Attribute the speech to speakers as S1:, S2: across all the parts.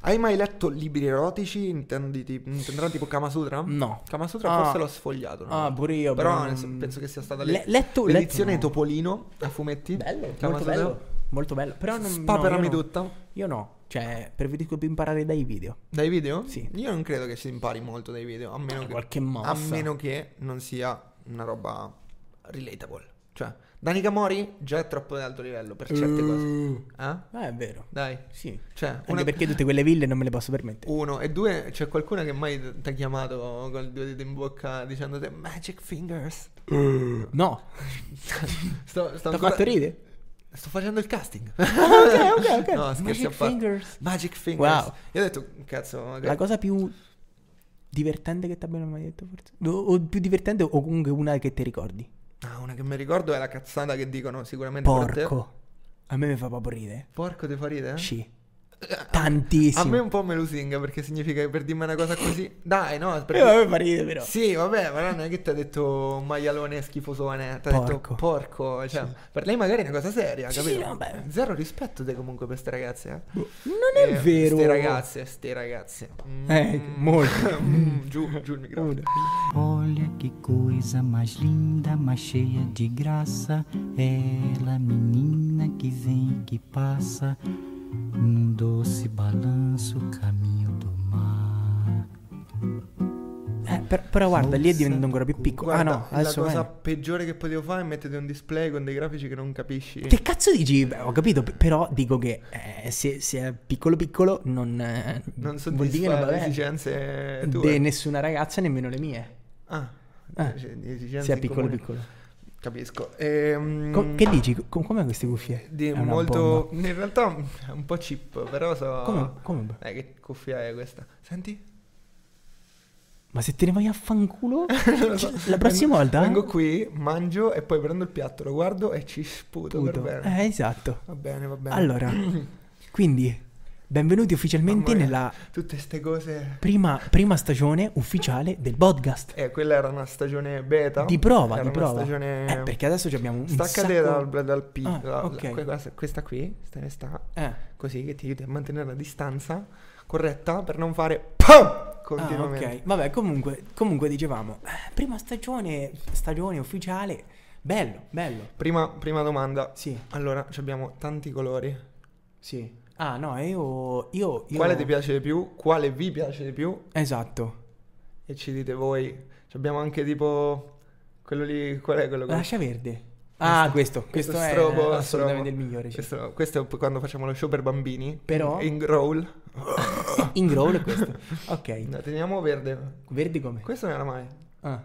S1: Hai mai letto libri erotici? Intendi, ti- intenderò tipo Kamasutra?
S2: No.
S1: Kamasutra
S2: Ah.
S1: forse l'ho sfogliato. no?
S2: Ah, pure io,
S1: Però
S2: però
S1: nel
S2: non-
S1: senso, penso che sia stata
S2: Le-
S1: le-
S2: letto-
S1: l'edizione
S2: letto, no.
S1: Topolino a fumetti.
S2: Bello, molto
S1: Kamasutra.
S2: bello. Molto bello. Però non
S1: Spaperami
S2: no, io no.
S1: tutta.
S2: Io no, cioè preferisco più imparare dai video.
S1: Dai video?
S2: Sì.
S1: Io non credo che si impari molto dai video, a meno che,
S2: Qualche
S1: a
S2: mossa.
S1: meno che non sia una roba relatable. Cioè, Danica Mori già è troppo di alto livello per certe cose. Eh?
S2: Eh, è vero.
S1: Dai.
S2: Sì.
S1: Cioè,
S2: Uh. Anche
S1: Uh. una-
S2: perché tutte quelle ville non me le posso permettere.
S1: Uno e due, c'è qualcuno che mai ti ha chiamato con due dita in bocca dicendo te Magic Fingers.
S2: No.
S1: Sto, sto,
S2: T'ho
S1: Uh. ancora-
S2: fatto ridere?
S1: sto facendo il casting.
S2: ok, ok, ok.
S1: No, scherzi
S2: Magic
S1: a parte.
S2: Fingers.
S1: Magic Fingers.
S2: Wow.
S1: Io ho detto, cazzo, magari-
S2: La cosa più divertente che ti abbiano mai detto forse. O, o più divertente o comunque una che ti ricordi.
S1: Ah, una che mi ricordo è la cazzata che dicono sicuramente per te.
S2: Porco. A me mi fa proprio ridere.
S1: Porco ti fa ridere?
S2: Sì.
S1: A me
S2: Tantissimo.
S1: un po' me lusinga perché significa che per dirmi una cosa così. Dai, no, perché-
S2: Eh, a me fa ridere però.
S1: Sì, vabbè, ma non è che ti ha detto maialone schifosone, ti ha detto
S2: Porco.
S1: porco. Cioè, Per lei magari è una cosa seria,
S2: Sì,
S1: capito?
S2: sì, no, beh.
S1: Zero rispetto te comunque per ste ragazze. eh.
S2: Non è
S1: Eh,
S2: vero.
S1: Ste ragazze, ste ragazze. Mm.
S2: Eh, molto. Ah,
S1: Mm, giù, giù il microfono.
S3: Olha que coisa mais linda, mais cheia de graça. Ela, menina que vem e que passa, num doce balanço, caminho do mar.
S2: Eh, per- però guarda, lì è diventato ancora più piccolo.
S1: Guarda,
S2: ah no,
S1: la
S2: adesso
S1: cosa
S2: bene.
S1: peggiore che potevo fare è metterti un display con dei grafici che non capisci.
S2: Che cazzo dici? Beh, ho capito, pe- però dico che eh, se, se è piccolo piccolo non, eh,
S1: non "Eh,
S2: vuol dire che
S1: soddisfa
S2: va
S1: le
S2: bene.
S1: esigenze tue.
S2: di nessuna ragazza, nemmeno le mie.
S1: Ah,
S2: Eh,
S1: cioè, di esigenze
S2: se è
S1: in
S2: piccolo
S1: comune.
S2: piccolo.
S1: Capisco. Ehm,
S2: Co- che dici? Co- com'è queste cuffie?
S1: di
S2: È una
S1: molto...
S2: bomba.
S1: In realtà è un po' chip, però so...
S2: Come- come?
S1: Eh, che cuffia è questa? Senti?
S2: Ma se te ne vai a fanculo, Cioè,
S1: Non lo so.
S2: la prossima
S1: Vengo-
S2: volta...
S1: Vengo qui, mangio e poi prendo il piatto, lo guardo e ci sputo per
S2: Puto.
S1: bene.
S2: Eh, esatto.
S1: Va bene, va bene.
S2: Allora, quindi, benvenuti ufficialmente
S1: Mamma mia,
S2: nella
S1: Tutte ste cose...
S2: prima, prima stagione ufficiale del podcast.
S1: Eh, quella era una stagione beta.
S2: Di prova,
S1: era
S2: di prova.
S1: Una stagione...
S2: Eh, perché adesso ci abbiamo un
S1: Sta cadere
S2: sacco...
S1: dal, dal P.
S2: Ah,
S1: la- la-
S2: ok.
S1: que- questa, questa qui, sta, sta
S2: Eh.
S1: così che ti aiuta a mantenere la distanza corretta per non fare PAM
S2: Ah,
S1: continuamente.
S2: ok. Vabbè, comunque, comunque dicevamo, eh, prima stagione, stagione ufficiale, bello, bello.
S1: Prima, prima domanda.
S2: Sì,
S1: Allora, ci abbiamo tanti colori.
S2: sì. Ah, no, io... io, io-
S1: Quale ti piace di più? Quale vi piace di più?
S2: Esatto.
S1: E ci dite voi. Ci abbiamo anche tipo quello lì, qual è quello?
S2: La lascia verde. Ah, questo, questo, è
S1: strobo, strobo.
S2: assolutamente il migliore. sì.
S1: Questo, questo è quando facciamo lo show per bambini.
S2: Però-
S1: In roll.
S2: In growl è questo. Ok.
S1: No, teniamo verde.
S2: Verdi come?
S1: Questo non era male.
S2: Ah.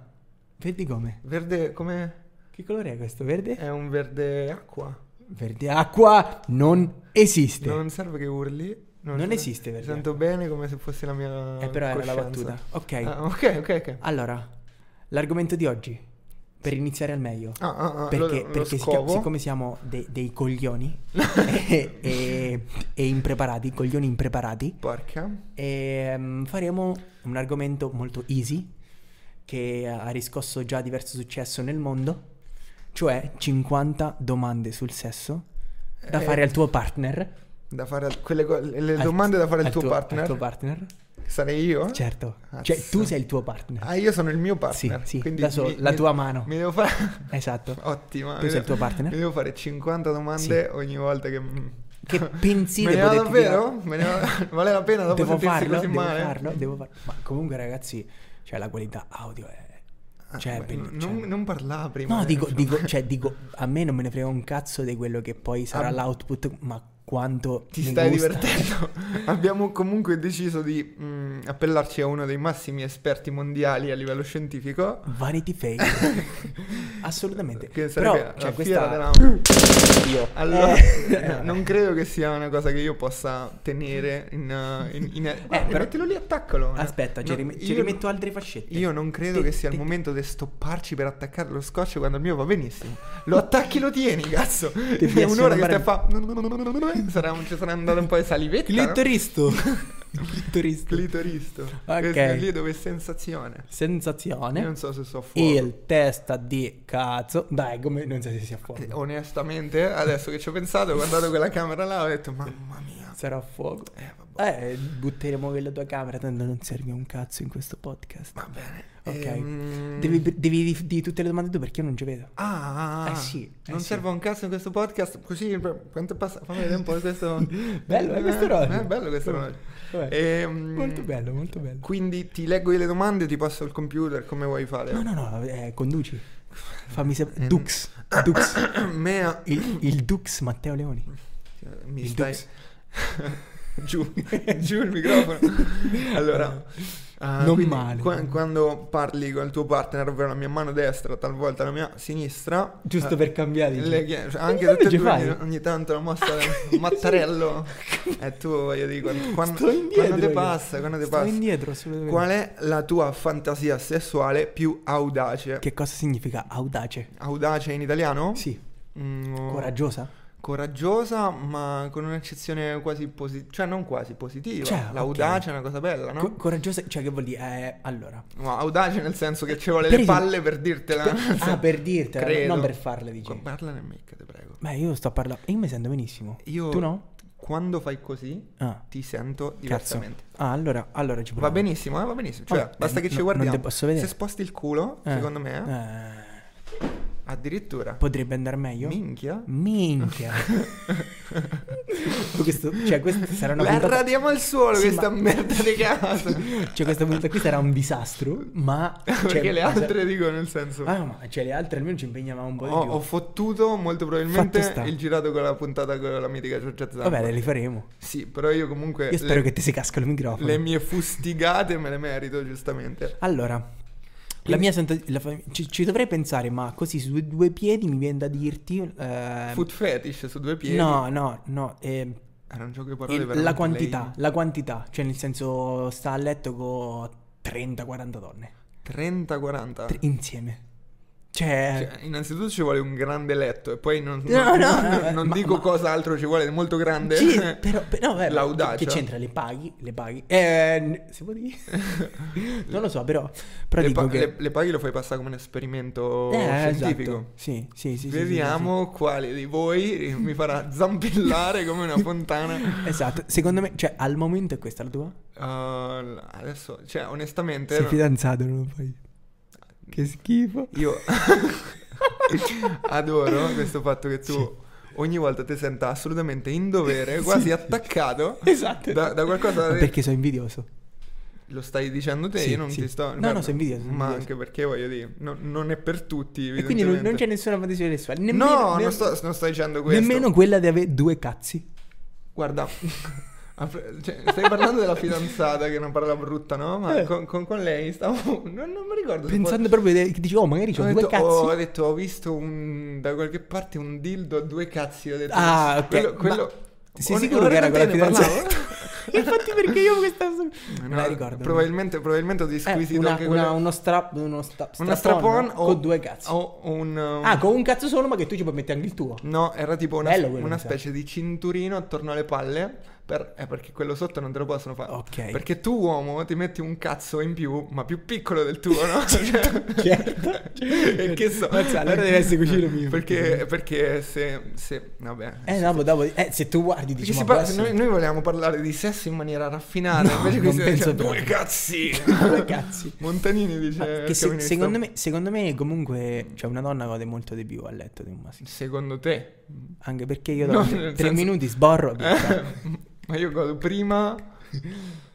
S2: Verdi come?
S1: Verde come...
S2: Che colore è questo? Verde?
S1: È un verde acqua.
S2: Verde acqua non esiste.
S1: Non serve che urli.
S2: Non
S1: serve-
S2: esiste
S1: Mi
S2: verde
S1: sento bene come se fosse la mia.
S2: Eh, però era la
S1: coscienza.
S2: battuta. Ok.
S1: Ah, ok, ok, ok.
S2: Allora, l'argomento di oggi, per iniziare al meglio,
S1: Ah, ah, ah,
S2: perché,
S1: lo- lo
S2: perché sicca-
S1: scovo.
S2: siccome siamo de- dei coglioni e, e- e impreparati, coglioni impreparati,
S1: Porca.
S2: ehm, faremo un argomento molto easy che ha riscosso già diverso successo nel mondo, cioè 50 domande sul sesso da
S1: Eh.
S2: fare al tuo partner.
S1: Da fare al- quelle co- le le
S2: Al-
S1: domande da fare al, tuo,
S2: Al
S1: partner. Ah,
S2: tuo partner,
S1: Sarei io?
S2: certo.
S1: Cazzo.
S2: Cioè tu sei il tuo partner.
S1: Ah, io sono il mio partner.
S2: Sì, sì,
S1: quindi
S2: da solo,
S1: mi-
S2: la
S1: mi-
S2: tua mano.
S1: Mi devo fare.
S2: Esatto.
S1: Ottima.
S2: Tu
S1: mi
S2: sei
S1: devo-
S2: il tuo partner?
S1: Mi devo fare 50 domande ogni volta che.
S2: Che pensi
S1: Me
S2: di
S1: ne vado
S2: poterti dire-
S1: davvero? Me ne vado- Vale la pena dopo
S2: devo
S1: sentirsi
S2: farlo,
S1: così
S2: devo
S1: male?
S2: farlo, devo farlo. Ma comunque, ragazzi, cioè la qualità audio è.
S1: Ah,
S2: Cioè,
S1: beh,
S2: belli-
S1: non,
S2: cioè-
S1: non parlava prima.
S2: No,
S1: eh,
S2: dico,
S1: cioè-
S2: dico, cioè, dico, a me non me ne frega un cazzo di quello che poi sarà
S1: Ah,
S2: l'output, ma quanto
S1: Ti
S2: mi
S1: stai
S2: gusta.
S1: divertendo? Abbiamo comunque deciso di mm, appellarci a uno dei massimi esperti mondiali a livello scientifico.
S2: Vanity fake. Assolutamente.
S1: Che
S2: Però,
S1: sarebbe la
S2: cioè,
S1: fiera
S2: questa...
S1: della- Allora,
S2: Eh.
S1: no, non credo che sia una cosa che io possa tenere in... uh, in- in- guarda,
S2: Eh, però-
S1: mettilo lì, attaccalo. no?
S2: Aspetta, ci,
S1: No,
S2: rim- ci
S1: io-
S2: rimetto altre fascette.
S1: Io non credo
S2: Te-
S1: che sia il
S2: te-
S1: momento di stopparci per attaccare lo scotch quando il mio va benissimo. Lo attacchi lo tieni, cazzo. È
S2: piace
S1: un'ora che stai a
S2: andare-
S1: fa. Sarà, ci sarà andato un po' di salivetta. no?
S2: Clitoristo. clitorista.
S1: Clitoristo.
S2: Ok.
S1: Questo è lì dove è sensazione.
S2: Sensazione.
S1: Io non so se so fuoco.
S2: Il testa di cazzo. Dai, come non so se sia fuoco.
S1: Eh, Onestamente, adesso che ci ho pensato, ho guardato quella camera là, ho detto mamma mia.
S2: Sarà fuoco.
S1: Eh, vabbè.
S2: Eh, butteremo quella tua camera, tanto non serve un cazzo in questo podcast.
S1: Va bene.
S2: Ok.
S1: Ehm,
S2: Devi, devi di, di tutte le domande tu perché io non ci vedo.
S1: Ah,
S2: Eh sì, eh
S1: non
S2: sì.
S1: serve un cazzo in questo podcast. Così, per- quanto passa? Fammi vedere un po' questo.
S2: Bello, eh, questo rollo.
S1: È bello questo rollo.
S2: Vabbè.
S1: Ehm,
S2: Molto bello, molto bello.
S1: Quindi ti leggo io le domande, ti passo il computer, come vuoi fare?
S2: No, no, no, eh, conduci. Fammi sapere.
S1: Ehm.
S2: Dux. Dux.
S1: Mea,
S2: Il, il Dux Matteo Leoni.
S1: mi
S2: il
S1: stai
S2: Dux.
S1: giù, giù il microfono. Allora,
S2: Eh,
S1: ah,
S2: Non
S1: quindi
S2: male.
S1: qua- quando parli con il tuo partner, ovvero la mia mano destra, talvolta la mia sinistra,
S2: Giusto
S1: eh,
S2: per cambiare. il-
S1: le chie- cioè, anche
S2: Eh, Non
S1: tutte
S2: ci
S1: e due
S2: fai?
S1: ogni, ogni tanto la mossa del mattarello è tuo, io dico, quando,
S2: Sto indietro.
S1: quando ti
S2: io.
S1: passa, quando ti
S2: Sto
S1: passa.
S2: indietro, assolutamente.
S1: Qual è la tua fantasia sessuale più audace?
S2: Che cosa significa audace?
S1: Audace in italiano?
S2: Sì.
S1: Mm, o-
S2: Coraggiosa?
S1: coraggiosa, ma con un'eccezione quasi positiva, cioè non quasi positiva.
S2: Cioè,
S1: L'audacia
S2: ok.
S1: è una cosa bella, no?
S2: Co- coraggiosa, cioè che vuol dire? Eh, allora.
S1: No, audace nel senso che ci vuole
S2: Per
S1: le
S2: esempio-
S1: palle per dirtela.
S2: ah, per dirtela,
S1: Credo.
S2: non per farla, dici.
S1: Parla nel mic, ti prego.
S2: Beh, io sto parlando. Io mi sento benissimo.
S1: Io
S2: Tu no?
S1: quando fai così
S2: Ah.
S1: ti sento
S2: Cazzo.
S1: diversamente.
S2: Ah, allora, allora ci proviamo.
S1: Va benissimo, eh, va benissimo. Cioè,
S2: Vabbè,
S1: basta che
S2: no-
S1: ci
S2: non
S1: guardiamo.
S2: te posso vedere.
S1: Se sposti il culo,
S2: Eh,
S1: secondo me,
S2: eh,
S1: addirittura.
S2: potrebbe andare meglio.
S1: Minchia.
S2: Minchia. Tu questo, cioè, questa sarà una
S1: La
S2: puntata.
S1: radiamo al suolo
S2: Sì,
S1: questa
S2: ma-
S1: merda di casa.
S2: Cioè, questa puntata qui sarà un disastro. Ma. cioè,
S1: Perché le
S2: ma-
S1: altre Oh, dico nel senso.
S2: Ah, ma cioè, le altre almeno ci impegnavamo un po' di
S1: Ho,
S2: più.
S1: ho fottuto molto probabilmente
S2: Fatto sta.
S1: il girato con la puntata con la mitica Giorgia Zampa.
S2: Vabbè, le rifaremo.
S1: Sì, però io comunque
S2: Io spero
S1: oh. Eh, le,
S2: che ti si casca il microfono.
S1: le mie fustigate me le merito giustamente.
S2: Allora, la mia senta- la fa- ci, ci dovrei pensare, ma così su due, due piedi mi viene da dirti. eh,
S1: Food fetish su due piedi.
S2: no, no, no. ehm,
S1: Era un gioco di
S2: il-
S1: parole veramente
S2: la quantità,
S1: lame.
S2: la quantità, cioè nel senso sta a letto con 30-40 donne tre-
S1: 30-40.
S2: insieme. Cioè,
S1: Cioè, innanzitutto ci vuole un grande letto e poi non,
S2: No,
S1: non-
S2: no,
S1: non-
S2: no,
S1: non
S2: ma-
S1: dico
S2: ma-
S1: cos'altro ci vuole, è molto grande.
S2: sì, però, però vabbè,
S1: Cioè, L'audacia.
S2: che c'entra? Le paghi, le paghi. Eh, n- si può dire? non lo so, però, però
S1: le,
S2: dico
S1: pa-
S2: che
S1: le- le paghi lo fai passare come un esperimento
S2: Eh, esatto.
S1: scientifico.
S2: Sì, sì, sì, sì, sì, sì, sì.
S1: Vediamo quale di voi mi farà zampillare come una fontana.
S2: Esatto, secondo me, cioè al momento è questa la tua?
S1: Uh, adesso, cioè, onestamente,
S2: Sei
S1: no-
S2: fidanzato, non lo fai. Che schifo.
S1: io adoro questo fatto che tu ogni volta ti senta assolutamente in dovere, quasi attaccato
S2: Esatto.
S1: da, da qualcosa.
S2: Ma perché sono invidioso.
S1: Lo stai dicendo te,
S2: Sì,
S1: io non
S2: sì.
S1: ti sto.
S2: No,
S1: guarda,
S2: no, sei invidioso, sei
S1: Ma
S2: invidioso.
S1: anche perché voglio dire, no- non è per tutti.
S2: E quindi non, non
S1: evidentemente.
S2: c'è nessuna fantasia sessuale. Nemmeno,
S1: No,
S2: ne-
S1: non sto, non sto dicendo questo.
S2: nemmeno quella di avere due cazzi.
S1: Guarda, apre- cioè, stai parlando della fidanzata che è una parola brutta, no? Ma
S2: Eh.
S1: con, con- con lei stavo. Non, non mi ricordo. se
S2: Pensando proprio de- che dici, oh, magari
S1: poi-
S2: c'ho
S1: Ho
S2: due
S1: detto,
S2: cazzi.
S1: oh, ho detto, ho visto un, da qualche parte un dildo a due cazzi. Ho detto,
S2: Ah, ok,
S1: Quello,
S2: ma
S1: quello-
S2: sei
S1: Ora-
S2: sicuro
S1: ora
S2: che era
S1: con
S2: quella
S1: te ne
S2: fidanzata?
S1: parlavo?
S2: Infatti, perché io questa. Non
S1: No,
S2: me la ricordo.
S1: Probabilmente, probabilmente ho
S2: Eh,
S1: disquisito
S2: una-
S1: anche
S2: una-
S1: quello-
S2: uno strap. Uno, sta-
S1: una strap-on o
S2: Con due cazzi.
S1: O un.
S2: Ah, con un cazzo solo, ma che tu ci puoi mettere anche il tuo.
S1: No, era tipo una,
S2: Bello quello,
S1: una
S2: mi sa.
S1: specie di cinturino attorno alle palle. Per, eh, perché quello sotto non te lo possono fare.
S2: Ok.
S1: Perché tu, uomo, ti metti un cazzo in più, ma più piccolo del tuo, no? Cioè-
S2: Certo.
S1: e che so.
S2: Mazza, allora deve essere cucino mio.
S1: Perché, perché se, se. Vabbè.
S2: Eh, no, ma dopo, eh, se tu guardi,
S1: Perché
S2: dici,
S1: si
S2: ma
S1: parla-
S2: può
S1: noi,
S2: essere-
S1: noi volevamo parlare di sesso in maniera raffinata.
S2: No,
S1: invece
S2: non
S1: questi
S2: penso
S1: dicono, due
S2: proprio."
S1: cazzi.
S2: Due cazzi.
S1: Montanini
S2: Ah,
S1: dice.
S2: che se-
S1: Scavenista.
S2: secondo, me, secondo me comunque cioè una donna gode molto di più a letto di un maschio
S1: Secondo te?
S2: anche perché io
S1: No,
S2: dopo
S1: nel
S2: tre
S1: senso- Eh,
S2: minuti sborro e via.
S1: ma io godo prima.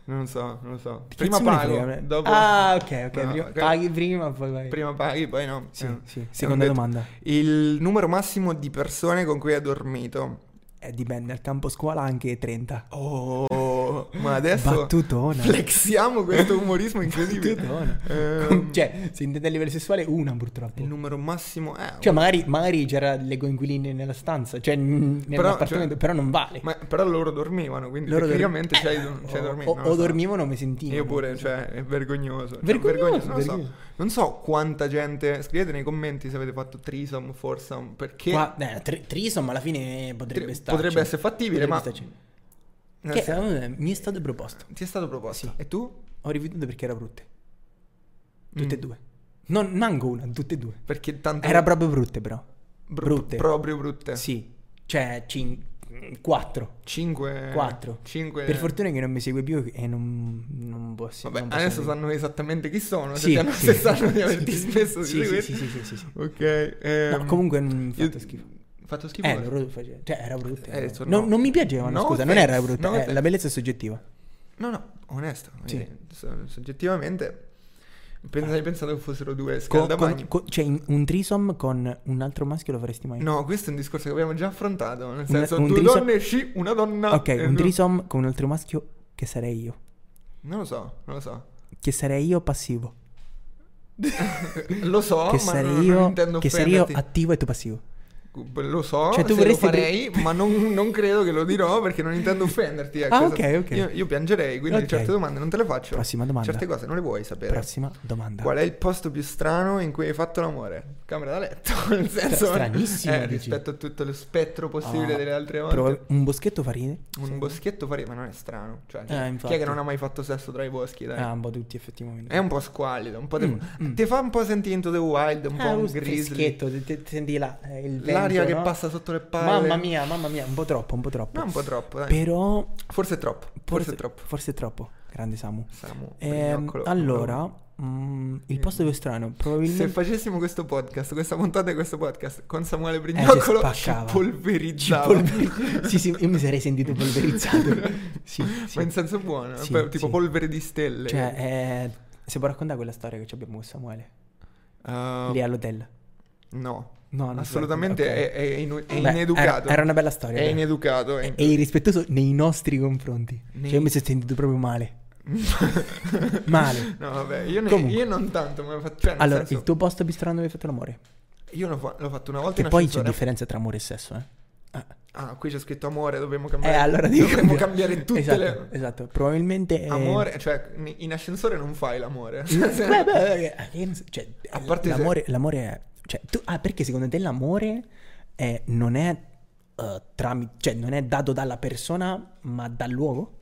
S1: Non so, non so.
S2: Che
S1: Prima
S2: cazzo me ne
S1: pago.
S2: frega?
S1: Dopo.
S2: ah ok ok
S1: No,
S2: prima-
S1: ok.
S2: paghi prima poi vai
S1: Prima paghi, poi no.
S2: Sì,
S1: Eh,
S2: sì.
S1: abbiamo
S2: Seconda
S1: detto.
S2: domanda.
S1: Il numero massimo di persone con cui hai dormito.
S2: Eh, dipende al campo scuola anche 30
S1: Oh, ma adesso
S2: battutona
S1: flexiamo questo umorismo incredibile.
S2: battutona
S1: Ehm,
S2: cioè se intende a livello sessuale una purtroppo
S1: il numero massimo eh,
S2: cioè magari, magari c'era le coinquiline nella stanza cioè n- nell'appartamento
S1: cioè-
S2: però non vale
S1: ma- però loro dormivano, quindi
S2: Loro dor-
S1: tecnicamente cioè, c'hai, c'hai
S2: o,
S1: dormito.
S2: o-
S1: non
S2: o
S1: lo so.
S2: dormivano o mi sentivo
S1: Io pure, cioè, è vergognoso. Cioè,
S2: Vergognoso,
S1: non, lo so.
S2: vergognoso.
S1: non so quanta gente. Scrivete nei commenti se avete fatto trisom, foursome, perché
S2: Qua, eh, tri- Trisom alla fine potrebbe
S1: Tri-
S2: starci.
S1: potrebbe essere fattibile, ma-
S2: starci. Che eh, mi è stato proposto.
S1: Ti è stato proposto.
S2: Sì.
S1: E tu?
S2: Ho riveduto perché era brutte. Tutte
S1: Mm.
S2: e due. Non manco una, tutte e due.
S1: Perché tanto...
S2: Era proprio brutte, però.
S1: bru-
S2: brutte.
S1: Proprio brutte.
S2: Sì. Cioè, cin- quattro.
S1: 5...
S2: Quattro.
S1: 5...
S2: Per fortuna che non mi segue più e non, non posso.
S1: Eh. Vabbè,
S2: non posso-
S1: adesso sanno esattamente chi sono.
S2: Sì,
S1: se ti hanno
S2: sì.
S1: cessato di
S2: Sì,
S1: averti
S2: sì.
S1: smesso di
S2: Sì, sì,
S1: seguire.
S2: sì, sì, sì, sì, sì.
S1: Ok. ehm,
S2: No, comunque non
S1: io-
S2: fatto schifo.
S1: Fatto schifo?
S2: Eh,
S1: cosa?
S2: loro facevano- Cioè, era brutta.
S1: Eh,
S2: era-
S1: adesso
S2: no-
S1: no.
S2: Non mi piacevano,
S1: No
S2: scusa, non
S1: offense,
S2: era brutta.
S1: no
S2: eh,
S1: offense.
S2: la bellezza è soggettiva.
S1: No, no, onesto.
S2: Sì.
S1: eh, so- soggettivamente pens- hai pensato che fossero due
S2: Co- con-
S1: scaldamagni.
S2: co- cioè, in- un trisom con un altro maschio lo faresti mai?
S1: No, questo è un discorso che abbiamo già affrontato. Nel
S2: Un-
S1: senso,
S2: un
S1: due
S2: trisom-
S1: donne sci, una donna.
S2: ok,
S1: e
S2: un
S1: no-
S2: trisom con un altro maschio che sarei io.
S1: Non lo so, non lo so.
S2: Che sarei io passivo.
S1: Lo so,
S2: che
S1: Oh, ma non-
S2: sarei
S1: non
S2: io,
S1: intendo
S2: che sarei io
S1: offenderti.
S2: attivo e tu passivo.
S1: Lo so,
S2: Cioè, tu
S1: se
S2: vorresti
S1: lo farei, ma non, non credo che lo dirò perché non intendo offenderti. ecco,
S2: Ah,
S1: esatto.
S2: ok, ok.
S1: Io, io piangerei, quindi
S2: Ok.
S1: certe domande non te le faccio.
S2: Prossima domanda.
S1: Certe cose non le vuoi sapere.
S2: Prossima domanda.
S1: Eh. Qual è il posto più strano in cui hai fatto l'amore? Camera da letto, nel senso...
S2: stranissimo,
S1: eh,
S2: dici.
S1: rispetto a tutto lo spettro possibile
S2: Ah,
S1: delle altre volte.
S2: Prova- un boschetto farine?
S1: Un
S2: Sì.
S1: boschetto farebbe, ma non è strano. Cioè,
S2: Eh,
S1: chi
S2: infatti.
S1: è che non ha mai fatto sesso tra i boschi, dai?
S2: Ah, un po' tutti effettivamente.
S1: È un po' squallido, un po' te-
S2: Mm, mm.
S1: Ti fa un po' sentire into the wild, un po'
S2: Ah,
S1: un
S2: questo
S1: grizzly.
S2: fischietto, ti- ti- ti senti là, eh, il vento,
S1: L'aria che
S2: no?
S1: passa sotto le palle.
S2: Mamma mia, mamma mia, un po' troppo, un po' troppo.
S1: No, un po' troppo, dai.
S2: Però
S1: Forse è troppo. Forse, è troppo.
S2: Forse è troppo. Grande Samu.
S1: Siamo
S2: Ehm,
S1: pignocolo.
S2: allora, mm, il posto più strano,
S1: Se
S2: probabilmente...
S1: facessimo questo podcast, questa puntata di questo podcast con Samuele
S2: Eh, ci
S1: Brignocolo, ci
S2: spaccava.
S1: polverizzava.
S2: Polver- sì, sì, io mi sarei sentito polverizzato. Sì, sì.
S1: Ma in senso buono,
S2: Sì,
S1: poi tipo
S2: sì.
S1: polvere di stelle.
S2: Cioè, eh, se può raccontare quella storia che ci abbiamo con Samuele,
S1: Uh,
S2: eh, lì all'hotel.
S1: no,
S2: No, non
S1: assolutamente
S2: so, ok.
S1: è, è inu- è
S2: Beh,
S1: ineducato.
S2: Era, era una bella storia.
S1: È
S2: dai.
S1: ineducato. eh. È
S2: E irrispettoso nei nostri confronti.
S1: Nei-
S2: Cioè, io mi sono sentito proprio male. male.
S1: No, vabbè, io, ne-
S2: Comunque.
S1: io non tanto, ma fa- cioè, nel
S2: Allora,
S1: senso,
S2: il tuo posto più strano dove hai fatto l'amore?
S1: io l'ho, fa- l'ho fatto una volta
S2: Che
S1: in
S2: poi c'è
S1: ascensore.
S2: differenza tra amore e sesso, eh?
S1: Ah, qui c'è scritto amore, dobbiamo
S2: Eh,
S1: cambiare.
S2: allora devi
S1: dovremmo
S2: cambiare.
S1: cambiare tutte
S2: esatto,
S1: le
S2: Esatto, probabilmente... eh,
S1: Amore, cioè in- in ascensore non fai l'amore.
S2: Beh, beh, beh, eh, che ne so, cioè,
S1: A parte se-
S2: l'amore, l'amore è... Cioè, tu, ah, perché secondo te l'amore è- non è eh, tramite... Cioè, non è dato dalla persona, ma dal luogo?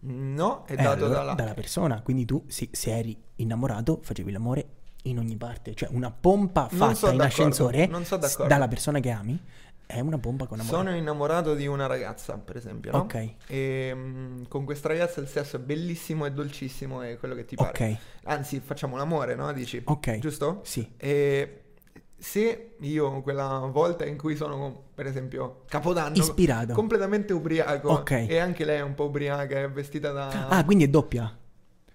S1: No, è
S2: Eh,
S1: dato
S2: allora,
S1: dalla...
S2: dalla persona. Quindi tu, sì, se eri innamorato, facevi l'amore in ogni parte. Cioè, una pompa
S1: Non
S2: fatta
S1: so
S2: in
S1: d'accordo,
S2: ascensore
S1: non so
S2: s-
S1: d'accordo.
S2: dalla persona che ami è una pompa con amore.
S1: Sono innamorato di una ragazza, per esempio, no?
S2: Ok.
S1: E, mm, con questa ragazza il sesso è bellissimo e dolcissimo, è quello che ti pare.
S2: Ok,
S1: Anzi, facciamo l'amore, no? Dici.
S2: ok.
S1: Giusto?
S2: Sì.
S1: E se io quella volta in cui sono, per esempio, Capodanno,
S2: Ispirato.
S1: completamente ubriaco,
S2: Ok.
S1: e anche lei è un po' ubriaca, è vestita da...
S2: Ah, quindi è doppia.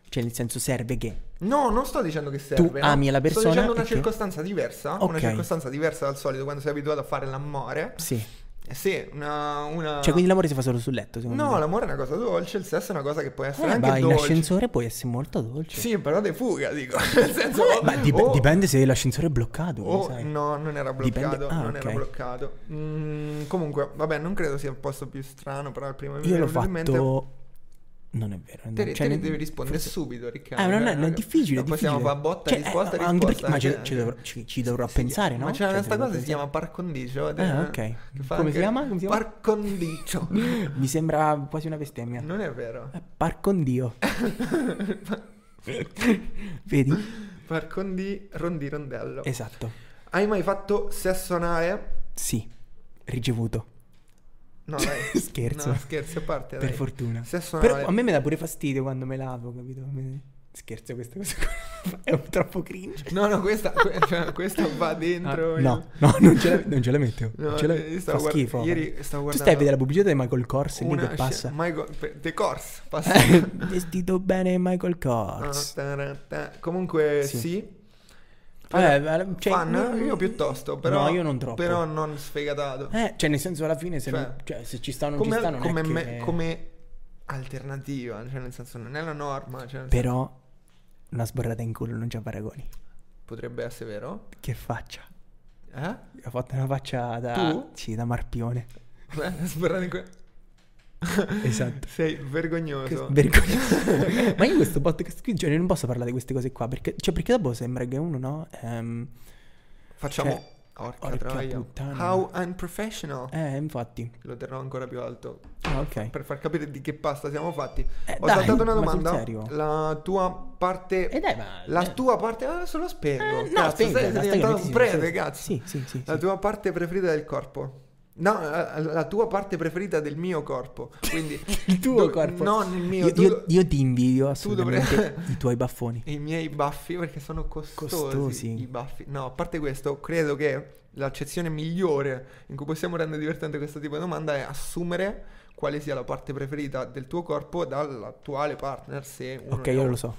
S2: Cioè, nel senso serve che...
S1: No, non sto dicendo che serve. no.
S2: ami la persona
S1: Sto dicendo
S2: e
S1: una
S2: che-
S1: circostanza diversa,
S2: Ok.
S1: una circostanza diversa dal solito quando sei abituato a fare l'amore.
S2: Sì.
S1: Eh Sì, una... una...
S2: Cioè, quindi l'amore si fa solo sul letto, secondo
S1: Ah. No,
S2: me.
S1: l'amore è una cosa dolce, il sesso è una cosa che può essere
S2: Eh,
S1: anche
S2: ma in
S1: dolce.
S2: ascensore può essere molto dolce.
S1: Sì, però de fuga, dico. Nel senso...
S2: Ma dip-
S1: o-
S2: dipende se l'ascensore è bloccato,
S1: o-
S2: sai.
S1: Oh, no, non era
S2: Dipende-
S1: bloccato,
S2: ah,
S1: non era
S2: ok.
S1: bloccato. Mm, comunque, vabbè, non credo sia il posto più strano, però il primo che mi
S2: Io l'ho
S1: viene in mente-
S2: fatto... Non è vero. no.
S1: Te, te
S2: Cioè,
S1: ne
S2: ne-
S1: devi rispondere
S2: forse-
S1: subito, Riccardo.
S2: Ah, no, no,
S1: cioè,
S2: no, è difficile.
S1: non
S2: è difficile.
S1: possiamo fare botta,
S2: Cioè,
S1: risposta,
S2: eh, no, anche perché-
S1: risposta.
S2: ma ci,
S1: cioè.
S2: ci dovrò, ci, ci dovrò
S1: Sì,
S2: pensare, no?
S1: Ma c'è
S2: Cioè,
S1: questa
S2: dovrò
S1: cosa che si chiama par condicio.
S2: Ah, ok.
S1: che fa
S2: Come si
S1: anche
S2: chiama? Come si chiama?
S1: Par condicio.
S2: pensare. Mi sembra quasi una bestemmia.
S1: non è vero.
S2: Eh, Par con Dio. Vedi?
S1: Par condi, rondi, rondello.
S2: Esatto.
S1: Hai mai fatto sesso anale?
S2: Sì. Ricevuto.
S1: No, dai.
S2: Scherzo.
S1: No, scherzi a parte.
S2: Per
S1: dai.
S2: fortuna.
S1: Sesso
S2: Però
S1: anale.
S2: a me me dà pure fastidio quando me lavo, capito? Me- Scherzo, questa cosa qua è un troppo cringe.
S1: No, no, questa, que- cioè, questa va dentro.
S2: Ah,
S1: io-
S2: no, no, non ce la, non ce la metto.
S1: No,
S2: non ce la-
S1: io
S2: fa
S1: stavo guard-
S2: schifo.
S1: ieri stavo
S2: tu
S1: guardando
S2: stai a vedere la pubblicità di Michael Kors e lì
S1: Una
S2: che passa.
S1: sce- Michael, per- The Course. Passa. Ah,
S2: Vestito bene Michael Kors.
S1: Ta-ra-ta. Comunque
S2: Sì.
S1: sì.
S2: Eh, cioè,
S1: Fan?
S2: no,
S1: io piuttosto, però
S2: No, io non troppo.
S1: Però non sfegatato.
S2: Eh, cioè, nel senso, alla fine, se,
S1: Cioè,
S2: non- cioè, se ci stanno, ci
S1: come,
S2: stanno.
S1: come
S2: non è
S1: me-
S2: che-
S1: come alternativa, cioè nel senso non è la norma, cioè nel senso,
S2: Però, una sbarrata in culo non c'ha paragoni.
S1: potrebbe essere vero?
S2: Che faccia.
S1: Eh?
S2: Ha fatto una faccia da.
S1: Tu?
S2: Sì, da marpione.
S1: Beh, sperando in que-
S2: Esatto.
S1: Sei
S2: Che
S1: vergognoso.
S2: vergognoso. Ma io in questo podcast qui, cioè, non posso parlare di queste cose qua. Perché, cioè, perché dopo sembra che uno, no? Ehm,
S1: Facciamo
S2: cioè,
S1: Orca,
S2: Porca
S1: troia.
S2: puttana.
S1: How unprofessional.
S2: Eh, infatti.
S1: Lo terrò ancora più alto.
S2: Ah, ok.
S1: Per far capire di che pasta siamo fatti.
S2: Eh,
S1: Ho
S2: dai,
S1: saltato una
S2: ma sul
S1: domanda.
S2: serio?
S1: La tua parte.
S2: E dai, ma...
S1: La tua parte. Ah, adesso lo spiego.
S2: Eh, no,
S1: cazzo,
S2: spiegala,
S1: sei
S2: spiegala,
S1: diventato
S2: sì,
S1: un
S2: sì,
S1: prete,
S2: sì.
S1: cazzo.
S2: Sì, sì, sì.
S1: La
S2: sì.
S1: tua parte preferita del corpo. No, la, la tua parte preferita del mio corpo. Quindi
S2: Il tuo
S1: dove-
S2: corpo.
S1: Non il mio.
S2: Io,
S1: tu-
S2: io- io ti invidio assolutamente
S1: dovrai-
S2: i tuoi baffoni.
S1: I miei baffi perché sono costosi,
S2: Costosi.
S1: I baffi. No, a parte questo, credo che l'accezione migliore in cui possiamo rendere divertente questo tipo di domanda è assumere quale sia la parte preferita del tuo corpo dall'attuale partner. Se uno
S2: Ok,
S1: ne
S2: io
S1: ha.
S2: lo so.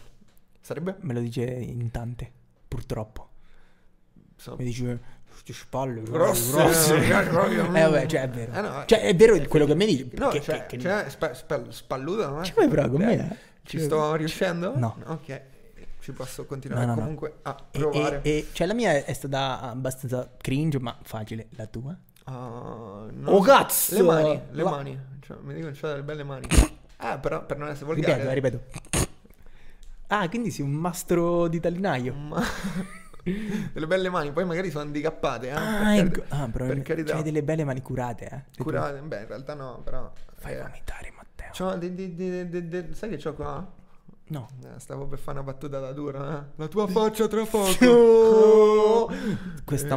S1: Sarebbe?
S2: Me lo dice in tante, purtroppo.
S1: So-
S2: Mi dice, queste spalle
S1: Grosse,
S2: grosse.
S1: eh, proprio, mm.
S2: Eh vabbè, cioè è vero.
S1: Eh, no,
S2: cioè è vero quello che mi dici.
S1: No,
S2: che-
S1: cioè,
S2: che- che-
S1: cioè, spa- spa- spalluta, no?
S2: Ci vai però con me, eh.
S1: Ci
S2: Ci-
S1: sto riuscendo?
S2: no.
S1: Ok, ci posso continuare
S2: No, no, no.
S1: comunque a
S2: E-
S1: provare.
S2: E, e- cioè la mia è stata abbastanza cringe, ma facile. La tua?
S1: Ah, non
S2: Oh,
S1: lo so.
S2: cazzo!
S1: Le mani, le
S2: La-
S1: mani. Cioè, mi dicono c'ha delle belle mani. Ah, però per non essere volgare.
S2: Ripeto, ripeto. Ah, quindi sei un mastro di talinaio.
S1: Ma- Mm. delle belle mani, poi magari sono handicappate, eh.
S2: Ah,
S1: per,
S2: ecco.
S1: cari-
S2: Ah, però
S1: per carità.
S2: C'hai delle belle mani curate, eh. Le tue-
S1: Curate, beh, in realtà no, però
S2: Fai
S1: eh,
S2: vomitare, Matteo.
S1: c'ho de- de- de- de- de- sai che c'ho qua?
S2: No.
S1: Eh, Stavo per fare una battuta da dura, eh. La tua faccia tra poco. Eh.
S2: Questa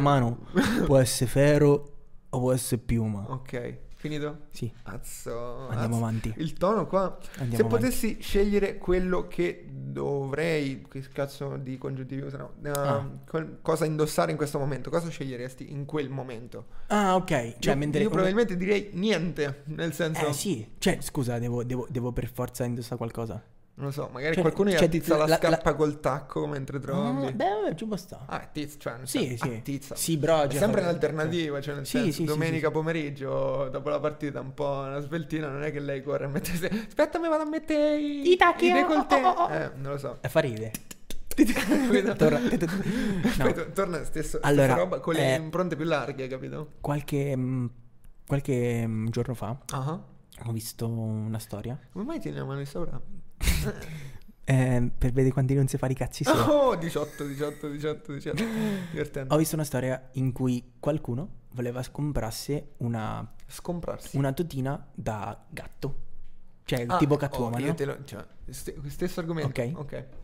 S2: mano può essere ferro o può essere piuma.
S1: ok, finito?
S2: Sì.
S1: Azzo,
S2: Andiamo
S1: azzo.
S2: avanti.
S1: Il tono qua.
S2: Andiamo
S1: Se
S2: avanti.
S1: potessi scegliere quello che dovrei, che cazzo di congiuntivi usano, eh,
S2: Ah.
S1: quel- cosa indossare in questo momento, cosa sceglieresti in quel momento?
S2: Ah, ok. Cioè,
S1: io,
S2: mentre
S1: io probabilmente direi niente, nel senso,
S2: Eh sì, cioè scusa, devo, devo- devo per forza indossare qualcosa.
S1: non lo so, magari
S2: Cioè,
S1: qualcuno gli
S2: cioè,
S1: attizza la,
S2: la- la-
S1: scarpa col tacco mentre
S2: Ah,
S1: trovi.
S2: beh, vabbè, ci può stare.
S1: Ah, attizza, cioè, nel
S2: sì,
S1: senso,
S2: sì.
S1: attizza.
S2: Sì, bro,
S1: È
S2: cioè,
S1: sempre
S2: fai-
S1: un'alternativa, cioè nel
S2: Sì,
S1: senso,
S2: sì, sì,
S1: domenica
S2: sì.
S1: pomeriggio, dopo la partita, un po' una sveltina, non è che lei corre a mettersi... Aspetta, mi vado a mettere i,
S2: I tacchi,
S1: i
S2: oh,
S1: décolleté."
S2: oh, oh, oh.
S1: Eh, non lo so.
S2: Eh, fa ridere.
S1: Capito?
S2: Torna-
S1: Poi
S2: no,
S1: to- torna stesso, stessa
S2: Allora,
S1: roba con le
S2: eh,
S1: impronte più larghe, capito?
S2: qualche, mm, qualche mm, giorno fa
S1: Ah.
S2: ho visto una storia
S1: Come mai tieni la mano di sopra?
S2: eh, per vedere quanti non si fa i cazzi suoi.
S1: Oh, 18, 18, 18, 18. Divertente.
S2: Ho visto una storia in cui qualcuno voleva comprarsi una,
S1: Scomprarsi.
S2: una tutina da gatto. Cioè,
S1: Ah,
S2: tipo
S1: oh,
S2: Catwoman,
S1: io
S2: no?
S1: te lo- cioè, st- stesso argomento.
S2: Ok.
S1: ok.
S2: E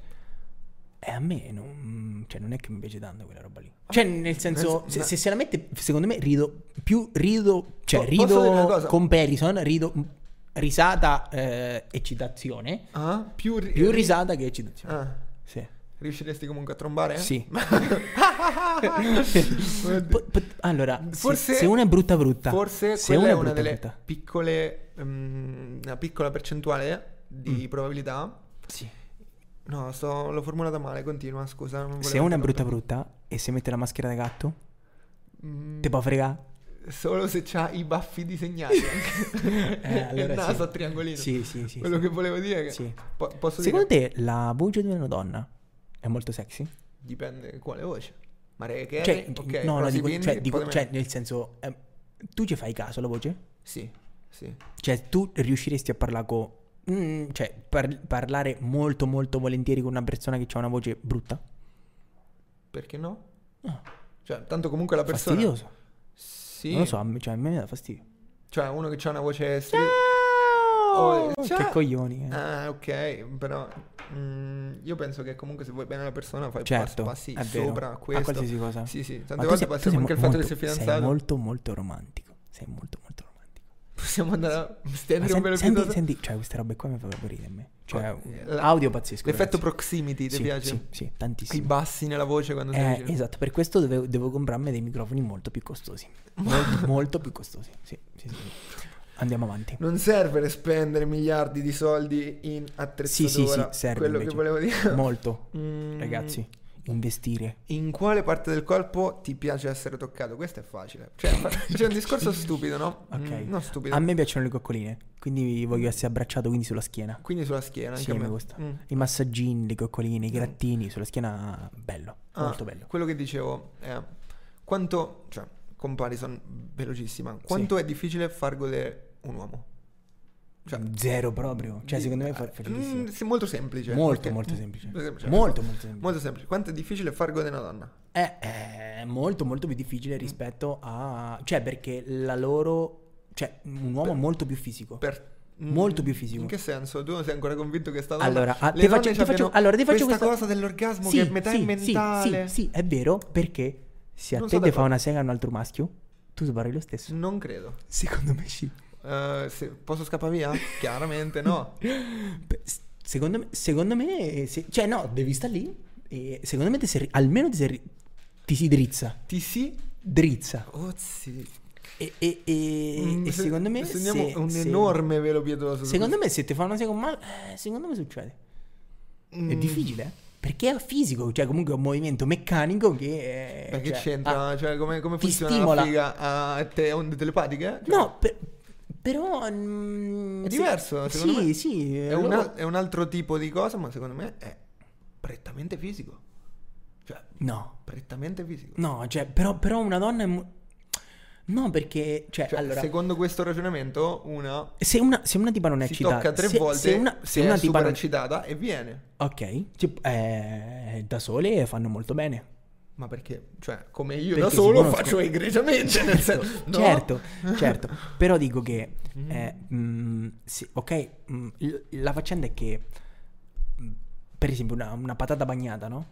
S2: Eh, a me non, cioè, non è che mi piace tanto quella roba lì. Cioè, nel senso,
S1: nel-
S2: se,
S1: ma-
S2: se se la mette, secondo me rido più, rido, cioè,
S1: Po- posso dire una
S2: rido
S1: cosa?
S2: con Perison, rido mm, risata, eh, eccitazione,
S1: Ah, più, ri-
S2: più risata che eccitazione.
S1: Ah,
S2: Sì.
S1: riusciresti comunque a trombare?
S2: Sì.
S1: Oddio.
S2: Po- pot- allora, se-
S1: Forse-
S2: se, una è brutta brutta,
S1: Forse
S2: se
S1: quella
S2: una
S1: è
S2: è
S1: una
S2: brutta
S1: delle
S2: brutta.
S1: piccole. mm, una piccola percentuale
S2: Mm.
S1: di probabilità.
S2: Sì.
S1: No, sto- l'ho formulata male, continua, scusa. non volevo
S2: Se una è brutta
S1: interrompere.
S2: brutta e se mette la maschera da gatto,
S1: Mm,
S2: te può fregare?
S1: Solo se c'ha i baffi disegnati. anche.
S2: Eh,
S1: E il
S2: allora
S1: naso
S2: sì.
S1: a triangolino.
S2: Sì, sì, sì.
S1: Quello
S2: sì.
S1: che volevo dire è che
S2: Sì.
S1: po- posso
S2: Secondo
S1: dire
S2: te la voce di una donna è molto sexy?
S1: dipende quale voce. Maria Carey,
S2: Cioè,
S1: ok,
S2: no, no,
S1: Rosie
S2: dico,
S1: Quindi,
S2: cioè, dico-
S1: poi-
S2: cioè, nel senso, eh, tu ci fai caso alla voce?
S1: sì, sì.
S2: Cioè, tu riusciresti a parlare con... mm, cioè, par- parlare molto molto volentieri con una persona che ha una voce brutta?
S1: Perché no?
S2: Ah.
S1: Cioè, tanto comunque la persona
S2: Fastidioso.
S1: Sì.
S2: Non lo so, a me, cioè, a me dà fastidio.
S1: Cioè, uno che ha una voce stri-
S2: Oh,
S1: Oh,
S2: Che
S1: ciao.
S2: coglioni. eh.
S1: Ah, ok, però mm, io penso che comunque se vuoi bene alla persona fai
S2: certo,
S1: passi
S2: è vero.
S1: sopra a
S2: a
S1: questo.
S2: qualsiasi cosa.
S1: Sì, sì,
S2: Ma
S1: tante
S2: tu
S1: volte
S2: sei- tu
S1: passiamo
S2: sei
S1: anche il
S2: mo-
S1: fatto che sei
S2: molto-
S1: fidanzato.
S2: Sei molto molto romantico. Sei molto molto romantico.
S1: Possiamo andare a
S2: Ma
S1: stendere
S2: sen-
S1: un velo più
S2: senti,
S1: da-
S2: senti, cioè queste robe qua mi fanno ridere a me. Cioè,
S1: Eh,
S2: un
S1: la-
S2: audio pazzesco.
S1: L'effetto
S2: ragazzi.
S1: proximity, ti
S2: sì,
S1: piace?
S2: Sì, sì,
S1: I
S2: tantissimo.
S1: bassi nella voce quando sei
S2: Eh,
S1: vicino.
S2: esatto, per questo dove- devo comprarmi dei microfoni molto più costosi. Molto, molto più costosi. Sì, sì, sì. Andiamo avanti.
S1: Non serve spendere miliardi di soldi in
S2: Sì,
S1: attrezzatura.
S2: sì, sì, serve
S1: Quello
S2: invece.
S1: che volevo dire.
S2: Molto,
S1: Mm,
S2: ragazzi. Investire.
S1: In quale parte del corpo ti piace essere toccato? Questo è facile. Cioè, fa- c'è un discorso stupido, no?
S2: Ok.
S1: Mm, non stupido.
S2: A me piacciono le coccoline, quindi voglio essere abbracciato quindi sulla schiena.
S1: Quindi sulla schiena, anche
S2: Sì,
S1: a
S2: mi
S1: me.
S2: gusta.
S1: Mm.
S2: I massaggini, le coccoline, i grattini sulla schiena, bello,
S1: Ah,
S2: molto bello.
S1: Quello che dicevo è quanto, cioè, comparison velocissima, quanto è difficile far godere un uomo? Cioè,
S2: Zero proprio. Cioè,
S1: di-
S2: secondo me è fa-
S1: mm,
S2: facilissimo.
S1: sì, molto semplice.
S2: molto,
S1: perché-
S2: molto semplice.
S1: molto semplice.
S2: Molto, molto semplice.
S1: Molto semplice. Quanto è difficile far godere una donna?
S2: Eh, eh, è molto molto più
S1: Mm.
S2: difficile rispetto a... Cioè perché la loro... Cioè un uomo molto più fisico.
S1: Per-
S2: Molto più fisico.
S1: Mm, In che senso? Tu non sei ancora convinto che sta donna
S2: Allora, ah,
S1: le donne
S2: ti faccio, ti faccio,
S1: abbiano
S2: allora, ti faccio
S1: questa,
S2: questa
S1: cosa dell'orgasmo che metà è mentale.
S2: Sì, sì, è vero, perché se a
S1: Non
S2: te
S1: so
S2: ti fa
S1: d'accordo.
S2: una sega a un altro maschio, tu sbagli lo stesso.
S1: Non credo.
S2: Secondo me sì.
S1: Eh, se- posso scappare via? Chiaramente no.
S2: Beh, s- Secondo me, secondo me se- cioè no, devi stare lì e secondo me ti si ri- almeno ti si, ri- ti si drizza,
S1: Ti si
S2: drizza.
S1: ozzi.
S2: E, e- e-
S1: Mm,
S2: e
S1: se-
S2: secondo me...
S1: se andiamo
S2: se-
S1: un
S2: se-
S1: enorme velo pietoso.
S2: Secondo me se ti fa una sega un mal, eh, secondo me succede.
S1: Mm.
S2: È difficile, eh? perché è fisico, cioè comunque è un movimento meccanico che... è-
S1: Ma che
S2: cioè,
S1: c'entra?
S2: ah,
S1: cioè, come, come
S2: ti
S1: funziona
S2: stimola.
S1: la figa a te, onde telepatiche? Cioè,
S2: No, per- però... mm,
S1: È
S2: sì-
S1: diverso,
S2: sì,
S1: secondo me.
S2: Sì,
S1: è, eh.
S2: eh,
S1: un
S2: loro-
S1: al- è un altro tipo di cosa, ma secondo me è prettamente fisico. Cioè,
S2: No,
S1: prettamente fisico.
S2: no, cioè, però, però una donna è... mo- No, perché... Cioè,
S1: Cioè,
S2: allora...
S1: secondo questo ragionamento, una
S2: Se una, se una tipa non è
S1: si
S2: eccitata...
S1: tocca tre
S2: se,
S1: volte,
S2: Se una, se
S1: se
S2: una
S1: è
S2: tipa
S1: super
S2: non...
S1: eccitata e viene.
S2: Ok, tipo, eh, da sole fanno molto bene.
S1: Ma perché? Cioè, come io
S2: Perché
S1: da
S2: si
S1: solo
S2: conoscono.
S1: faccio egregiamente, nel senso... no? Mm-hmm.
S2: Certo, certo. Però dico che... eh, mm, sì, ok, mm, l- la faccenda è che... mm, Per esempio una, una patata bagnata, no?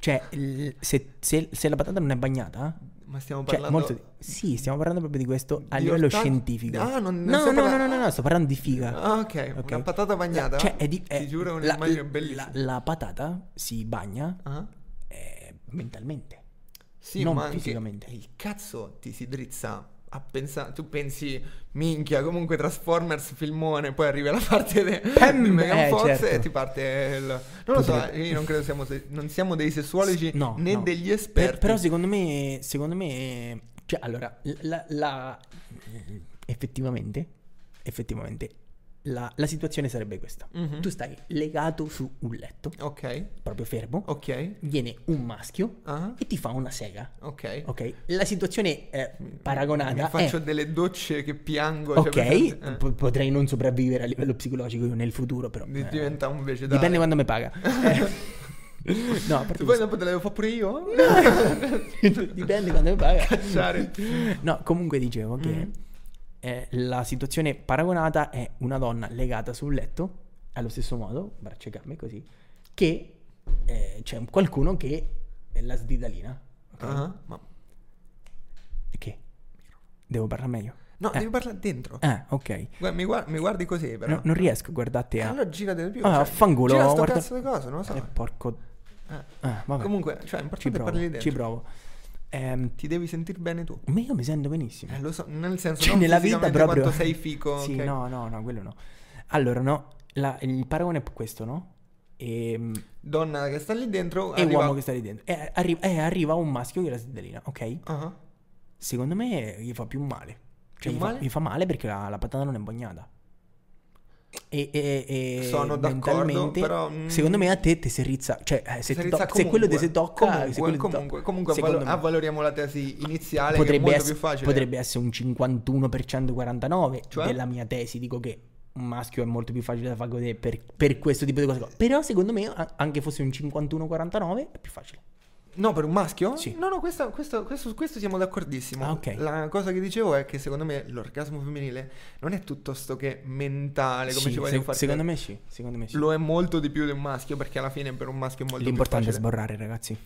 S2: Cioè, il- se, se- se la patata non è bagnata...
S1: Ma stiamo
S2: Cioè,
S1: parlando...
S2: molto di- Sì, stiamo parlando proprio di questo a
S1: Di
S2: livello
S1: ortag-
S2: scientifico.
S1: Ah, non- non
S2: no, no,
S1: stiamo
S2: no, no,
S1: parla-
S2: no, no, sto parlando di figa.
S1: Ah, ok,
S2: eh. Ok.
S1: una patata bagnata.
S2: Cioè, è di, è-
S1: Ti giuro, è
S2: la-
S1: un'immagine
S2: la-
S1: bellissima.
S2: La patata si bagna
S1: Ah?
S2: eh, mentalmente.
S1: Sì,
S2: Non
S1: ma anche
S2: fisicamente.
S1: il cazzo ti si drizza a pensare. Tu pensi, minchia, comunque Transformers filmone, poi arriva la parte de-
S2: Pam!
S1: di Megan
S2: Eh,
S1: Fox
S2: certo.
S1: e ti parte il... Non lo so,
S2: Potrebbe-
S1: io non credo siamo, se- non siamo dei sessuologi
S2: No,
S1: né
S2: no.
S1: degli
S2: Per-
S1: esperti.
S2: però secondo me, secondo me, cioè, allora, la, la- effettivamente, effettivamente, la, la situazione sarebbe questa.
S1: Mhm.
S2: Tu stai legato su un letto,
S1: Ok,
S2: proprio fermo,
S1: ok,
S2: viene un maschio
S1: ah,
S2: e ti fa una sega.
S1: ok.
S2: Ok, la situazione è paragonata.
S1: Mi faccio
S2: è-
S1: delle docce che piango. cioè,
S2: Ok,
S1: presente- eh,
S2: po- potrei non sopravvivere a livello psicologico io nel futuro, però.
S1: di-
S2: eh,
S1: diventa un vegetale.
S2: dipende quando mi paga. Eh, no, a parte
S1: Se poi dopo te l'avevo fa pure io.
S2: questo, dipende quando mi paga.
S1: Cacciare.
S2: No, comunque dicevo che
S1: Mm.
S2: eh, la situazione paragonata è una donna legata sul letto, allo stesso modo, braccia e gambe così, che eh, c'è un- qualcuno che la sdidalina. ok?
S1: Ah, ma...
S2: Che? Devo parlare meglio.
S1: No,
S2: Eh.
S1: devi parlare dentro.
S2: Ah, ok.
S1: Guarda, mi, guardi, mi guardi così, però.
S2: No, non riesco a guardarti a...
S1: Eh, Allora girate di più.
S2: Ah,
S1: cioè,
S2: affanculo,
S1: Gira sto
S2: guarda-
S1: cazzo di cosa, non lo so.
S2: Eh, porco...
S1: Eh.
S2: Ah, vabbè.
S1: Comunque, cioè, è
S2: ci
S1: importante parli
S2: provo,
S1: dentro.
S2: ci provo. Ehm,
S1: Ti devi sentire bene tu.
S2: ma io mi sento benissimo.
S1: Eh, lo so, nel senso,
S2: Cioè,
S1: non
S2: nella vita
S1: fisicamente
S2: proprio...
S1: quanto sei fico.
S2: Sì,
S1: ok.
S2: no, no, no, quello no. Allora, no, la- il paragone è questo, no? Ehm,
S1: Donna che sta lì dentro,
S2: E
S1: arriva...
S2: uomo che sta lì dentro. E arri- e arriva un maschio che la sdellina, ok?
S1: Ah,
S2: Secondo me gli fa più male. Cioè,
S1: Più
S2: gli, fa-
S1: male?
S2: gli Fa, male perché la, la patata non è bagnata. E, e- e-
S1: Sono d'accordo,
S2: mentalmente,
S1: però, mm,
S2: secondo me a te te si rizza. Cioè, eh, se,
S1: si
S2: ti
S1: rizza
S2: to- se quello
S1: comunque.
S2: te si tocca,
S1: comunque,
S2: se quello ti tocca-
S1: comunque, comunque
S2: secondo
S1: avvalo-
S2: me
S1: avvaloriamo la tesi iniziale che è
S2: potrebbe,
S1: molto
S2: ess-
S1: più facile.
S2: potrebbe essere un 51% 49
S1: Cioè?
S2: della mia tesi. Dico che un maschio è molto più facile da far godere per, per questo tipo di cose. qua. Però, secondo me, a- anche fosse un 51-49 è più facile.
S1: No, per un maschio?
S2: Sì.
S1: No, no, questo, questo, questo, su questo siamo d'accordissimo.
S2: Ah, ok.
S1: La cosa che dicevo è che secondo me l'orgasmo femminile non è tutto sto che mentale, come
S2: Sì,
S1: ci
S2: se-
S1: vogliono fare.
S2: secondo me sì, secondo me sì.
S1: Lo è molto di più di un maschio, perché alla fine per un maschio è molto
S2: L'importante
S1: più
S2: è
S1: facile.
S2: sborrare, ragazzi.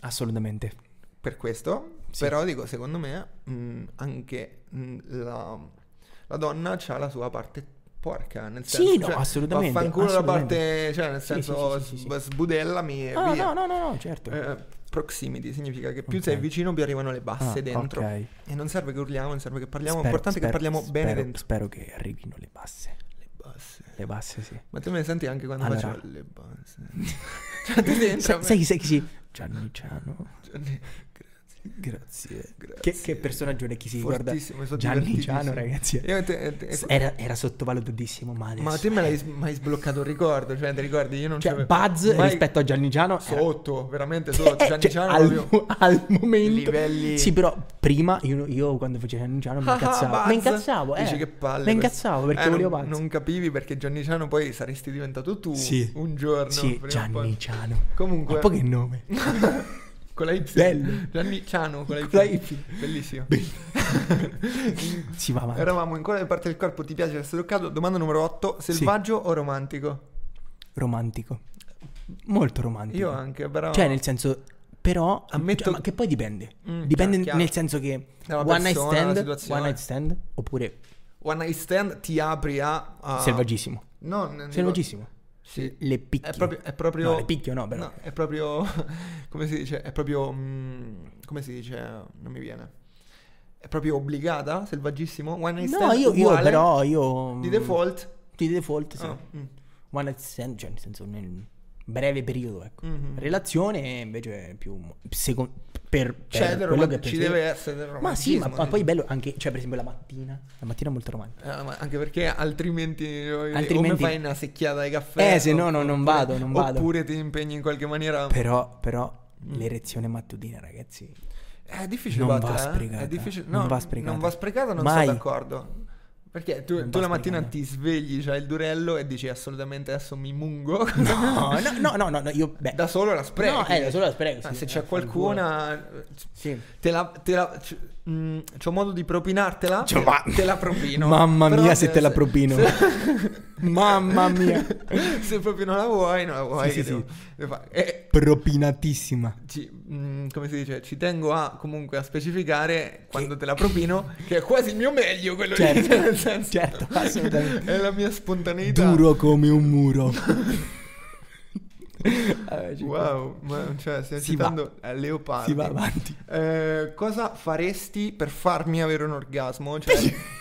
S2: Assolutamente.
S1: per questo,
S2: Sì.
S1: però dico, secondo me mh, anche mh, la, la donna ha la sua parte porca, nel
S2: Sì,
S1: senso
S2: no,
S1: cioè,
S2: assolutamente,
S1: Vaffanculo la
S2: assolutamente.
S1: parte, cioè nel
S2: Sì,
S1: senso
S2: sì, sì, sì, sì,
S1: sb- sbudellami e
S2: Ah,
S1: Eh, via.
S2: no, no, no, no, certo.
S1: Eh, proximity significa che più sei
S2: Ok.
S1: vicino più arrivano le basse
S2: Ah,
S1: dentro.
S2: ok.
S1: E non serve che urliamo, non serve che parliamo,
S2: Spero-
S1: è importante
S2: spero-
S1: che parliamo bene
S2: spero-
S1: dentro.
S2: Spero che arrivino le basse.
S1: Le basse.
S2: Le basse, sì.
S1: Ma tu me ne senti anche quando
S2: Allora.
S1: faccio le basse. cioè, tu sei
S2: Sai, sai, sai chi sì? Gianni Ciano.
S1: Grazie.
S2: Grazie.
S1: Grazie.
S2: Che, che personaggio è chi si ricorda?
S1: Fortissimo, mi sono
S2: Gianni
S1: divertitissimo.
S2: Ciano, ragazzi.
S1: Io te- te-
S2: S- Era, era sottovalutatissimo, ma adesso...
S1: Ma te me l'hai s- mai sbloccato un ricordo? Cioè, ti ricordi? Io non
S2: Cioè,
S1: c'avevo-
S2: Buzz
S1: mai-
S2: rispetto a Gianni Ciano era-
S1: Sotto, veramente sotto.
S2: Eh,
S1: Gianni
S2: cioè,
S1: Ciano
S2: al,
S1: proprio-
S2: al momento
S1: livelli-
S2: sì però prima io, io quando facevo Gianni Giano mi
S1: Ah,
S2: incazzavo
S1: Buzz.
S2: mi incazzavo eh.
S1: Dici che palle.
S2: mi
S1: questo.
S2: incazzavo perché
S1: Eh, non-
S2: volevo pazzo
S1: Non capivi perché Gianni Ciano poi saresti diventato tu
S2: Sì.
S1: un giorno.
S2: sì
S1: prima o poi.
S2: Gianni Ciano
S1: Comunque-
S2: ma poi che nome
S1: con la Y.
S2: Bello.
S1: Gianni Ciano con la Y.
S2: Con la Y.
S1: Bellissimo.
S2: Si va avanti.
S1: Eravamo ancora nel parte del corpo, ti piace essere toccato? Domanda numero 8, selvaggio o romantico?
S2: Romantico. Molto romantico.
S1: Io anche, però...
S2: Cioè, nel senso, però,
S1: Ammetto-
S2: cioè, ma che poi dipende.
S1: Mm,
S2: dipende
S1: chiaro, chiaro.
S2: nel senso che
S1: Dalla
S2: one night
S1: persona, dalla
S2: stand,
S1: situazione.
S2: one night stand oppure
S1: One Night Stand ti apri a... a...
S2: selvagissimo.
S1: No, n- dico-
S2: Selvagissimo.
S1: Ah. Sì.
S2: Le picchio.
S1: È proprio... È proprio...
S2: No, le picchio no, però.
S1: No, è proprio... come si dice? È proprio... mm, come si dice? Non mi viene. È proprio obbligata, selvaggissimo? One Night
S2: No,
S1: Stand
S2: io, io
S1: uguale,
S2: però io
S1: Di default...
S2: di default sì.
S1: Ah, mm.
S2: One night stand, cioè nel senso nel breve periodo, ecco.
S1: Mhm.
S2: Relazione invece è più secon- per, per
S1: C'è del
S2: Cioè, quello che
S1: romantico, ci
S2: penso io.
S1: deve essere del
S2: Ma sì, ma,
S1: romantico.
S2: ma poi è bello anche, cioè per esempio la mattina, la mattina è molto romantica.
S1: Eh, ma anche perché altrimenti, voglio dire, o mi
S2: Altrimenti-
S1: fai una secchiata di caffè.
S2: Eh, se no, no,
S1: oppure-
S2: non vado, non vado.
S1: Oppure ti impegni in qualche maniera.
S2: Però, però
S1: Mm.
S2: l'erezione mattutina, ragazzi,
S1: È difficile
S2: Non va
S1: battere, eh.
S2: sprecata,
S1: È difficile.
S2: non
S1: no,
S2: va sprecata.
S1: Non va sprecata, non
S2: Mai.
S1: sono d'accordo. Perché tu,
S2: Non
S1: tu la
S2: va
S1: mattina
S2: sprecata.
S1: ti svegli, c'hai il durello e dici assolutamente adesso mi mungo.
S2: No, no, no, no, no, no, io beh,
S1: da solo la sprechi.
S2: No, eh, da solo la sprechi,
S1: Ah,
S2: sì,
S1: se
S2: eh,
S1: c'è
S2: fanculo.
S1: qualcuna...
S2: Sì.
S1: Te la... Te la c- mm, c'ho modo di propinartela?
S2: Cioè,
S1: te,
S2: ma-
S1: te la propino.
S2: Mamma
S1: Però
S2: mia, se te la
S1: se-
S2: propino. Mamma mia.
S1: se proprio non la vuoi, non la vuoi.
S2: Sì,
S1: che
S2: sì,
S1: devo- devo fare. Eh, E
S2: Propinatissima.
S1: ci- mm, come si dice? Ci tengo a comunque a specificare quando te la propino, che è quasi il mio meglio quello lì.
S2: Certo,
S1: Nel senso,
S2: certo, assolutamente.
S1: È la mia spontaneità.
S2: Duro come un muro. Vabbè, ci-
S1: Wow, ma cioè, stiamo
S2: Si
S1: citando eh, Leopardi.
S2: Si va avanti.
S1: Eh, cosa faresti per farmi avere un orgasmo? Cioè,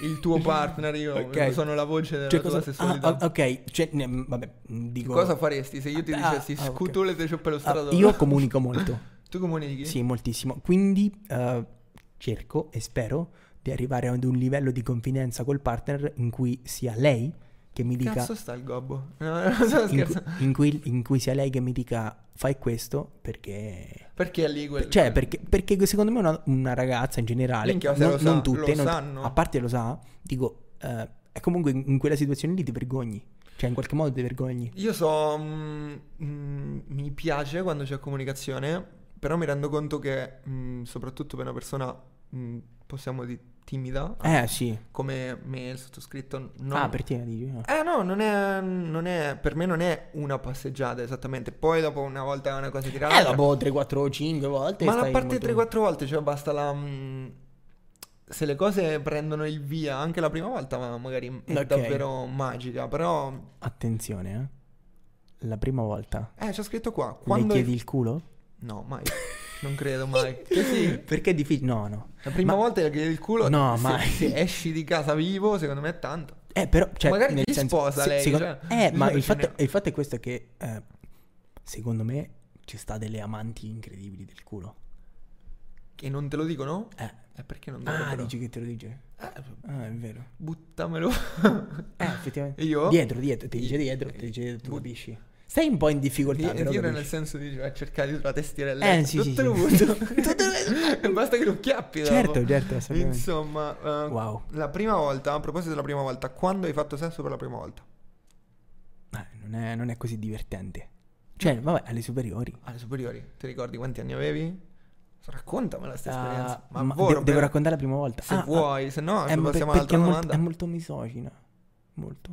S1: il tuo partner, io
S2: Ok.
S1: sono la voce della
S2: Cioè,
S1: tua
S2: cosa...
S1: sessualità.
S2: ah, ah, ok, cioè, ne- vabbè, dico...
S1: Cosa faresti se io ti
S2: Ah,
S1: dicessi
S2: ah, ok.
S1: scutole te ciò per lo
S2: Ah,
S1: strato?
S2: io comunico molto.
S1: Tu comunichi?
S2: Sì, moltissimo. Quindi eh, cerco e spero di arrivare ad un livello di confidenza col partner in cui sia lei che mi dica...
S1: Cazzo sta il gobbo? No, no, sto
S2: in,
S1: scherzando.
S2: cui, in cui- in cui sia lei che mi dica fai questo perché...
S1: Perché è lì quel...
S2: Cioè, perché, perché secondo me una, una ragazza in generale,
S1: Minchia, se
S2: non,
S1: lo sa,
S2: non
S1: lo
S2: tutte, non-
S1: sanno.
S2: a parte lo sa, dico, eh, è comunque in, in quella situazione lì ti vergogni. Cioè, in qualche modo ti vergogni.
S1: Io so... mm, mm, mi piace quando c'è comunicazione, però mi rendo conto che, mm, soprattutto per una persona, mm, possiamo dire, timida,
S2: Eh, sì.
S1: come me, il sottoscritto, non...
S2: Ah, per te la dici? no.
S1: Eh no, non è, non è- Per me non è una passeggiata esattamente. Poi dopo una volta è una cosa tirata.
S2: Eh, dopo 3, 4, 5 volte
S1: Ma a
S2: stai
S1: parte
S2: molto-
S1: 3-4 volte, cioè basta la... mm, se le cose prendono il via, anche la prima volta ma magari è
S2: Ok.
S1: davvero magica, però...
S2: Attenzione, eh. La prima volta
S1: Eh, c'è scritto qua,
S2: le
S1: quando...
S2: chiedi il culo?
S1: No, mai. Non credo mai. Che sì.
S2: Perché è difficile. No, no.
S1: La prima
S2: Ma-
S1: volta che chiedi il culo...
S2: No,
S1: se,
S2: mai.
S1: se esci di casa vivo, secondo me è tanto.
S2: Eh, però, cioè,
S1: Magari
S2: nel
S1: gli
S2: senso,
S1: sposa lei, cioè,
S2: eh, ma
S1: lei
S2: il
S1: ce
S2: fatto,
S1: ne-
S2: il fatto è questo che, eh, secondo me, ci sta delle amanti incredibili del culo.
S1: E non te lo dicono?
S2: Eh.
S1: Eh, perché non
S2: Ah,
S1: dovrebbero?
S2: dici che te lo dice?
S1: Eh,
S2: Ah, è vero.
S1: buttamelo.
S2: Eh, effettivamente.
S1: Ah, Io?
S2: Dietro, dietro, ti dice dietro, ti dice dietro, tu capisci. Stai un po' in difficoltà,
S1: Di-
S2: però
S1: dire nel
S2: capisci.
S1: senso di cioè, cercare dietro la testirella
S2: Eh, sì, sì,
S1: tutto
S2: sì.
S1: lo butto. basta che lo chiappi dopo.
S2: Certo, certo, assolutamente.
S1: insomma eh,
S2: Wow.
S1: la prima volta a proposito della prima volta quando hai fatto sesso per la prima volta
S2: Eh, non, è, non è così divertente. Cioè, vabbè, alle superiori.
S1: alle superiori ti ricordi quanti anni avevi? raccontamela questa
S2: Ah,
S1: esperienza ma, voi,
S2: ma de-
S1: Roberto,
S2: devo raccontare la prima volta.
S1: se
S2: Ah, ah,
S1: vuoi se no
S2: eh, ma per-
S1: passiamo
S2: perché
S1: all'altra
S2: è molto-
S1: domanda
S2: è molto misogina. Molto.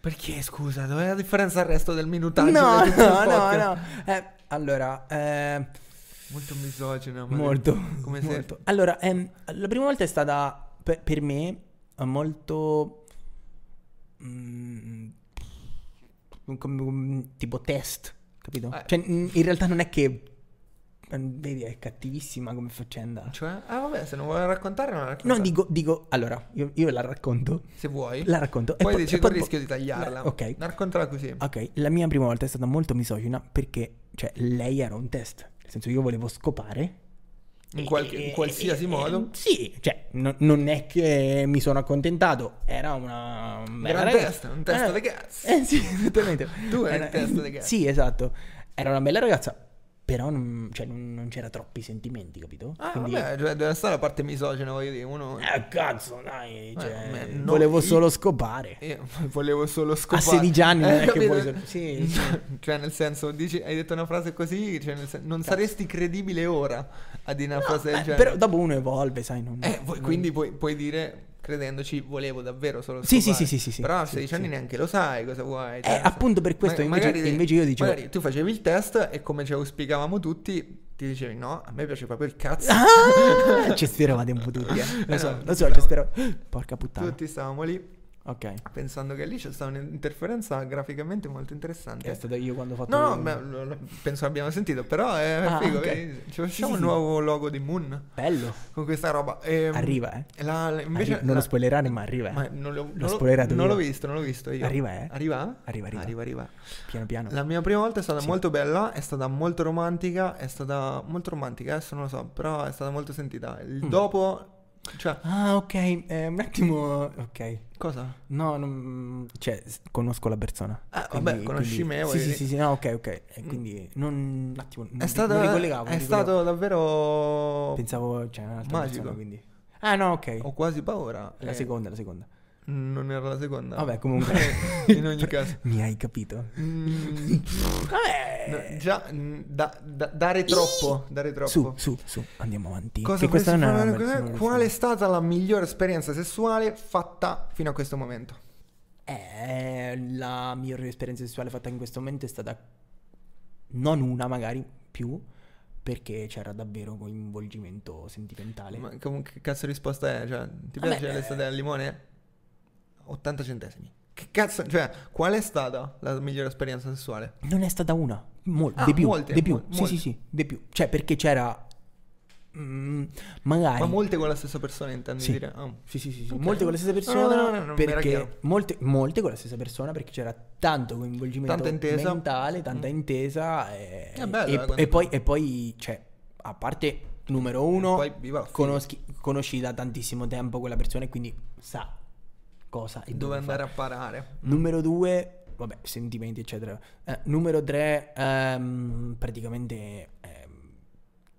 S1: perché scusa dov'è la differenza al resto del minutaggio
S2: No,
S1: del
S2: no, no,
S1: podcast?
S2: no. Eh, allora, eh,
S1: molto misogino ma-
S2: molto,
S1: come se
S2: molto. Allora, ehm, la prima volta è stata per, per me eh, molto... mm, come- mm, tipo test, capito?
S1: Eh.
S2: Cioè, mm, in realtà non è che... eh, Vedi, è cattivissima come faccenda.
S1: cioè ah vabbè se non vuoi raccontare non raccontare
S2: No, dico, dico allora, io, io la racconto.
S1: se vuoi
S2: La racconto. e
S1: Poi
S2: po-
S1: dici
S2: e poi-
S1: il rischio di tagliarla.
S2: La- ok. Ah,
S1: Raccontala così.
S2: Ok, la mia prima volta è stata molto misogina perché, cioè, lei era un test. Nel senso, io volevo scopare.
S1: In,
S2: e-
S1: qualche- in
S2: e-
S1: qualsiasi
S2: e-
S1: modo.
S2: e- Sì, cioè, no- non è che mi sono accontentato. Era una.
S1: Un
S2: era
S1: gran
S2: ragazza.
S1: test, un test
S2: Era-
S1: di cazzo.
S2: Eh sì, esattamente.
S1: Tu eri
S2: Era-
S1: il test di cazzo.
S2: Sì, esatto. Era una bella ragazza. Però non, cioè, non- non c'era troppi sentimenti, capito?
S1: Ah,
S2: Quindi-
S1: vabbè, cioè, deve stare la parte misogena, voglio dire, uno...
S2: Eh, cazzo, dai, cioè,
S1: vabbè, no,
S2: volevo
S1: io-
S2: solo scopare.
S1: Io volevo solo
S2: A
S1: scopare.
S2: 16 anni non
S1: Eh,
S2: è che
S1: capito?
S2: vuoi... Sì, sì.
S1: Cioè, nel senso, dici, hai detto una frase così, cioè, nel sen- non saresti credibile ora a dire una frase del
S2: Eh,
S1: genere.
S2: però dopo uno evolve, sai, non...
S1: Eh, voi-
S2: non-
S1: quindi puoi, puoi dire, credendoci, volevo davvero solo scopare.
S2: Sì, sì, sì, sì, sì, sì.
S1: Però a
S2: Sì,
S1: 16 anni
S2: sì.
S1: neanche lo sai cosa vuoi. cioè,
S2: Eh, appunto per questo invece- invece io dicevo-
S1: Magari tu facevi il test e come ci auspicavamo tutti, ti dicevi no, a me piace proprio il cazzo.
S2: Ah, ci speravate un po' tutti, eh. Lo
S1: Eh,
S2: so,
S1: no,
S2: lo so,
S1: tutti
S2: ci
S1: stavano-
S2: spero... Porca puttana.
S1: Tutti stavamo lì
S2: Ok.
S1: pensando che lì c'è stata un'interferenza graficamente molto interessante.
S2: È stato io quando ho fatto...
S1: No, no, beh, lo- lo- penso abbiamo sentito, però è
S2: Ah,
S1: figo.
S2: ok.
S1: vedi? Ci facciamo
S2: Sì, sì,
S1: un
S2: sì.
S1: nuovo logo di Moon
S2: Bello.
S1: con questa roba. Ehm,
S2: Arriva, eh.
S1: la- la- invece
S2: Arri- non
S1: la-
S2: lo spoilerare, ma arriva. eh.
S1: Ma non l'ho, non
S2: spoilerato
S1: non
S2: io.
S1: l'ho visto, non l'ho visto io.
S2: Arriva, eh.
S1: Arriva?
S2: Arriva, arriva.
S1: Arriva, arriva.
S2: Piano piano.
S1: La mia prima volta è stata
S2: Sì.
S1: molto bella, è stata molto romantica, è stata molto romantica, adesso non lo so, però è stata molto sentita. Il
S2: Mm.
S1: dopo, cioè,
S2: Ah, ok. eh, un attimo. Ok.
S1: cosa?
S2: No, non- cioè, s- conosco la persona.
S1: Ah,
S2: quindi-
S1: vabbè, conosci
S2: quindi-
S1: me, voglio
S2: Sì, sì,
S1: dire. Mm.
S2: sì, sì, no, ok, ok. eh, Quindi, non, un attimo, non,
S1: È
S2: ri-
S1: stato,
S2: non ricollegavo. non
S1: è
S2: ricollegavo.
S1: stato davvero...
S2: Pensavo, cioè, un'altra
S1: Magico.
S2: persona, quindi. Ah, no, ok.
S1: Ho quasi paura.
S2: La
S1: Eh,
S2: seconda, la seconda.
S1: Non era la seconda.
S2: Vabbè, comunque.
S1: In ogni caso.
S2: Mi hai capito?
S1: Mm,
S2: Vabbè.
S1: no, già, mm, da- da- dare troppo, dare troppo.
S2: Su, su, su, andiamo avanti.
S1: Cosa
S2: che questa
S1: vorresti
S2: non è
S1: fare-
S2: una bella- non è una
S1: Qual è stata la migliore esperienza sessuale fatta fino a questo momento?
S2: Eh, la migliore esperienza sessuale fatta in questo momento è stata non una, magari più, perché c'era davvero coinvolgimento sentimentale.
S1: Ma com- che cazzo di risposta è? Cioè, ti
S2: Vabbè,
S1: piace
S2: eh.
S1: l'estate al limone? 80 centesimi. Che cazzo, cioè, qual è stata la migliore esperienza sessuale?
S2: Non è stata una, mol-
S1: Ah,
S2: di più,
S1: molte,
S2: di più.
S1: mol-
S2: sì,
S1: molte.
S2: sì, sì, di più. Cioè, perché c'era mm, magari
S1: Ma molte con la stessa persona intendi
S2: Sì.
S1: dire? Ah.
S2: Sì, sì, sì, sì.
S1: Ok.
S2: molte con la stessa
S1: No, no,
S2: persona
S1: no, no, no, non mi era chiaro.
S2: perché molte, molte con la stessa persona perché c'era tanto coinvolgimento
S1: Tanta intesa.
S2: mentale, tanta
S1: Mm.
S2: intesa e,
S1: È bello,
S2: e-
S1: eh, quando-
S2: e poi, e poi, cioè, a parte numero uno,
S1: Poi boh, viva la figa.
S2: conosci, conosci da tantissimo tempo quella persona e quindi sa cosa e
S1: Dove
S2: fare.
S1: andare a parare?
S2: Numero due, vabbè, sentimenti, eccetera. Eh, numero tre, ehm, praticamente, ehm,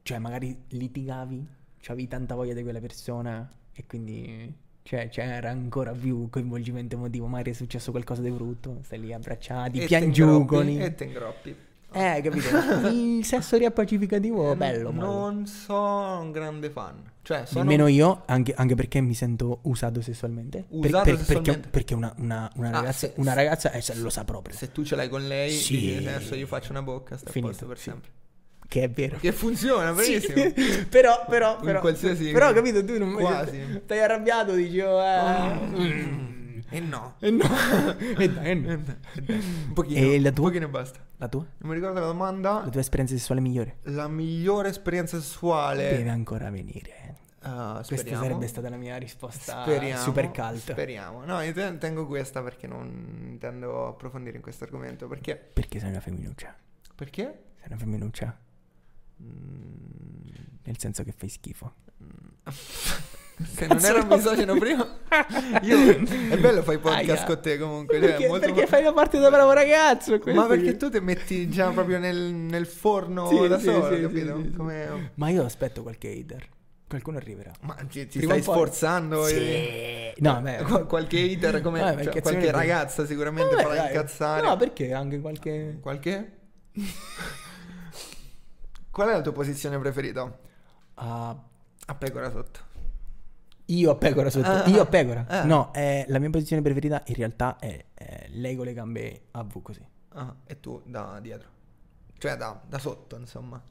S2: cioè, magari litigavi, c'avevi tanta voglia di quella persona e quindi cioè, c'era ancora più coinvolgimento emotivo. Magari è successo qualcosa di brutto, stai lì abbracciati,
S1: E
S2: piangiucoli.
S1: t'ingroppi, E te Eh, ingroppi. Ah.
S2: Eh, capito? Il sesso riappacificativo, bello, bello.
S1: Ehm, Non sono un grande fan. Cioè, sono
S2: Nemmeno io, anche, anche perché mi sento usato sessualmente. Per-
S1: Usato
S2: per-
S1: sessualmente?
S2: Perché, perché una, una- una
S1: Ah,
S2: ragazza,
S1: se-
S2: una
S1: se-
S2: ragazza eh, se- lo sa proprio.
S1: Se tu ce l'hai con lei,
S2: Sì.
S1: dici, adesso gli faccio una bocca, sta a
S2: Finito,
S1: posto per
S2: sì.
S1: sempre.
S2: Che è vero.
S1: Che funziona,
S2: Sì,
S1: benissimo.
S2: però, però,
S1: In
S2: però,
S1: qualsiasi-
S2: però, capito, tu non
S1: Quasi. Ah.
S2: Stai arrabbiato, dici, oh, eh.
S1: E no. Eh,
S2: E no. e Eh. dai, e no.
S1: Un pochino.
S2: E la
S1: Un
S2: tua?
S1: pochino e basta.
S2: La tua?
S1: Non mi ricordo la domanda.
S2: La tua esperienza sessuale migliore?
S1: La migliore esperienza sessuale.
S2: Deve ancora venire.
S1: Ah,
S2: Questa
S1: speriamo.
S2: sarebbe stata la mia risposta
S1: Speriamo,
S2: super cult.
S1: Speriamo. No, io te- tengo questa perché non intendo approfondire in questo argomento. Perché?
S2: Perché sei una femminuccia.
S1: Perché?
S2: Sei una femminuccia.
S1: Mm,
S2: Nel senso che fai schifo.
S1: Se non ero
S2: no.
S1: misogino prima, io. È bello fai podcast
S2: Aia.
S1: con te comunque. cioè,
S2: perché,
S1: è molto-
S2: perché fai la parte da bravo ragazzo. questo
S1: Ma perché
S2: che-
S1: tu ti metti già proprio nel, nel forno
S2: Sì,
S1: da
S2: sì,
S1: solo,
S2: sì,
S1: capito?
S2: sì, sì, sì.
S1: Come-
S2: Ma io aspetto qualche hater. Qualcuno arriverà.
S1: Ma ti, ti
S2: Prima
S1: stai
S2: o poi-
S1: sforzando e-
S2: Sì. No, beh,
S1: Qual- qualche hater come
S2: Vabbè,
S1: cioè,
S2: Eh, perché
S1: qualche
S2: azione-
S1: ragazza sicuramente
S2: Vabbè,
S1: farà
S2: dai.
S1: incazzare.
S2: No, perché anche qualche.
S1: Qualche? Qual è la tua posizione preferita?
S2: Ah,
S1: A pecora sotto.
S2: io a pecora sotto.
S1: Ah,
S2: io a pecora.
S1: ah.
S2: No, eh, la mia posizione preferita in realtà è eh, lei con le gambe a V così.
S1: Ah, e tu da dietro. Cioè da, da sotto, insomma.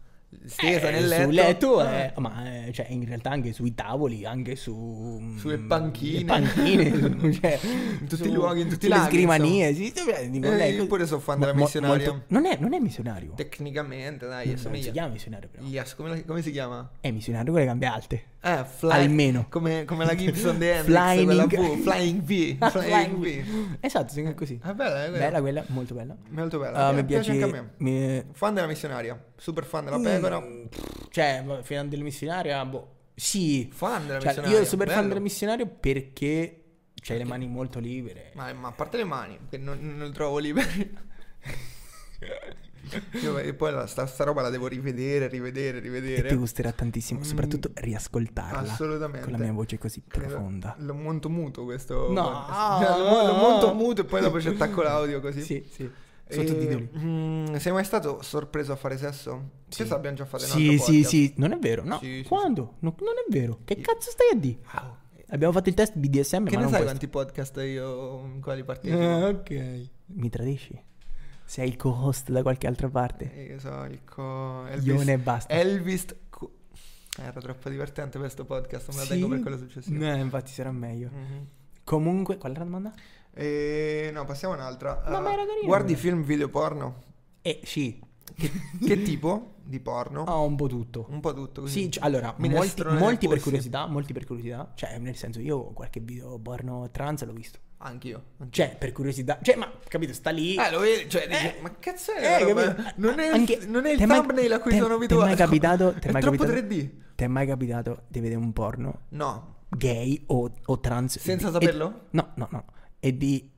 S1: Stesa
S2: Eh,
S1: nel letto.
S2: Sul letto,
S1: Ah.
S2: eh, ma eh, cioè, in realtà anche sui tavoli, anche su.
S1: Sulle
S2: mm,
S1: panchine.
S2: le panchine, su- cioè,
S1: In tutti i luoghi, in tutti i
S2: sulle
S1: laghi,
S2: scrivanie. Sì, sì, beh, dico,
S1: Eh,
S2: lei-
S1: io pure so fan
S2: mo-
S1: della
S2: mo-
S1: missionaria.
S2: molto- Non è, non è missionario.
S1: Tecnicamente, dai,
S2: Non si
S1: assomiglia.
S2: chiama missionario, però.
S1: Yes, come, la- come si chiama?
S2: È missionario con le gambe alte.
S1: Eh, fly,
S2: Almeno.
S1: Come, come la Gibson di Hendrix, quella V, Flying V, Flying V.
S2: Esatto, sì, così.
S1: È bella, è
S2: Bella quella, molto bella.
S1: Molto bella.
S2: Ah,
S1: mi
S2: mi
S1: piace
S2: piace,
S1: anche a me.
S2: mi- Mm.
S1: Fan della missionaria, super fan della pecora.
S2: Pff, Cioè, vabbè, fan del missionario, boh. Sì.
S1: Fan della
S2: Cioè,
S1: missionaria.
S2: io super fan
S1: bello.
S2: del missionario perché c'hai le mani molto libere.
S1: Ma, ma a parte le mani, che non, non le trovo libere. Io- e poi la- sta, sta roba la devo rivedere, rivedere,
S2: E ti
S1: rivedere.
S2: gusterà tantissimo, soprattutto riascoltarla.
S1: Mm. Assolutamente.
S2: Con la mia voce così
S1: Credo-
S2: profonda.
S1: Lo monto muto questo.
S2: No,
S1: podcast. Lo
S2: no.
S1: mo- lo monto muto e poi dopo ci attacco l'audio così.
S2: Sì, sì.
S1: E,
S2: Sottotitoli.
S1: mm, sei mai stato sorpreso a fare sesso? Sì. Questo abbiamo già fatto in un
S2: Sì,
S1: altro
S2: sì,
S1: podcast.
S2: sì, non è vero. No,
S1: Sì, sì,
S2: quando? No, non è vero. Che cazzo stai a dire?
S1: Wow.
S2: Abbiamo fatto il test BDSM,
S1: Che
S2: ma
S1: ne
S2: non
S1: sai
S2: questo.
S1: quanti podcast io in quali partecipo?
S2: Ah, ok. Mi tradisci? Sei il co-host da qualche altra parte.
S1: Eh, Io so il co...
S2: Ione e basta.
S1: Elvis... co- Era troppo divertente questo podcast, me la tengo
S2: Sì?
S1: per quello successivo.
S2: No, infatti sarà meglio.
S1: Mhm.
S2: Comunque, qual era la domanda?
S1: E... No, passiamo a un'altra.
S2: No,
S1: Eh,
S2: ma era carino.
S1: Guardi film video porno?
S2: Eh, sì.
S1: Che tipo di porno?
S2: Ho un po' tutto.
S1: Un po' tutto così.
S2: Oh. Sì, cioè, allora, molti,
S1: Minestrone
S2: molti
S1: nel
S2: per
S1: polso.
S2: curiosità, molti per curiosità. Cioè, nel senso, io qualche video porno trans l'ho visto.
S1: Anch'io.
S2: Cioè, per curiosità. Cioè, ma, capito, sta lì.
S1: Eh, lo vedi, cioè, dici,
S2: Eh,
S1: ma cazzo è?
S2: Eh,
S1: la roba?
S2: capito?
S1: non, è
S2: Anche-
S1: il, non è il
S2: t'è mai-
S1: thumbnail a cui
S2: t'è-
S1: sono
S2: t'è
S1: abituato.
S2: mai capitato- t'è
S1: è
S2: mai
S1: troppo
S2: capitato-
S1: 3D.
S2: Ti è mai capitato di vedere un porno
S1: No,
S2: gay o, o trans?
S1: Senza
S2: E-
S1: saperlo?
S2: no, no, no. E di...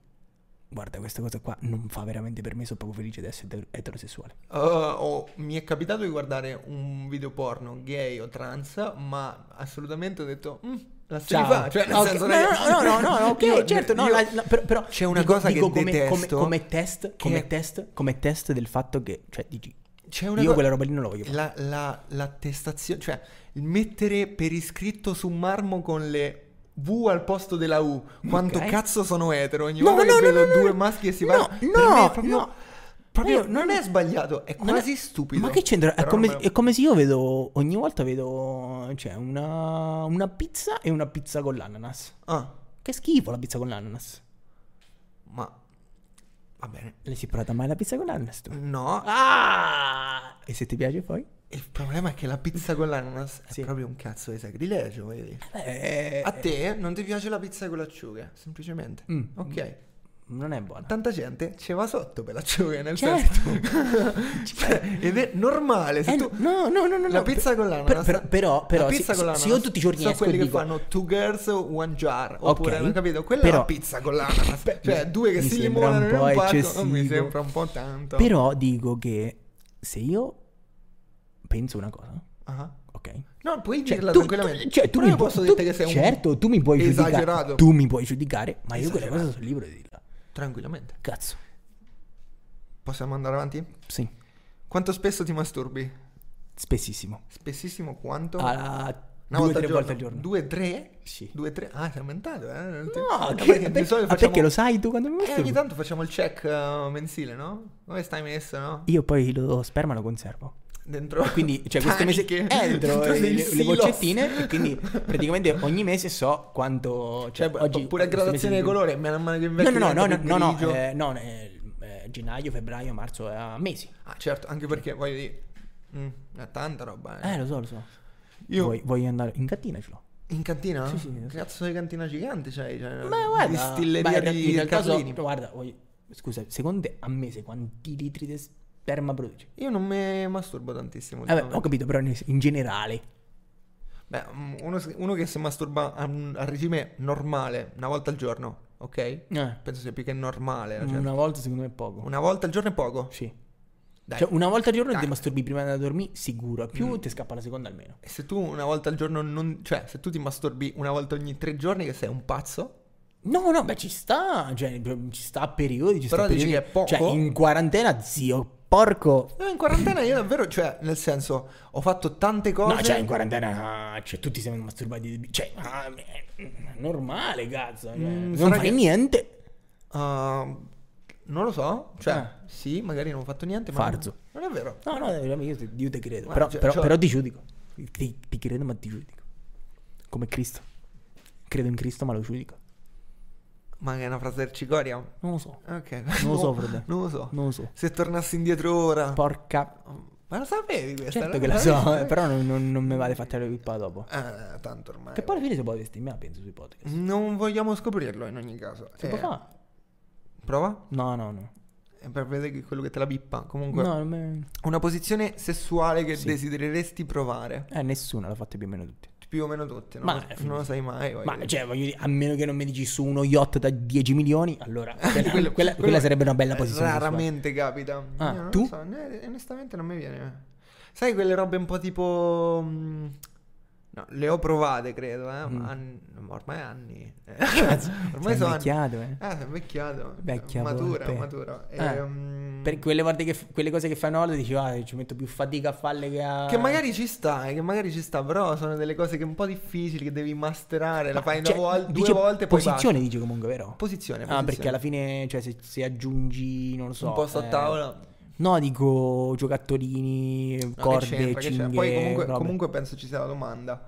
S2: Guarda, questa cosa qua non fa veramente per me, sono proprio felice di essere eter- eterosessuale.
S1: Uh, oh, mi è capitato di guardare un video porno gay o trans, ma assolutamente ho detto, "Mm, la si
S2: Ciao.
S1: rifà", Cioè, nel
S2: Ok,
S1: senso,
S2: no,
S1: ragazzi,
S2: no, no, no, no, ok,
S1: io-
S2: certo, no,
S1: io-
S2: la- no, però, però
S1: c'è una
S2: dico-
S1: cosa che
S2: dico come,
S1: detesto,
S2: Come, come test, come
S1: che-
S2: test, come test del fatto che, cioè, dici,
S1: C'è una
S2: io
S1: co-
S2: quella roba lì non la voglio fare.
S1: la, la- l'attestazione, cioè il mettere per iscritto su marmo con le V al posto della U. Quanto
S2: Ok.
S1: cazzo sono etero? Ogni
S2: No,
S1: volta
S2: no,
S1: che
S2: no,
S1: vedo
S2: no, no,
S1: due
S2: no.
S1: maschi e si
S2: No,
S1: parlano, per
S2: no,
S1: me è proprio,
S2: no.
S1: proprio
S2: Io
S1: non
S2: non-
S1: è sbagliato, è
S2: Ma
S1: quasi
S2: no-
S1: stupido.
S2: Ma che c'entra? È
S1: Però
S2: come,
S1: non me-
S2: è come se io vedo, ogni volta vedo, cioè, una, una pizza e una pizza con l'ananas.
S1: Ah,
S2: Che schifo la pizza con l'ananas.
S1: ma va bene.
S2: L'hai si provata mai la pizza con l'ananas tu?
S1: No,
S2: Ah! E se ti piace poi?
S1: il problema è che la pizza con l'ananas
S2: Sì.
S1: è proprio un cazzo di sacrilegio, vedi?
S2: Eh,
S1: A te non ti piace la pizza con l'acciuga, semplicemente.
S2: Mm.
S1: Ok.
S2: non è buona.
S1: Tanta gente ci va sotto per l'acciuga, nel
S2: Certo.
S1: senso. Cioè, ed è normale. Se
S2: Eh,
S1: tu,
S2: no, no, no, no,
S1: la
S2: no,
S1: pizza
S2: per-
S1: con l'ananas.
S2: per- per- però- però
S1: la
S2: se-
S1: pizza
S2: se-
S1: con l'ananas.
S2: se io tutti i giorni
S1: sono
S2: esco e
S1: quelli
S2: dico-
S1: che fanno two girls, one jar. Oppure,
S2: Ok,
S1: non capito? Quella è
S2: però-
S1: la pizza con l'ananas. cioè, due che
S2: mi
S1: si
S2: sembra
S1: limonano
S2: un
S1: in
S2: po'
S1: un pacco. oh, Mi
S2: eccessivo.
S1: sembra un po' tanto.
S2: Però dico che se io penso una cosa,
S1: Ah.
S2: ok?
S1: No, puoi
S2: Cioè,
S1: dirla
S2: tu,
S1: tranquillamente.
S2: tu- cioè, tu
S1: Però
S2: mi
S1: io
S2: pu-
S1: posso
S2: tu-
S1: dirti che sei un-
S2: certo, tu mi puoi
S1: esagerato.
S2: giudicare, tu mi puoi giudicare, ma io quella
S1: Esagerato.
S2: cosa sono libero di dirla.
S1: Tranquillamente.
S2: Cazzo.
S1: Possiamo andare avanti?
S2: Sì,
S1: Quanto spesso ti masturbi?
S2: spessissimo.
S1: Spessissimo quanto?
S2: Ah, Alla
S1: Una
S2: due
S1: volta
S2: tre
S1: al
S2: volte al giorno.
S1: Due, tre?
S2: Sì.
S1: Due, tre? Ah, si è aumentato, eh? Non ti-
S2: No,
S1: Eh,
S2: che,
S1: perché di
S2: perché-
S1: solito
S2: ah,
S1: facciamo-
S2: perché lo sai tu quando mi
S1: Eh, ogni
S2: masturbo?
S1: tanto facciamo il check eh, mensile, no? Come stai messo, no?
S2: Io poi lo sperma lo conservo.
S1: Dentro.
S2: Quindi, cioè, questo mese
S1: Taniche.
S2: è dentro
S1: dei
S2: eh, le, le
S1: silos.
S2: boccettine. E quindi praticamente ogni mese so quanto. Cioè,
S1: Cioè,
S2: oggi,
S1: pure a
S2: questo mese
S1: gradazione di
S2: di-
S1: colore, man mano che
S2: No,
S1: invecchi
S2: no, no, no, no,
S1: diventa
S2: no,
S1: più
S2: no,
S1: grigio.
S2: eh, no, eh, eh, gennaio, febbraio, marzo, eh, mesi.
S1: Ah, certo, anche perché, voglio dire... mm, è tanta roba, eh.
S2: Eh, lo so, lo so.
S1: Io
S2: Vuoi, vuoi andare in cantina? Ce l'ho.
S1: in cantina?
S2: Sì, sì, lo so.
S1: Cazzo di cantina gigante, cioè... cioè
S2: Ma guarda,
S1: Distilleria
S2: beh,
S1: di
S2: in realtà so-
S1: Carlini.
S2: guarda, voglio- scusa, secondo te a mese quanti litri di sperma produci?
S1: Io non mi masturbo tantissimo.
S2: Eh, beh,
S1: ultimamente.
S2: ho capito, però in in generale.
S1: Beh, mm, uno, s- uno che si masturba a, un- a regime normale, una volta al giorno, ok?
S2: Eh. certo.
S1: Penso sia più che normale. cioè,
S2: Una volta secondo me è poco.
S1: una volta al giorno è poco.
S2: Mm. Sì.
S1: Dai.
S2: Cioè, una volta al giorno
S1: Dai. Mm.
S2: ti masturbi prima di andare a dormire, sicuro. Più ti scappa la seconda almeno.
S1: E se tu una volta al giorno non... Cioè, se tu ti masturbi una volta ogni tre giorni che sei un pazzo...
S2: No, no, beh, ci sta. Cioè, ci sta a periodi. Ci
S1: Però
S2: sta a
S1: dici
S2: periodi.
S1: che è poco?
S2: Cioè, in quarantena, zio, porco.
S1: No, eh, in quarantena io davvero, cioè, nel senso, ho fatto tante cose...
S2: No, cioè, in quarantena, ah, cioè, tutti siamo masturbati. Cioè, ah, è è normale, cazzo. cioè,
S1: Mm,
S2: non
S1: sarà
S2: fai
S1: che-
S2: niente.
S1: Ah, non lo so, cioè,
S2: Ah.
S1: sì, magari non ho fatto niente, ma...
S2: Farzo.
S1: Non è vero.
S2: No, no, eh, io ti, io ti credo.
S1: Guarda,
S2: però,
S1: cioè,
S2: però-
S1: cioè-
S2: però ti giudico. Ti, ti credo, ma ti giudico. Come Cristo. Credo in Cristo, ma lo giudico.
S1: Ma che è una frase del cicoria?
S2: Non lo so.
S1: Ok.
S2: Non lo so, Frode.
S1: Fred. Non lo so.
S2: Non lo so.
S1: Se tornassi indietro ora...
S2: Porca.
S1: Ma lo sapevi questa?
S2: Certo
S1: Lo
S2: che la
S1: sapevi?
S2: so, eh, però non, non- non me vale fatta la pippa dopo.
S1: Ah, tanto ormai.
S2: Che poi alla fine si può bestemmiare, penso, sui podcast.
S1: Non vogliamo scoprirlo in ogni caso.
S2: Si
S1: Eh,
S2: può fare?
S1: Prova?
S2: No, no, no.
S1: È per vedere che- quello che te la bippa. Comunque,
S2: No, me-
S1: una posizione sessuale che
S2: Sì.
S1: desidereresti provare.
S2: eh, nessuno l'ha fatto più o meno tutti.
S1: Più o meno tutte, no?
S2: Ma-
S1: non lo sai mai. voglio
S2: Ma
S1: dire.
S2: cioè, voglio dire, a meno che non mi dici su uno yacht da 10 milioni, allora quella,
S1: Quello-
S2: quella-
S1: quello eh,
S2: quella sarebbe una bella posizione.
S1: Raramente capita.
S2: Ah,
S1: Io non lo
S2: tu?
S1: so, ne- onestamente non mi viene. Sai quelle robe un po' tipo... mm, No, le ho provate, credo, eh, ma
S2: Mm.
S1: an- ma ormai anni. Eh,
S2: sessuale.
S1: ormai
S2: Sei
S1: sono anni.
S2: invecchiato, eh.
S1: Ah, sei invecchiato.
S2: Vecchia
S1: matura,
S2: volpe.
S1: matura.
S2: Ah,
S1: Ehm,
S2: Per quelle volte che f- quelle cose che fai una volta dici, ah, ci metto più fatica a farle che a.
S1: Che magari ci sta, eh, che magari ci sta, però sono delle cose che un po' difficili che devi masterare, la fai una
S2: Cioè,
S1: vol- due
S2: dice
S1: volte e poi
S2: Posizione
S1: basta.
S2: dici comunque, vero?
S1: Posizione,
S2: Ah, perché
S1: posizione.
S2: alla fine, cioè, se, se aggiungi, non lo so.
S1: un posto a
S2: eh,
S1: tavola.
S2: No, dico giocattolini,
S1: No,
S2: corde,
S1: che c'entra, che c'entra.
S2: cinghie,
S1: Poi comunque,
S2: robe.
S1: comunque penso ci sia la domanda.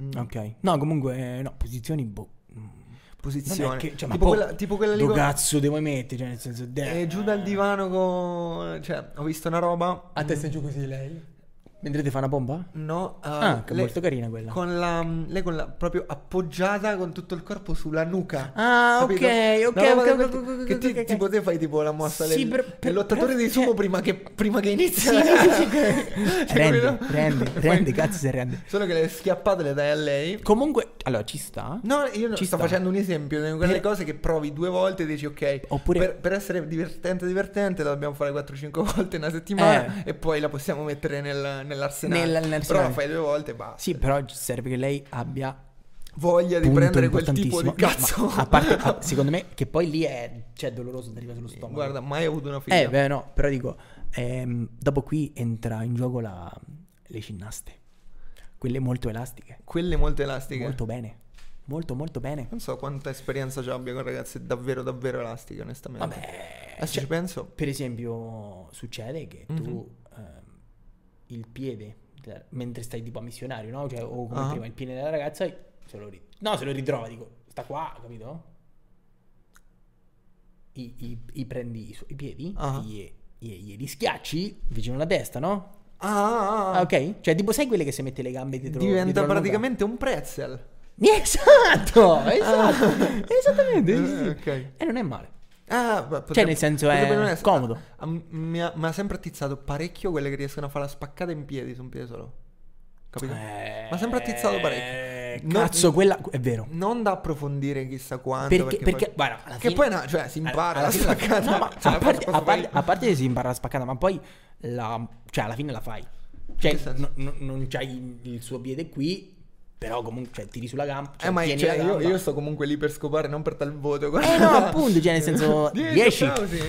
S1: Mm,
S2: Ok. No, comunque, eh, no, posizioni, boh. Non
S1: Posizione.
S2: è che, cioè, ma
S1: tipo,
S2: poi
S1: quella, tipo quella lì
S2: dove
S1: con-
S2: cazzo devo mettere? Cioè, nel senso, dai.
S1: eh, giù dal divano con... Cioè, ho visto una roba...
S2: A testa giù così lei. Mentre ti fa una bomba?
S1: No, eh,
S2: ah, che
S1: lei-
S2: molto carina quella.
S1: Con la, mm, lei con la, proprio appoggiata con tutto il corpo sulla nuca.
S2: Ah,
S1: Capito?
S2: ok, ok,
S1: Una roba
S2: ok,
S1: da
S2: ok,
S1: quel-
S2: ok, ok,
S1: Che ti,
S2: ok, ok.
S1: tipo te fai tipo la mossa
S2: Sì,
S1: del,
S2: per- per-
S1: del lottatore di
S2: per-
S1: sumo
S2: cioè-
S1: prima che, prima che inizia.
S2: Sì, sì, sì, sì.
S1: Ok. Cioè,
S2: Rende,
S1: capito?
S2: rende,
S1: Poi-
S2: rende, cazzo se rende.
S1: Solo che le schiappate le dai a lei.
S2: Comunque, allora, ci sta.
S1: No, io no-
S2: Ci
S1: sto
S2: sta.
S1: facendo un esempio di quelle
S2: Per-
S1: cose che provi due volte e dici ok,
S2: Oppure-
S1: per, per essere divertente divertente la dobbiamo fare 4-5 volte in una settimana e poi la possiamo mettere nel- nell'arsenale.
S2: Eh. Nel-
S1: Però
S2: nell'arsenale.
S1: la fai due volte e basta.
S2: Sì, però serve che lei abbia
S1: Voglia di
S2: punto
S1: prendere quel tipo
S2: importantissimo.
S1: di cazzo.
S2: No, ma a parte, a- secondo me, che poi lì è cioè, doloroso, ti arriva sullo stomaco.
S1: Guarda, mai avuto una figlia.
S2: eh, beh, no, però dico, ehm, dopo qui entra in gioco la, le cinnaste. Quelle molto elastiche.
S1: Quelle molto elastiche.
S2: Molto bene. Molto, molto bene.
S1: Non so quanta esperienza già abbia con ragazze davvero, davvero elastiche, onestamente.
S2: Vabbè,
S1: Adesso
S2: cioè,
S1: ci penso. Mhm.
S2: per esempio, succede che tu ehm, il piede, cioè, mentre stai tipo a missionario, no? Cioè, o come
S1: Ah.
S2: prima il piede della ragazza, se lo, ri- no, se lo ritrova, dico, sta qua, capito? I, i- i prendi i, su- i piedi,
S1: Ah.
S2: gli, gli- glieli schiacci vicino alla testa, no?
S1: Ah, ah, ah.
S2: Ah, ok? Cioè, tipo, sai quelle che se mette le gambe dietro dietro
S1: Diventa
S2: la nuca?
S1: praticamente un pretzel.
S2: Esatto, esatto, esattamente. sì, sì.
S1: Eh, Ah. ok.
S2: E non è male.
S1: Ah, beh, potrebbe-
S2: Cioè, nel senso, è
S1: potrebbe non essere-
S2: comodo.
S1: Ah, m- Mi ha, mi ha sempre attizzato parecchio quelle che riescono a fare la spaccata in piedi su un piede solo. Capito?
S2: Eh,
S1: Ma sempre attizzato parecchio. Non-
S2: Cazzo, quella è vero.
S1: Non da approfondire chissà quanto.
S2: Perché,
S1: Perché,
S2: perché-
S1: poi-
S2: guarda, alla
S1: che
S2: fine-
S1: poi no, cioè, si
S2: alla-
S1: impara
S2: alla
S1: la
S2: fine-
S1: spaccata.
S2: No, ma
S1: Cioè,
S2: a, parte,
S1: posso
S2: a parte-
S1: fare-
S2: a parte che si impara la spaccata, ma poi la, cioè, alla fine la fai.
S1: che
S2: Cioè,
S1: senso?
S2: no- no- non c'hai il suo piede qui, però comunque cioè, tiri sulla gamba. Cioè,
S1: Eh, ma
S2: tieni
S1: cioè,
S2: la
S1: io,
S2: gamba.
S1: io sto comunque lì per scopare, non per tal voto.
S2: Eh no, appunto, cioè nel senso
S1: Dieci,
S2: 10
S1: applausi.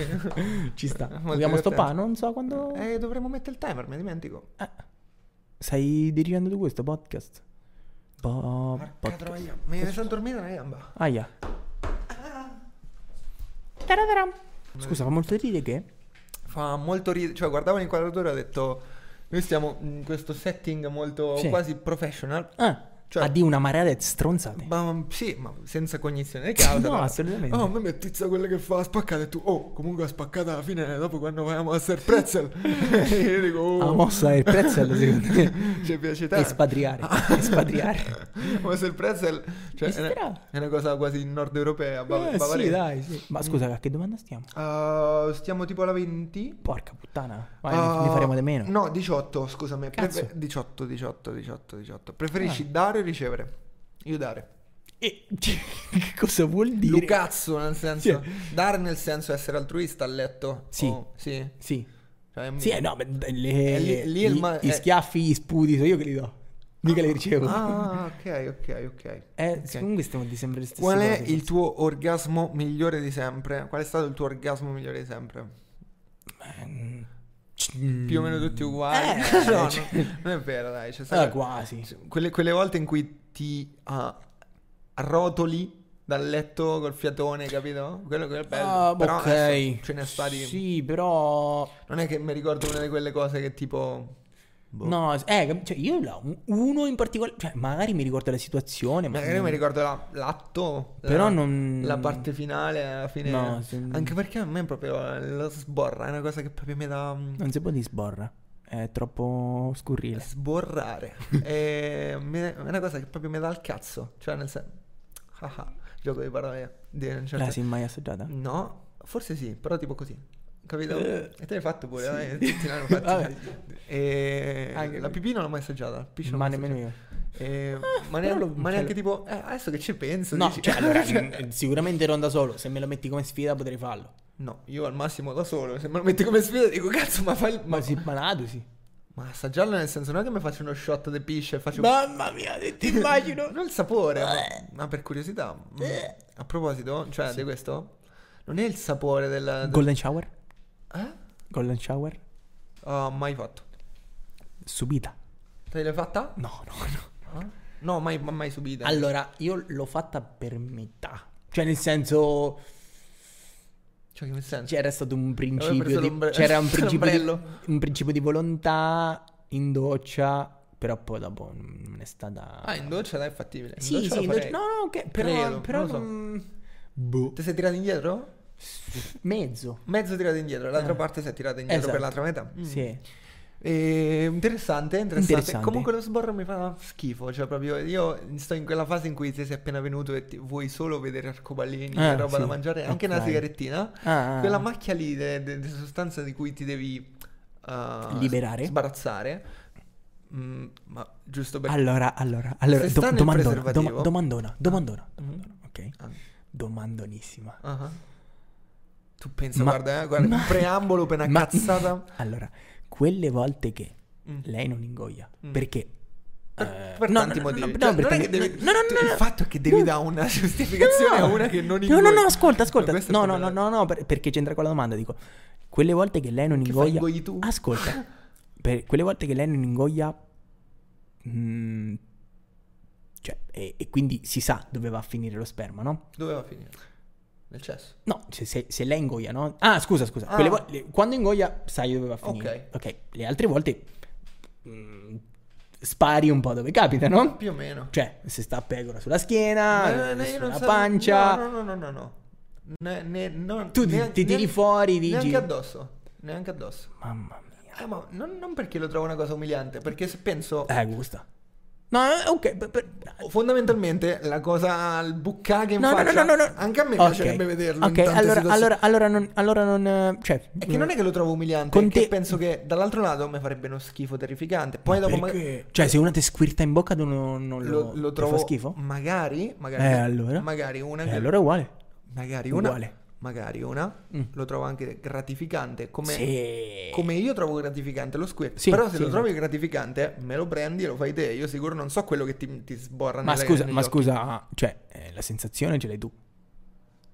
S2: ci sta.
S1: Molto
S2: Vogliamo stoppare,
S1: divertente.
S2: non so quando
S1: Eh, dovremmo mettere il timer, mi dimentico.
S2: stai dirigendo tu questo podcast. Po-
S1: Porca
S2: podcast.
S1: troia, mi sono dormito una gamba.
S2: Aia. Taradaram. Scusa, fa molto ridere che
S1: Fa molto ridere, cioè guardavo l'inquadratura e ho detto noi stiamo in questo setting molto
S2: Sì.
S1: quasi professional.
S2: ah,
S1: Cioè-
S2: ha di una marea di stronzate.
S1: Ma sì, ma senza cognizione di causa.
S2: No,
S1: però.
S2: assolutamente.
S1: Oh, a me mi attizza quella che fa la spaccata e tu, oh, comunque la spaccata alla fine, dopo quando vai a Master Pretzel. io dico,
S2: La
S1: oh,
S2: mossa del pretzel secondo me.
S1: ci piace tanto.
S2: Espatriare,
S1: Ah. Eh,
S2: espatriare.
S1: Master Pretzel, cioè, è,
S2: Estra.
S1: una, è una cosa quasi nord europea, ba-
S2: Eh, sì,
S1: bavarese.
S2: dai, sì. Ma scusa, a che domanda stiamo?
S1: Ah, stiamo tipo alla 20.
S2: Porca puttana. Vai,
S1: Ah,
S2: ne faremo di meno.
S1: No, 18, scusami. prefe-
S2: Cazzo.
S1: 18, 18, 18, 18. Preferisci dare o ricevere? Io dare.
S2: E che cosa vuol dire?
S1: Lucazzo, nel senso. Dare nel senso essere altruista a letto.
S2: Sì.
S1: O- sì.
S2: Sì.
S1: Cioè,
S2: Sì, eh, no, beh, d- le-
S1: Eh, lì- lì è il
S2: gli,
S1: ma-
S2: gli
S1: eh.
S2: schiaffi, gli sputi, so io che li do. Mica li ricevo.
S1: Ah, ok, ok, ok.
S2: eh,
S1: Ok.
S2: comunque stiamo di sempre le stesse
S1: Qual è
S2: cose,
S1: il tuo orgasmo migliore di sempre? Qual è stato il tuo orgasmo migliore di sempre? Più o meno tutti uguali.
S2: Eh,
S1: no, no,
S2: cioè-
S1: non è vero, dai. Cioè, sai-
S2: Ah, quasi.
S1: Quelle, quelle volte in cui ti ah, rotoli dal letto col fiatone, capito? Quello, quello è bello.
S2: Ah,
S1: Però
S2: ok.
S1: adesso ce ne stati.
S2: Sì, però...
S1: Non è che mi ricordo una di quelle cose che tipo. boh.
S2: No, eh, cap- cioè io la- uno in particolare... Cioè, magari mi ricordo la situazione, ma...
S1: Magari mi ricordo la- l'atto. la-
S2: Però non-
S1: La parte finale, alla fine.
S2: No, se-
S1: Anche perché a me proprio lo sborra. È una cosa che proprio mi dà. mm,
S2: Non si può di sborra. È troppo
S1: Eh,
S2: scurrile.
S1: Sborrare. E mi- è una cosa che proprio mi dà il cazzo. Cioè, nel senso. ah, ah, gioco di parole. Di un certo
S2: La si è Eh, mai assaggiata?
S1: No, forse sì, però tipo così. Capito?
S2: Eh,
S1: e te l'hai fatto pure, dai, tutti l'hanno fatto.
S2: Vabbè.
S1: E
S2: Anche
S1: la
S2: lui.
S1: pipì non l'ho mai assaggiata. il piscio non
S2: Ma
S1: l'ho
S2: nemmeno
S1: assaggiato.
S2: io.
S1: Eh, ma,
S2: però
S1: neanche,
S2: lo-
S1: ma
S2: cioè,
S1: neanche tipo, eh, adesso che ci penso?
S2: No,
S1: dici- "Eh,
S2: cioè, allora, mm, sicuramente ronda solo. Se me lo metti come sfida potrei farlo.
S1: No, io al massimo da solo, se me lo metti come sfida dico cazzo ma fai... il-
S2: Ma
S1: Ma,
S2: si malato, sì.
S1: ma assaggiarlo nel senso non è che mi faccio uno shot di piscia e faccio...
S2: Mamma mia, ti immagino.
S1: Non il sapore, ma,
S2: Eh.
S1: ma per curiosità, mh, a proposito, cioè di questo, non è il sapore del... del-
S2: Golden shower?
S1: eh?
S2: Golden shower?
S1: Ah, mai fatto.
S2: Subita.
S1: Te l'hai fatta?
S2: No, no, no.
S1: Ah? No, mai, ma- mai subita.
S2: Allora, io l'ho fatta per metà. Cioè, nel senso,
S1: Cioè, che nel senso?
S2: c'era stato un principio
S1: preso
S2: di,
S1: l'ombre-
S2: c'era un principio di,
S1: l'ombrello.
S2: un principio di volontà in doccia, però poi dopo non è stata...
S1: Ah, in doccia dai, è fattibile. In
S2: sì,
S1: doccia
S2: sì,
S1: lo
S2: in doccia-
S1: farei.
S2: no, no, ok, però...
S1: Credo,
S2: però
S1: non lo so.
S2: mm, boh.
S1: Ti sei tirato indietro?
S2: Mezzo.
S1: Mezzo tirato indietro, l'altra
S2: Eh.
S1: parte si è tirata indietro
S2: Esatto.
S1: per l'altra metà. Mm.
S2: Sì.
S1: Eh, interessante, interessante,
S2: Interessante.
S1: Comunque lo sborro mi fa schifo. Cioè, proprio io sto in quella fase in cui ti sei appena venuto e ti- vuoi solo vedere arcobaleni
S2: Ah,
S1: e roba
S2: sì.
S1: da mangiare, anche una
S2: Ok.
S1: sigarettina.
S2: Ah, ah,
S1: Quella
S2: ah.
S1: macchia lì de- de- di sostanza di cui ti devi eh,
S2: Liberare.
S1: sbarazzare. Mm, ma giusto per
S2: Allora, allora, allora,
S1: Se
S2: do-
S1: sta nel
S2: domandona,
S1: preservativo-
S2: dom- domandona, domandona, domandona, ok?
S1: Ah.
S2: Domandonissima.
S1: Ah. Tu pensa,
S2: Ma-
S1: guarda, eh, guarda,
S2: ma-
S1: un preambolo per una
S2: Ma-
S1: cazzata.
S2: Allora, quelle volte che
S1: Mm.
S2: lei non ingoia, perché... eh,
S1: Per
S2: no,
S1: tanti
S2: no, no,
S1: motivi. Cioè,
S2: no, no,
S1: non è
S2: perché-
S1: che devi-
S2: no, no,
S1: tu-
S2: no, no,
S1: Il fatto è che devi
S2: no.
S1: dare una giustificazione
S2: No.
S1: a una che non
S2: No,
S1: ingoia.
S2: no, no, ascolta, ascolta.
S1: Questo è
S2: No, no, no,
S1: problema.
S2: no, no, per- perché c'entra con la domanda, dico. Quelle volte che lei non
S1: Che fai,
S2: ingoia...
S1: ingoi tu?
S2: Ascolta. per quelle volte che lei non ingoia... mm, cioè, e, e quindi si sa dove va a finire lo sperma, no?
S1: Dove va a finire? Nel cesso.
S2: No, se, se- se lei ingoia, no? Ah, scusa, scusa.
S1: Ah.
S2: Quelle vo- le- quando ingoia sai dove va a finire. Ok. Le altre volte... mm, spari un po' dove capita, no?
S1: Più o meno.
S2: Cioè, se sta a pecora sulla
S1: Ma-
S2: schiena,
S1: eh, io
S2: sulla
S1: non so-
S2: Cioè, ah, pancia...
S1: No, no, no, no, no. no. Ne- ne- no,
S2: Tu ti-
S1: neanche-
S2: ti tiri
S1: neanche-
S2: fuori, dici-
S1: Neanche addosso. Neanche addosso.
S2: Mamma mia.
S1: Eh, ma non, non perché lo trovo una cosa umiliante, perché se penso...
S2: Eh, gusta. No, eh, ok. per- per-
S1: Fondamentalmente la cosa al buccache in
S2: No, no, no,
S1: faccia
S2: no, no, no.
S1: anche a me
S2: Ok.
S1: piacerebbe vederlo. in
S2: Ok,
S1: tante
S2: allora,
S1: situazioni.
S2: allora, allora non... Allora non eh, cioè,
S1: È che non è che lo trovo umiliante,
S2: Con
S1: è che
S2: te-
S1: penso che dall'altro lato mi farebbe uno schifo terrificante. Poi dopo ma-
S2: Perché? Cioè, se una ti squirta in bocca, tu non, non
S1: lo,
S2: lo,
S1: lo
S2: ti
S1: trovo
S2: fa schifo?
S1: magari, magari,
S2: Eh, allora?
S1: magari una
S2: Eh, allora è uguale.
S1: magari una
S2: uguale. Mm.
S1: magari una lo trovo anche gratificante come
S2: Sì.
S1: come io trovo gratificante lo squirt.
S2: Sì,
S1: Però se
S2: sì,
S1: lo trovi gratificante, me lo prendi e lo fai te. Io sicuro non so quello che ti, ti sborra
S2: Ma
S1: nelle-
S2: scusa,
S1: negli
S2: ma
S1: occhi.
S2: scusa, cioè, eh, la sensazione ce l'hai tu.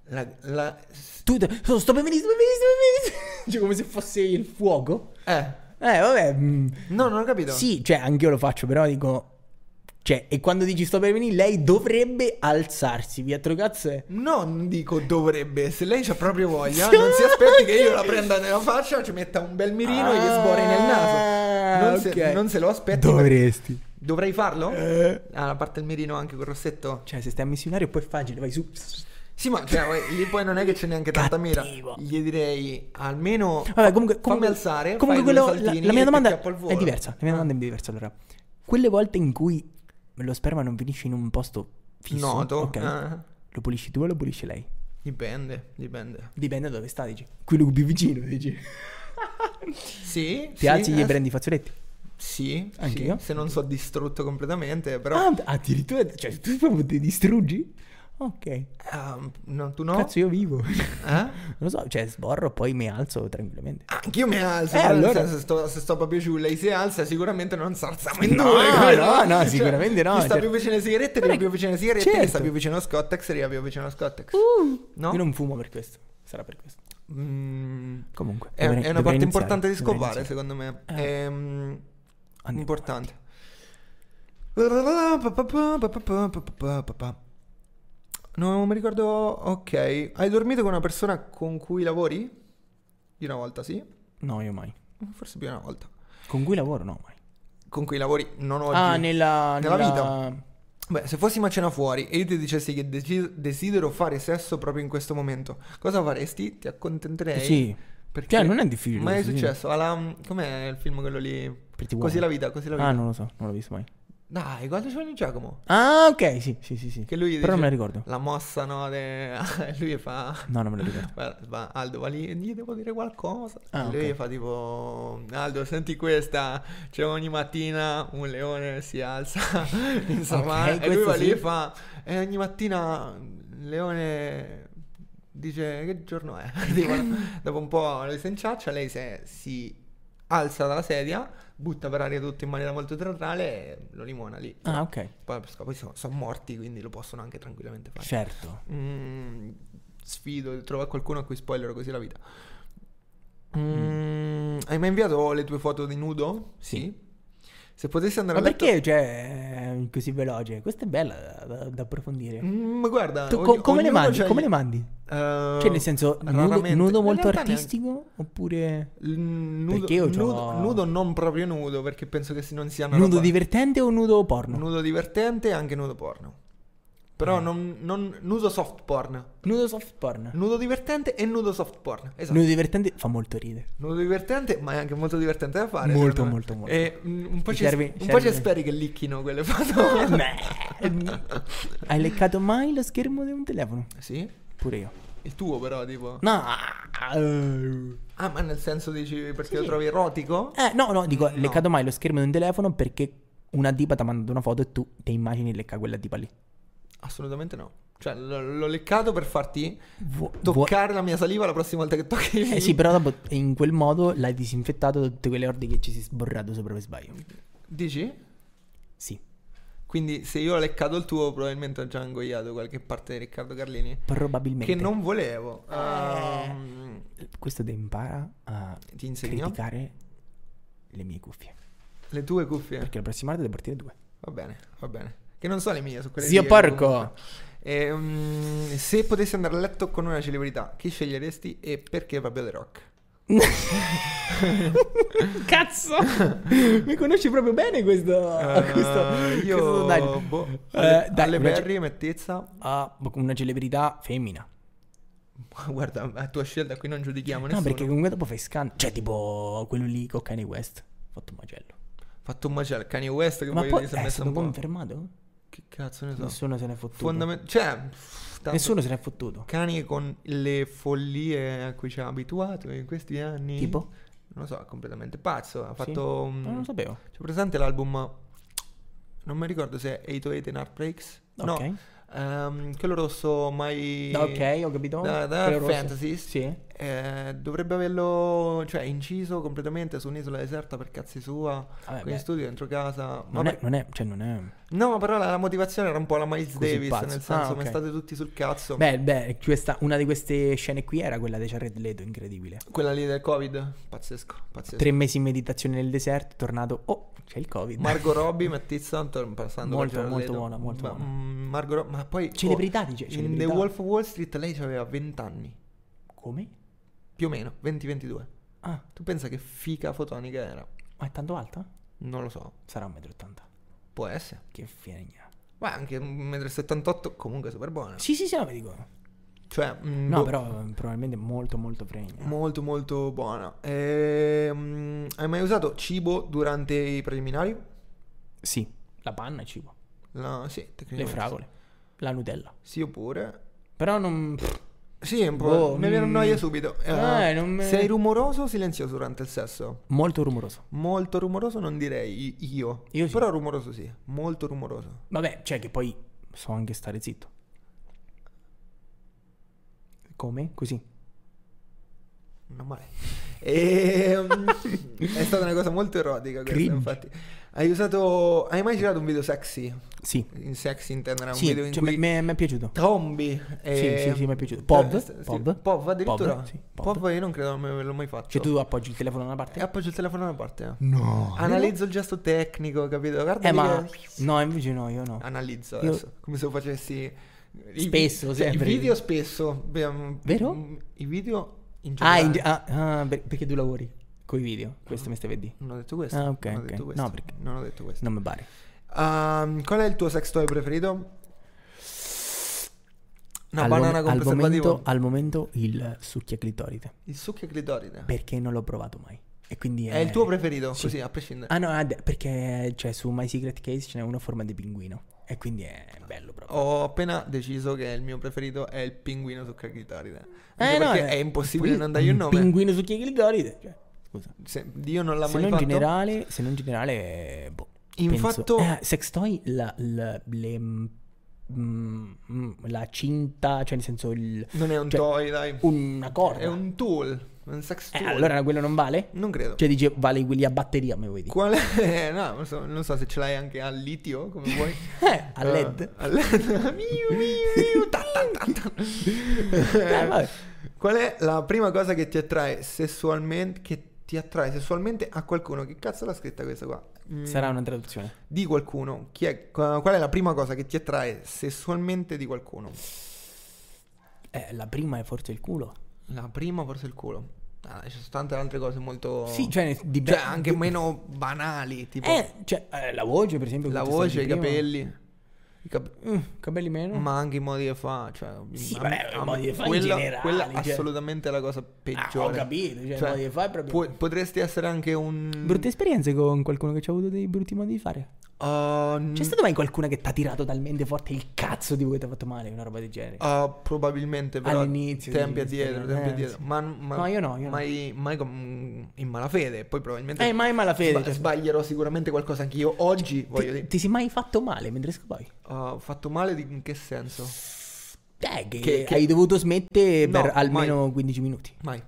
S1: La- la-
S2: Tu, te- oh, sto per venire, sto per venire, sto per venire. Cioè, come se fosse il fuoco.
S1: eh,
S2: Eh, vabbè. mm,
S1: no, non ho capito.
S2: Sì, cioè, anch'io lo faccio, però dico... Cioè, e quando dici sto per venire, lei dovrebbe alzarsi, via tro cazzo è...
S1: Non dico dovrebbe, se lei c'ha proprio voglia,
S2: Sì.
S1: non si aspetti che io la prenda nella faccia, ci metta un bel mirino e gli sborri nel naso. Non, se,
S2: Ah, ok.
S1: non se lo aspetti.
S2: Dovresti.
S1: Dovrei farlo?
S2: Eh.
S1: Ah, la parte del mirino anche col rossetto?
S2: Cioè, se stai a missionario, poi è facile, vai su.
S1: Sì, ma cioè, poi- lì poi non è che c'è neanche tanta mira.
S2: Cattivo.
S1: Gli direi almeno
S2: Vabbè, comunque, comunque
S1: alzare,
S2: Comunque,
S1: fai due
S2: quello, la,
S1: saltini
S2: la mia
S1: e ti
S2: domanda
S1: acchiappo al volo.
S2: è diversa. La mia
S1: Ah.
S2: domanda è diversa. Allora, quelle volte in cui lo sperma non finisce in un posto fisso,
S1: Noto,
S2: ok,
S1: eh.
S2: lo pulisci tu o lo pulisce lei?
S1: dipende, dipende.
S2: Dipende da dove sta, dici. Quello più vicino, dici.
S1: Sì,
S2: Ti
S1: sì,
S2: alzi e
S1: eh,
S2: gli prendi i fazzoletti.
S1: Sì,
S2: Anche
S1: sì,
S2: io?
S1: Se non so distrutto completamente, però.
S2: Ah, addirittura, cioè, tu proprio ti distruggi? Ok.
S1: Ah, no, tu no?
S2: Cazzo, io vivo.
S1: Eh?
S2: Non lo so, cioè, sborro, poi mi alzo tranquillamente.
S1: Anch'io mi alzo.
S2: Eh,
S1: però nel
S2: allora.
S1: senso, se, sto, se sto proprio giù, lei si alza, sicuramente non sarsiamo in
S2: No,
S1: due. come
S2: no, no, sicuramente no,
S1: Chi sta
S2: certo.
S1: più vicino alle sigarette, arriva più vicino alle sigarette. Chi sta
S2: certo. Uh.
S1: più vicino a Scottex, arriva più vicino a Scottex. no?
S2: Io non fumo per questo. Sarà per questo.
S1: Mm,
S2: Comunque,
S1: è,
S2: dovrei-
S1: è una
S2: dovrei
S1: parte
S2: iniziare,
S1: importante di
S2: dovrei
S1: scopare,
S2: iniziare.
S1: secondo me.
S2: Eh.
S1: Ehm,
S2: Andiamo
S1: importante. Non mi ricordo. Ok. Hai dormito con una persona con cui lavori? Di una volta, sì.
S2: No, io mai.
S1: Forse più di una volta.
S2: Con cui lavoro? No, mai.
S1: Con cui lavori non oggi.
S2: Ah, nella,
S1: Nella
S2: nella-
S1: Beh, se fossimo a cena fuori e io ti dicessi che deci- desidero fare sesso proprio in questo momento, cosa faresti? Ti accontenterei?
S2: Sì.
S1: Perché
S2: Cioè, non è difficile
S1: Ma è
S2: questo, sì.
S1: successo? Alla, com'è il film quello lì?
S2: Pretty
S1: Così
S2: Woman.
S1: la vita, così la vita.
S2: Ah, non lo so, non l'ho visto mai.
S1: Dai, quando c'è ogni Giacomo.
S2: Ah, ok, sì, sì, sì, sì.
S1: Che lui
S2: Però non me la
S1: dice-
S2: ricordo.
S1: La mossa, no? de- e lui fa...
S2: No, non me la ricordo.
S1: Guarda, va, Aldo, va lì, gli devo dire qualcosa.
S2: Ah,
S1: E lui
S2: ok.
S1: fa tipo: Aldo, senti questa. Cioè, ogni mattina un leone si alza in Savana. e lui
S2: questo
S1: va lì
S2: sì.
S1: e fa: E ogni mattina il leone dice: Che giorno è? Tipo, dopo un po' lui si inciaccia. Lei se- si alza dalla sedia, butta per aria tutto in maniera molto teatrale e lo limona lì.
S2: Ah, ok.
S1: Poi, poi sono, sono morti, quindi lo possono anche tranquillamente fare.
S2: Certo.
S1: Mm, sfido, trova qualcuno a cui spoilerò così la vita. Mm, Hai mai inviato le tue foto di nudo?
S2: Sì.
S1: Se potessi andare
S2: Ma
S1: a letto...
S2: perché, cioè, eh, così veloce? Questa è bella da, da approfondire.
S1: Mm, ma guarda...
S2: Tu
S1: ogni-
S2: co- come, le
S1: ognuno
S2: mandi?
S1: c'ha
S2: come
S1: gli-
S2: le mandi?
S1: Eh,
S2: Cioè, nel senso, nudo,
S1: raramente.
S2: nudo
S1: In
S2: molto
S1: realtà
S2: artistico? Oppure
S1: neanche- L- nudo,
S2: Perché io c'ho-
S1: nudo, nudo non proprio nudo, perché penso che si non sia una
S2: nudo
S1: roba-
S2: divertente o nudo porno?
S1: nudo divertente e anche nudo porno.
S2: Eh.
S1: Però non, non- nudo soft porn.
S2: Nudo soft porn.
S1: Nudo divertente e nudo soft porn. Esatto.
S2: Nudo divertente fa molto ridere.
S1: Nudo divertente, ma è anche molto divertente da fare. secondo
S2: Molto,
S1: me.
S2: molto, molto.
S1: E mm, un po'
S2: Ti
S1: ci,
S2: serve-
S1: un
S2: serve-
S1: po' ci speri che licchino quelle foto.
S2: Hai leccato mai lo schermo di un telefono?
S1: sì?
S2: Pure io.
S1: Il tuo, però, tipo.
S2: No.
S1: Ah, ma nel senso dici perché lo trovi erotico?
S2: Eh, no, no, dico, leccato mai lo schermo di un telefono perché una dipa ti ha mandato una foto e tu ti immagini lecca quella dipa lì.
S1: Assolutamente no. Cioè, l- l'ho leccato per farti
S2: Vuo- vuo-
S1: toccare la mia saliva la prossima volta che tocchi.
S2: Eh sì, però dopo in quel modo l'hai disinfettato da tutte quelle orde che ci si è sborrato sopra per sbaglio.
S1: Dici?
S2: Sì.
S1: Quindi, se io ho leccato il tuo, probabilmente ho già ingoiato qualche parte di Riccardo Carlini.
S2: Probabilmente. Eh.
S1: Che non volevo. Ehm,
S2: Questo ti impara a
S1: Ti insegno?
S2: criticare le mie cuffie.
S1: le tue cuffie.
S2: Perché la prossima volta devo partire due.
S1: Va bene, va bene. Che non sono le mie, sono quelle
S2: Zio
S1: di Diego,
S2: porco!
S1: comunque. Ehm, se potessi andare a letto con una celebrità, chi sceglieresti e perché Fabio The Rock?
S2: Cazzo! Mi conosci proprio bene questo,
S1: Eh,
S2: Ah, questo,
S1: io
S2: questo sondaggio.
S1: boh,
S2: Eh,
S1: alle,
S2: dai,
S1: alle
S2: una ce-
S1: Perry, mettezza.
S2: Ah, una celebrità femmina.
S1: Guarda, a tua scelta qui non giudichiamo
S2: No,
S1: nessuno.
S2: Ah, perché comunque dopo fai scan. Cioè, tipo quello lì con Kanye West. Fatto un macello.
S1: Fatto un macello, Kanye West che
S2: Ma
S1: poi
S2: poi eh,
S1: gli si è
S2: è
S1: messo Esatto.
S2: stato
S1: un po'.
S2: confermato?
S1: Che cazzo ne so.
S2: Nessuno se n'è fottuto.
S1: Fondament- cioè, pff, tanto
S2: Nessuno se n'è fottuto.
S1: Kanye con le follie a cui ci ha abituato in questi anni.
S2: Tipo?
S1: Non lo so, è completamente pazzo. Ha
S2: Sì?
S1: fatto...
S2: Ma
S1: mm,
S2: non lo sapevo.
S1: C'è presente l'album? Non mi ricordo se è 808 and Heartbreaks. No.
S2: Ok.
S1: ehm, quello rosso mai.
S2: Ok, ho capito.
S1: Da, da
S2: Quello rosso.
S1: Fantasy.
S2: Sì.
S1: Eh, dovrebbe averlo, cioè, inciso completamente su un'isola deserta per cazzi sua.
S2: Vabbè,
S1: con
S2: Ah, beh.
S1: in studio dentro casa.
S2: Non
S1: Vabbè.
S2: è, non è, cioè non è...
S1: No, però la, la motivazione era un po' la Miles
S2: Così
S1: Davis,
S2: pazzo.
S1: nel senso,
S2: Ah, ok.
S1: mi state tutti sul cazzo.
S2: Beh, beh, questa, una di queste scene qui era quella di Jared Leto, incredibile.
S1: Quella lì del Covid, pazzesco, pazzesco.
S2: Tre mesi in meditazione nel deserto, tornato, oh, c'è il covid.
S1: Margot Robbie, Mattiz Anton, passando
S2: Molto,
S1: per Jared
S2: molto
S1: Leto.
S2: buona, molto
S1: ma,
S2: buona.
S1: mm, Margot Robbie, ma poi... oh,
S2: Celebrità, dice,
S1: In The
S2: celebrità.
S1: Wolf of Wall Street lei aveva 20 anni,
S2: Come?
S1: più o meno, 20-22.
S2: Ah,
S1: Tu pensa che fica fotonica era?
S2: ma è tanto alta?
S1: Non lo so,
S2: Sarà 1,80 m.
S1: può essere.
S2: Che figna.
S1: Ma anche 1,78 m comunque super buona.
S2: Sì, sì, sì, no, vi dico.
S1: Cioè, mm,
S2: No,
S1: boh,
S2: però eh, probabilmente molto, molto fregna.
S1: molto molto buona. Ehm, hai mai usato cibo durante i preliminari?
S2: sì, Eh, la panna è cibo.
S1: No, sì, tecnicamente.
S2: Le
S1: sì.
S2: fragole. La Nutella.
S1: Sì, oppure...
S2: Però non...
S1: Sì, un po'.
S2: Boh,
S1: mi viene
S2: mm.
S1: noia subito.
S2: Eh, non me-
S1: Sei rumoroso o silenzioso durante il sesso?
S2: Molto rumoroso.
S1: Molto rumoroso non direi i- io.
S2: Io sì.
S1: Però rumoroso sì, molto rumoroso.
S2: Vabbè, cioè che poi so anche stare zitto. Come? Così.
S1: Non male. Ehm, è stata una cosa molto erotica questa,
S2: Cringe.
S1: infatti. Hai usato hai mai girato un video sexy?
S2: Sì.
S1: In sexy intenderà un
S2: Sì,
S1: video in
S2: cioè,
S1: cui
S2: mi- mi mi è piaciuto.
S1: trombi e-
S2: sì, sì, mi è piaciuto. Pov,
S1: Eh, sì,
S2: pov.
S1: Pov, addirittura.
S2: Pov,
S1: Pov,
S2: sì, pov.
S1: pov. io non credo me l'ho mai fatto.
S2: Cioè tu appoggi il telefono da una
S1: E
S2: parte?
S1: appoggio il telefono da una parte.
S2: No.
S1: Analizzo il gesto tecnico, capito? Guarda
S2: Eh
S1: lì
S2: ma...
S1: che-
S2: No, invece no, io
S1: Ah,
S2: no.
S1: Analizzo
S2: Io-
S1: adesso, come se lo facessi i-
S2: Spesso,
S1: cioè,
S2: sempre.
S1: I video spesso. beh, mm,
S2: Vero?
S1: mm, I video in
S2: Ah,
S1: generale.
S2: in- ah, ah, per- perché tu lavori con i video. Questo mi stai per dire.
S1: Non ho detto questo.
S2: Ah, ok,
S1: non ho
S2: ok.
S1: detto questo.
S2: No, perché-
S1: Non ho detto questo.
S2: Non mi pare.
S1: Ehm, qual è il tuo sex toy preferito? Una
S2: al,
S1: banana
S2: mom-
S1: con
S2: al
S1: preservativo.
S2: momento, al momento il succhiaclitoride.
S1: Il succhio clitoride.
S2: Perché non l'ho provato mai. E quindi
S1: È il tuo preferito,
S2: sì.
S1: così, a prescindere.
S2: Ah no, ah, d- perché cioè, su My Secret Case ce n'è uno a forma di pinguino. E quindi è bello proprio.
S1: Ho appena deciso che il mio preferito è il pinguino su Cagliaride.
S2: Eh, no,
S1: Oh, perché
S2: eh,
S1: è impossibile
S2: poi
S1: non dargli un nome.
S2: Pinguino su Chieghi Ligoride. Cioè, scusa.
S1: Se- Dio non l'ha
S2: Se
S1: mai
S2: non, in
S1: fatto.
S2: generale, se non in generale, eh, boh.
S1: Infatto-
S2: penso- eh, Sextoy, la, la- le- mm, mm, la cinta, cioè nel senso il,
S1: Non è un
S2: cioè,
S1: toy, dai.
S2: una corda.
S1: È un tool, un sex
S2: Eh,
S1: tool.
S2: allora quello non vale?
S1: Non credo.
S2: Cioè dice vale quelli a batteria, me vuoi dire?
S1: Qual è? No, non so, non so se ce l'hai anche al litio, come vuoi.
S2: Eh, a LED.
S1: Eh, a LED. Miu, miu, miu, ta, ta, ta, ta.
S2: Eh, vabbè.
S1: Qual è la prima cosa che ti attrae sessualmente? Che ti attrae sessualmente a qualcuno? Che cazzo l'ha scritta questa qua? Mm,
S2: Sarà una traduzione.
S1: Di qualcuno. Chi è, qua- qual è la prima cosa che ti attrae sessualmente di qualcuno?
S2: Eh, la prima è forse il culo.
S1: La prima, forse il culo. Ah, ci sono tante altre cose molto.
S2: Sì, cioè, di-
S1: Cioè, anche
S2: di-
S1: meno banali. Tipo
S2: Eh, cioè, eh, la voce, per esempio.
S1: la
S2: come tu stavi
S1: voce, i
S2: prima.
S1: capelli. i cap-
S2: Mm, capelli meno.
S1: Ma anche i modi di fa, cioè,
S2: Sì,
S1: a-
S2: vabbè,
S1: a-
S2: i modi di fa in
S1: quella,
S2: generale,
S1: quella
S2: cioè.
S1: assolutamente è la cosa
S2: Ah,
S1: peggiore.
S2: ho capito, cioè,
S1: Cioè,
S2: i modi di fare proprio.
S1: pu- potresti essere anche un
S2: Brutte esperienze con qualcuno che ci ha avuto dei brutti modi di fare.
S1: Ah, n-
S2: C'è stato mai qualcuno che ti ha tirato talmente forte il cazzo tipo che ti ha fatto male, una roba del genere?
S1: ah, probabilmente però
S2: All'inizio,
S1: tempi
S2: dici,
S1: addietro, tempi
S2: eh,
S1: addietro.
S2: sì.
S1: Ma, ma-
S2: No, io no, io no.
S1: mai, mai com- in malafede, poi probabilmente
S2: Eh, mai malafede,
S1: sba-
S2: cioè-
S1: sbaglierò sicuramente qualcosa anch'io oggi, voglio
S2: ti,
S1: dire.
S2: ti sei mai fatto male mentre scopavi?
S1: Ah, Ho fatto male di- in che senso?
S2: Eh, che,
S1: Che- che-
S2: hai dovuto smettere
S1: No,
S2: per
S1: mai.
S2: almeno 15 minuti.
S1: Mai.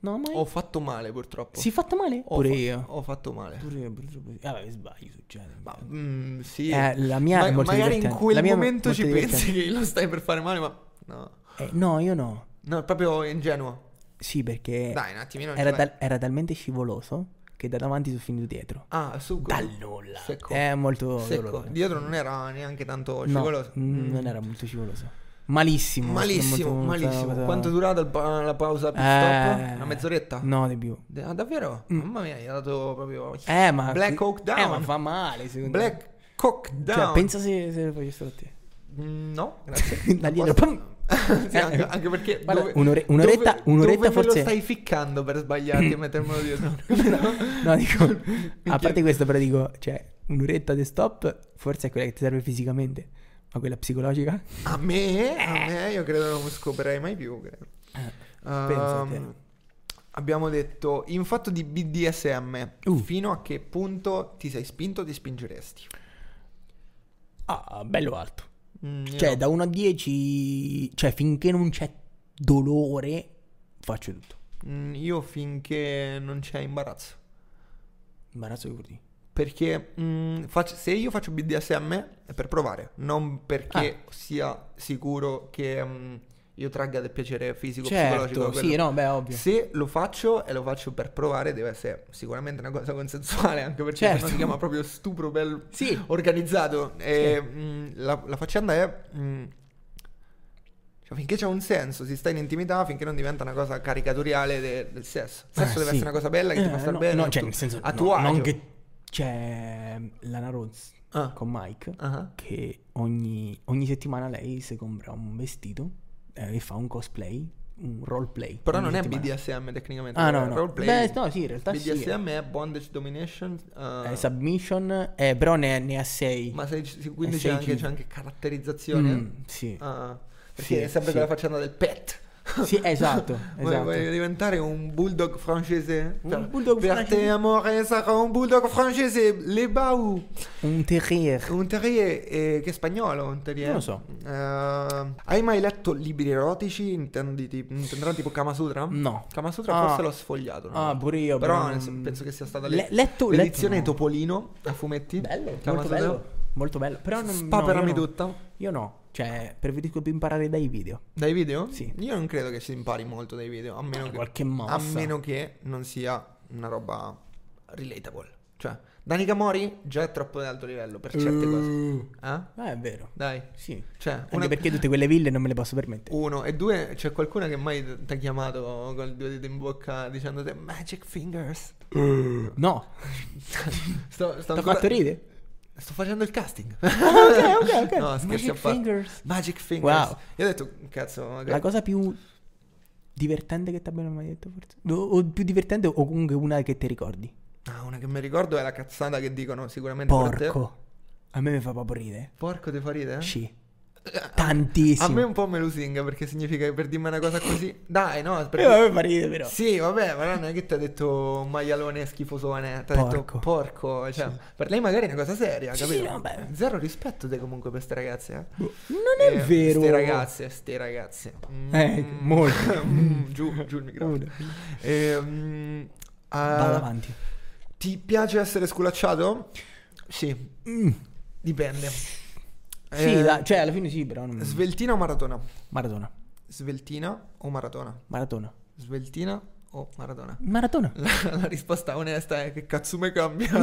S2: No, mai.
S1: Ho fatto male purtroppo.
S2: Si è fatto male?
S1: Ho
S2: Pure
S1: fa-
S2: io.
S1: Ho fatto male.
S2: Pure io, purtroppo. sì. Ah, vabbè, sbaglio, succede.
S1: Ma, mm, sì.
S2: Eh, la mia è molto
S1: magari in
S2: divertente.
S1: quel
S2: La mia è
S1: momento
S2: molto
S1: ci
S2: divertente.
S1: pensi che lo stai per fare male, ma no.
S2: Eh, no, io no.
S1: No, è proprio ingenuo.
S2: Sì, perché
S1: Dai, un attimino.
S2: Eh, era,
S1: ce l'hai.
S2: tal- era talmente scivoloso che da davanti sono finito dietro.
S1: Ah, su.
S2: Dal nulla.
S1: Secco.
S2: È molto
S1: secco.
S2: doloroso.
S1: Dietro non era neanche tanto
S2: No,
S1: scivoloso.
S2: mm, non era molto scivoloso. Malissimo. sono
S1: Malissimo,
S2: molto-
S1: malissimo.
S2: molto-
S1: Quanto è durata il pa- la pausa pit
S2: Eh,
S1: stop? Una mezz'oretta?
S2: No, di più.
S1: D- ah, davvero? Mamma mia, gli ha dato proprio
S2: Eh, ma
S1: Black Hawk Down.
S2: Eh, ma fa male, secondo me.
S1: Black Cock Down.
S2: Cioè, pensa se, se lo facessero a te.
S1: Mm, No, grazie.
S2: Da
S1: Non
S2: dietro,
S1: posso-
S2: pam!
S1: Sì,
S2: Eh,
S1: anche, anche perché
S2: guarda,
S1: dove-
S2: un'ore- un'oretta-
S1: dove-
S2: un'oretta
S1: dove me
S2: forse-
S1: lo stai ficcando per sbagliarti e mettermelo dietro.
S2: No, dico, a parte questo, però dico, cioè, un'oretta di stop forse è quella che ti serve fisicamente, ma quella psicologica?
S1: A me,
S2: Eh.
S1: a me, io credo non lo scoprirei mai più. credo.
S2: pensa a te.
S1: Ehm, abbiamo detto in fatto di BDSM,
S2: Uh.
S1: fino a che punto ti sei spinto ti spingeresti?
S2: Ah, bello alto.
S1: Mm, io
S2: Cioè,
S1: no.
S2: da 1 a 10, cioè, finché non c'è dolore, faccio tutto.
S1: Mm, io finché non c'è imbarazzo.
S2: Imbarazzo che vuol dire?
S1: Perché mm, faccio- se io faccio BDSM è per provare, non perché
S2: Ah.
S1: sia sicuro che mm, io tragga del piacere fisico psicologico.
S2: Certo,
S1: quello-
S2: sì, no, beh, ovvio.
S1: Se lo faccio e lo faccio per provare, deve essere sicuramente una cosa consensuale, anche perché
S2: Certo.
S1: sennò si chiama proprio stupro bel
S2: Sì.
S1: organizzato. E, mm, la, la faccenda è. mm, cioè, finché c'è un senso, si sta in intimità, finché non diventa una cosa caricatoriale de- del sesso. Il sesso
S2: Eh,
S1: deve
S2: sì.
S1: essere una cosa bella che ti
S2: Eh,
S1: fa star
S2: no,
S1: bene.
S2: No,
S1: tu-
S2: cioè, nel senso,
S1: a
S2: no,
S1: tuo agio.
S2: non che c'è Lana Rhodes
S1: Ah.
S2: con Mike,
S1: Ah.
S2: che ogni, ogni settimana lei si compra un vestito eh, e fa un cosplay, un roleplay.
S1: Però
S2: ogni
S1: non è
S2: settimana.
S1: BDSM tecnicamente.
S2: Ah,
S1: è
S2: no, no.
S1: roleplay.
S2: Beh, no, sì, in realtà sì,
S1: BDSM è bondage domination. eh,
S2: Eh, submission, eh, però ne, ne ha 6.
S1: ma sei- quindi
S2: è
S1: c'è
S2: sei
S1: anche,
S2: giri.
S1: c'è anche caratterizzazione.
S2: Mm, sì.
S1: Ah, perché
S2: Sì,
S1: è sempre
S2: sì.
S1: quella faccenda del pet.
S2: Sì, esatto,
S1: Vuoi-
S2: esatto.
S1: Vuoi diventare un bulldog francese?
S2: Un
S1: Per-
S2: bulldog
S1: per te,
S2: francese.
S1: amore, sarò un bulldog francese. Le bau.
S2: Un terrier.
S1: Un terrier eh, che è spagnolo, un terrier.
S2: Non lo so.
S1: Eh, hai mai letto libri erotici? Intendi, ti- intenderà tipo Kama Sutra?
S2: No.
S1: Kama Sutra
S2: Ah.
S1: forse l'ho sfogliato. no?
S2: Ah, pure io,
S1: Però
S2: però
S1: nel
S2: non-
S1: senso, penso che sia stata
S2: Le-
S1: le-
S2: letto-
S1: l'edizione
S2: letto no.
S1: Topolino a fumetti.
S2: Bello,
S1: Kama
S2: molto
S1: Sutra. Ah,
S2: bello. Molto bello. Però non,
S1: Spaperami
S2: no, io no.
S1: tutta.
S2: Io no, cioè, preferisco più imparare dai video.
S1: Dai video?
S2: Sì.
S1: Io non credo che si impari molto dai video, a meno,
S2: Ah,
S1: che,
S2: qualche mossa.
S1: a meno che non sia una roba relatable. Cioè, Danica Mori già è troppo di alto livello per certe cose. Eh?
S2: Ah, è vero.
S1: Dai.
S2: Sì.
S1: Cioè,
S2: Mm. Anche
S1: una,
S2: perché tutte quelle ville non me le posso permettere.
S1: uno e due, c'è qualcuno che mai ti ha chiamato con due dita in bocca dicendo te Magic Fingers.
S2: No.
S1: Sto, sto,
S2: T'ho
S1: ancora-
S2: fatto ridere? Ah,
S1: sto facendo il casting.
S2: ok, ok, ok.
S1: No, scherzi
S2: Magic
S1: a parte.
S2: Fingers.
S1: Magic Fingers.
S2: Wow.
S1: Io ho detto, cazzo, magari-
S2: La cosa più divertente che ti abbiano mai detto forse? O, o più divertente o comunque una che ti ricordi?
S1: Ah, una che mi ricordo è la cazzata che dicono sicuramente per te.
S2: Porco. A me mi fa proprio ridere.
S1: Porco ti fa ridere?
S2: Sì.
S1: Eh, A me
S2: Tantissimo.
S1: un po' me lusinga perché significa che per dirmi una cosa così... Dai, no,
S2: Eh,
S1: perché...
S2: a me fa ridere però.
S1: Sì, vabbè, ma non è che ti ha detto maialone schifosone, ti ha detto
S2: Porco.
S1: porco, cioè, per lei magari è una cosa seria,
S2: Sì,
S1: capito?
S2: sì, no, beh.
S1: Zero rispetto te comunque per ste ragazze, eh.
S2: Non è
S1: Eh,
S2: vero.
S1: Ste ragazze, ste ragazze. Mm.
S2: Eh, molto.
S1: Mm, giù, giù il microfono.
S2: Una.
S1: Ehm, ah,
S2: Vado avanti.
S1: ti piace essere sculacciato? Sì, dipende.
S2: Mm. Sì,
S1: Eh,
S2: dai, cioè alla fine sì, però non...
S1: Sveltina o maratona?
S2: Maratona.
S1: Sveltina o maratona?
S2: Maratona.
S1: Sveltina o maratona?
S2: Maratona.
S1: La, la risposta onesta è che cazzo mi cambia.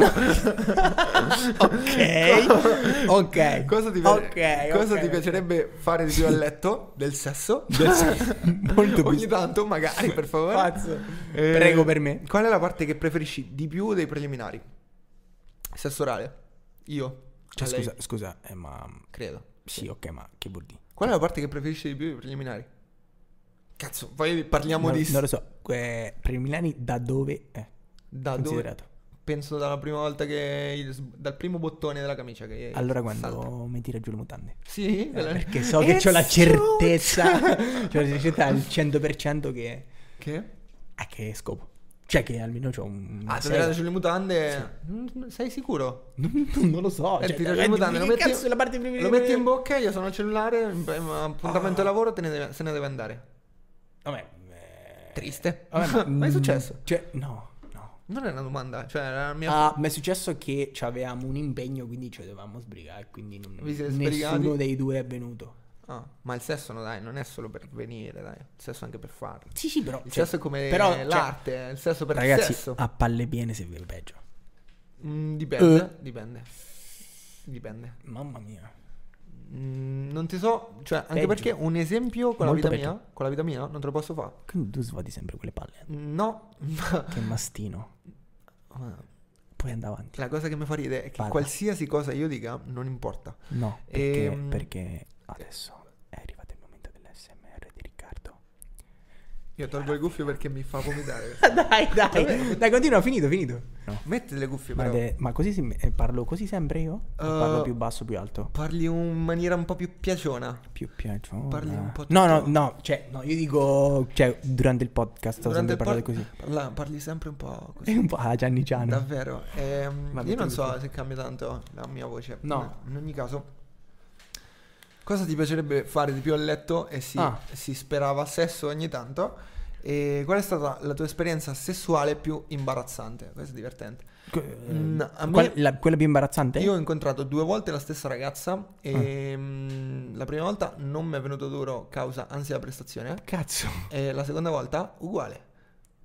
S2: ok. ok.
S1: Cosa, ti, piace-
S2: Ok,
S1: cosa
S2: ok,
S1: ti
S2: ok.
S1: piacerebbe fare di più a letto? Del sesso?
S2: Molto
S1: Ogni
S2: più.
S1: tanto, magari, per favore.
S2: Pazzo.
S1: Eh,
S2: Prego per me.
S1: Qual è la parte che preferisci di più dei preliminari? Sesso orale. Io.
S2: Cioè,
S1: A lei,
S2: scusa, scusa, eh, ma...
S1: Credo.
S2: Sì, ok, ma che vuol dire?
S1: Qual è la parte che preferisci di più dei preliminari? Cazzo, poi parliamo
S2: Non,
S1: di...
S2: non lo so. Eh, preliminari da dove è
S1: Da dove?
S2: considerato?
S1: Penso dalla prima volta che... il- dal primo bottone della camicia che...
S2: Allora quando
S1: salta.
S2: mi tira giù le mutande.
S1: Sì?
S2: Eh,
S1: quella-
S2: Perché so che ho la
S1: It's true.
S2: certezza, c'ho la certezza al 100% che...
S1: Che?
S2: A che scopo? Cioè che almeno c'ho un...
S1: Ah,
S2: una
S1: ti ho tirato
S2: serie.
S1: sulle mutande... Mm, Sei sicuro?
S2: non, non lo so.
S1: Eh,
S2: cioè,
S1: ti tirato sulle
S2: eh,
S1: mutande,
S2: che
S1: lo metti,
S2: cazzo è la parte prima-
S1: lo metti in bocca, io sono al cellulare,
S2: Ah.
S1: appuntamento lavoro, te ne deve- se ne deve andare.
S2: Vabbè, eh,
S1: Triste.
S2: vabbè, ma-
S1: Ma è successo?
S2: Cioè, no, no.
S1: Non è una domanda, cioè era la mia...
S2: Ah, mi è successo che avevamo un impegno, quindi ci dovevamo sbrigare, quindi non,
S1: Vi siete
S2: nessuno
S1: sbrigati?
S2: dei due è venuto.
S1: Ah, ma il sesso no dai, non è solo per venire, dai, il sesso è anche per farlo.
S2: Sì, sì, però...
S1: Il
S2: cioè,
S1: sesso è come
S2: però, cioè,
S1: l'arte, è il sesso per il
S2: ragazzi, ah.
S1: sesso.
S2: a palle piene se ve peggio.
S1: Mm, dipende,
S2: Eh.
S1: dipende. Dipende.
S2: Mamma mia.
S1: Mm, non ti so, cioè, anche
S2: Peggio.
S1: perché un esempio con la vita
S2: Molto peggio.
S1: mia, con la vita mia non te lo posso fare.
S2: Quindi tu svuoti sempre quelle palle. eh?
S1: No.
S2: Che mastino. Puoi andare avanti.
S1: La cosa che mi fa ridere è che
S2: Parla.
S1: qualsiasi cosa io dica non importa.
S2: No, perché,
S1: Ehm.
S2: perché adesso è arrivato il momento dell'SMR di Riccardo.
S1: Io tolgo le cuffie perché mi fa vomitare.
S2: dai, dai. dai, continua, finito, finito.
S1: Metti le cuffie
S2: Ma,
S1: però.
S2: de- ma così si- eh, parlo così sempre io? O parlo
S1: Eh.
S2: più basso, più alto?
S1: Parli in maniera un po' più piaciona.
S2: Più piacciono.
S1: Parli un po'
S2: No, no,
S1: tu.
S2: no, cioè, no, io dico, cioè, durante il podcast ho sempre
S1: Durante il
S2: parlato
S1: pod-
S2: così.
S1: parla- parli sempre un po' così.
S2: È un po' ah, Gianni Ciano.
S1: Davvero. Ehm,
S2: Vabbè,
S1: io non
S2: ti
S1: so
S2: dico.
S1: se cambia tanto la mia voce.
S2: No.
S1: In ogni caso, cosa ti piacerebbe fare di più a letto? E si,
S2: Ah.
S1: si sperava sesso ogni tanto. E qual è stata la tua esperienza sessuale più imbarazzante? Questo è divertente.
S2: Que-
S1: Mm, a me-
S2: Ehm, qual- la- quella più imbarazzante?
S1: Io ho incontrato due volte la stessa
S2: Ah.
S1: ragazza e mm, la prima volta non mi è venuto duro causa ansia da prestazione
S2: Cazzo,
S1: e la seconda volta uguale.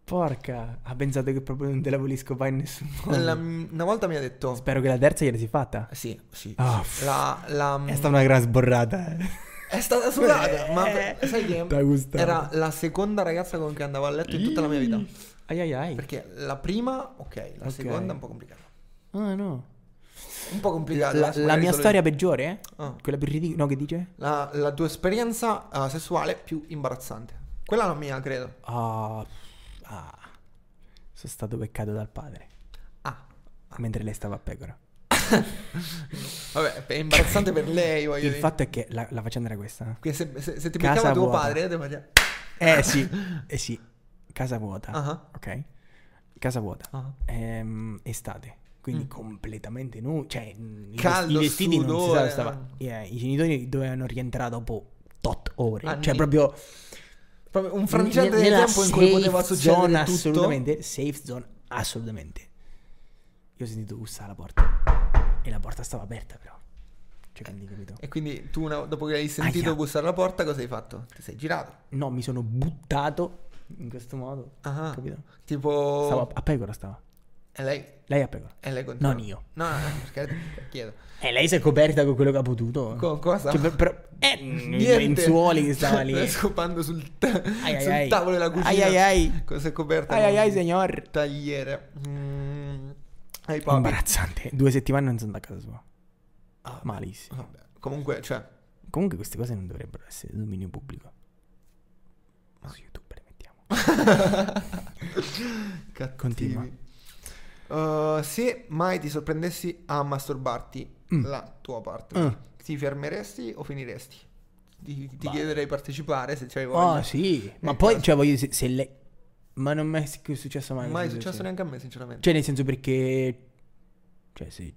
S2: porca. Ha pensato che proprio non te la volevi scopare in nessun modo.
S1: La- una volta mi ha detto...
S2: Spero che la terza gliela si fatta.
S1: Sì, sì.
S2: Ah,
S1: sì. La, la- mm,
S2: È stata una gran sborrata. eh.
S1: È stata sudata, ma sai che
S2: T'ha gustato.
S1: era la seconda ragazza con cui andavo a letto in tutta la mia vita.
S2: Ai ai ai.
S1: Perché la prima, ok, la
S2: Ok.
S1: seconda è un po' complicata.
S2: Ah, no.
S1: Un po' complicata.
S2: La,
S1: eh,
S2: la
S1: magari
S2: mia
S1: solo-
S2: storia peggiore? eh?
S1: Ah.
S2: Quella più ridicola. No, che dice?
S1: La, la tua esperienza eh, sessuale più imbarazzante. Quella la mia, credo.
S2: Ah, ah. Sono stato peccato dal padre.
S1: Ah,
S2: Mentre lei stava a pecora.
S1: vabbè, è imbarazzante per lei, voglio
S2: Il
S1: dire.
S2: fatto è che la, la faccenda era questa.
S1: Che se, se- se ti
S2: Casa
S1: beccava tuo
S2: vuota.
S1: padre, te facevi-
S2: Eh sì, eh sì. Casa vuota.
S1: Ah.
S2: Ok? Casa vuota.
S1: Ah. Mm.
S2: Ehm, estate. Quindi completamente nu. Cioè, mm, i
S1: Caldo,
S2: vest- i vestiti non si sa
S1: sudore.
S2: dove stava. Eh, I genitori dovevano rientrare dopo tot ore.
S1: Anni.
S2: Cioè, proprio
S1: Proprio un
S2: Nel-
S1: frangente del
S2: nella
S1: tempo in cui
S2: safe
S1: poteva succedere
S2: zone,
S1: tutto.
S2: assolutamente safe zone assolutamente io ho sentito bussare alla porta e la porta stava aperta però cioè quindi capito
S1: E quindi tu, una- dopo che hai sentito
S2: Aia.
S1: bussare alla porta, cosa hai fatto? Ti sei girato.
S2: no mi sono buttato in questo modo
S1: Ah,
S2: capito
S1: Tipo...
S2: stava a pecora stava
S1: E lei...
S2: lei a pecora
S1: E lei continua.
S2: Non io.
S1: No, no, no, perché chiedo.
S2: e Eh, lei si è coperta con quello che ha potuto
S1: Con cosa?
S2: cioè, per- per- eh, i
S1: Niente.
S2: lenzuoli che stava lì
S1: Stai
S2: ai
S1: scopando sul, ta-
S2: ai
S1: sul
S2: ai.
S1: tavolo della cucina.
S2: ai ai ai
S1: Cosa è coperta?
S2: ai ai
S1: con
S2: ai
S1: un
S2: signor
S1: Tagliere. Mm, ai papi.
S2: imbarazzante due settimane non sono andato a casa sua
S1: Ah,
S2: malissimo
S1: Vabbè, Comunque, cioè...
S2: Comunque queste cose non dovrebbero essere dominio pubblico. Su YouTube le metti.
S1: Cattivi.
S2: Continua.
S1: Uh, se mai ti sorprendessi a masturbarti la tua partner,
S2: Mm.
S1: ti fermeresti o finiresti? Ti, ti chiederei di partecipare se c'hai voglia.
S2: Oh, sì. Ma
S1: Eh,
S2: poi,
S1: cosa-
S2: cioè, voglio dire, se, se lei... Ma non mi è s- successo mai.
S1: Mai è
S2: questa
S1: successo
S2: situazione.
S1: neanche a me, sinceramente.
S2: Cioè, nel senso perché... Cioè, sì.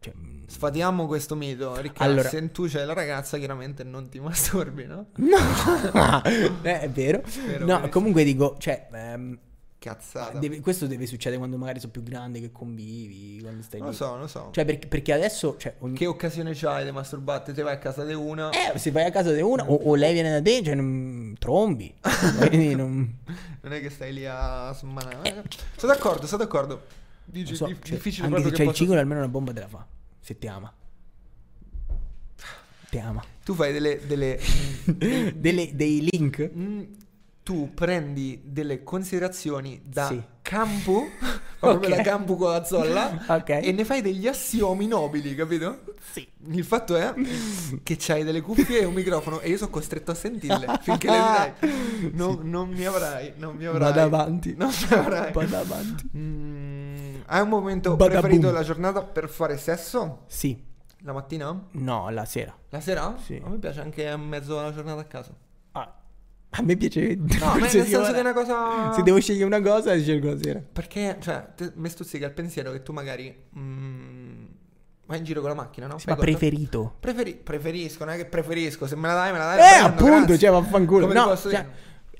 S2: Cioè, mm,
S1: Sfatiamo questo mito, Riccardo.
S2: Allora-
S1: Se tu c'hai la ragazza, chiaramente non ti masturbi, no?
S2: No, Eh, è
S1: Vero, Ah,
S2: vero. No,
S1: verissimo.
S2: comunque dico, cioè, ehm,
S1: Cazzata.
S2: deve- questo deve succedere quando magari sono più grande che convivi, quando stai
S1: Non lo
S2: lì.
S1: so, non lo so.
S2: Cioè, perché, perché adesso, cioè, ogni-
S1: Che occasione c'hai di masturbarti? Te vai a casa di una.
S2: eh, se vai a casa di una o, o lei viene da te, cioè, non trombi. Quindi non...
S1: Non è che stai lì a smanare. Sono d'accordo, sono d'accordo. Dici,
S2: non so,
S1: di-
S2: cioè,
S1: difficile
S2: anche se
S1: proprio
S2: c'è
S1: che
S2: il
S1: possa-
S2: ciclo, almeno una bomba te la fa, se ti ama. Ti ama.
S1: Tu fai delle... delle
S2: Delle- dei link?
S1: mm, tu prendi delle considerazioni da
S2: Sì.
S1: campo, proprio
S2: Ok.
S1: da campo con la zolla,
S2: Ok.
S1: e ne fai degli assiomi nobili, capito?
S2: Sì.
S1: Il fatto è che c'hai delle cuffie e un microfono e io sono costretto a sentirle finché le vedrai. Non, non mi avrai, non mi avrai.
S2: Vado avanti.
S1: Non mi avrai.
S2: Vado avanti.
S1: Mm, hai un momento
S2: Badaboom.
S1: preferito della giornata per fare sesso?
S2: Sì.
S1: La mattina?
S2: No, la sera.
S1: La sera?
S2: Sì.
S1: A me piace anche a mezzo alla giornata a casa.
S2: Ah, a me piace.
S1: No, ma nel
S2: qualsiasi
S1: senso
S2: ora.
S1: che è una cosa-
S2: Se devo scegliere una cosa, scelgo la sera.
S1: Perché, cioè, te- mi stuzzica il pensiero che tu magari mm, vai in giro con la macchina, no?
S2: Sì,
S1: Fai
S2: ma
S1: conto?
S2: preferito.
S1: Preferi- preferisco, non è che preferisco, se me la dai me la dai.
S2: Eh,
S1: la prendo,
S2: appunto,
S1: grazie.
S2: cioè, vaffanculo.
S1: Come ti
S2: No,
S1: posso dire?
S2: cioè,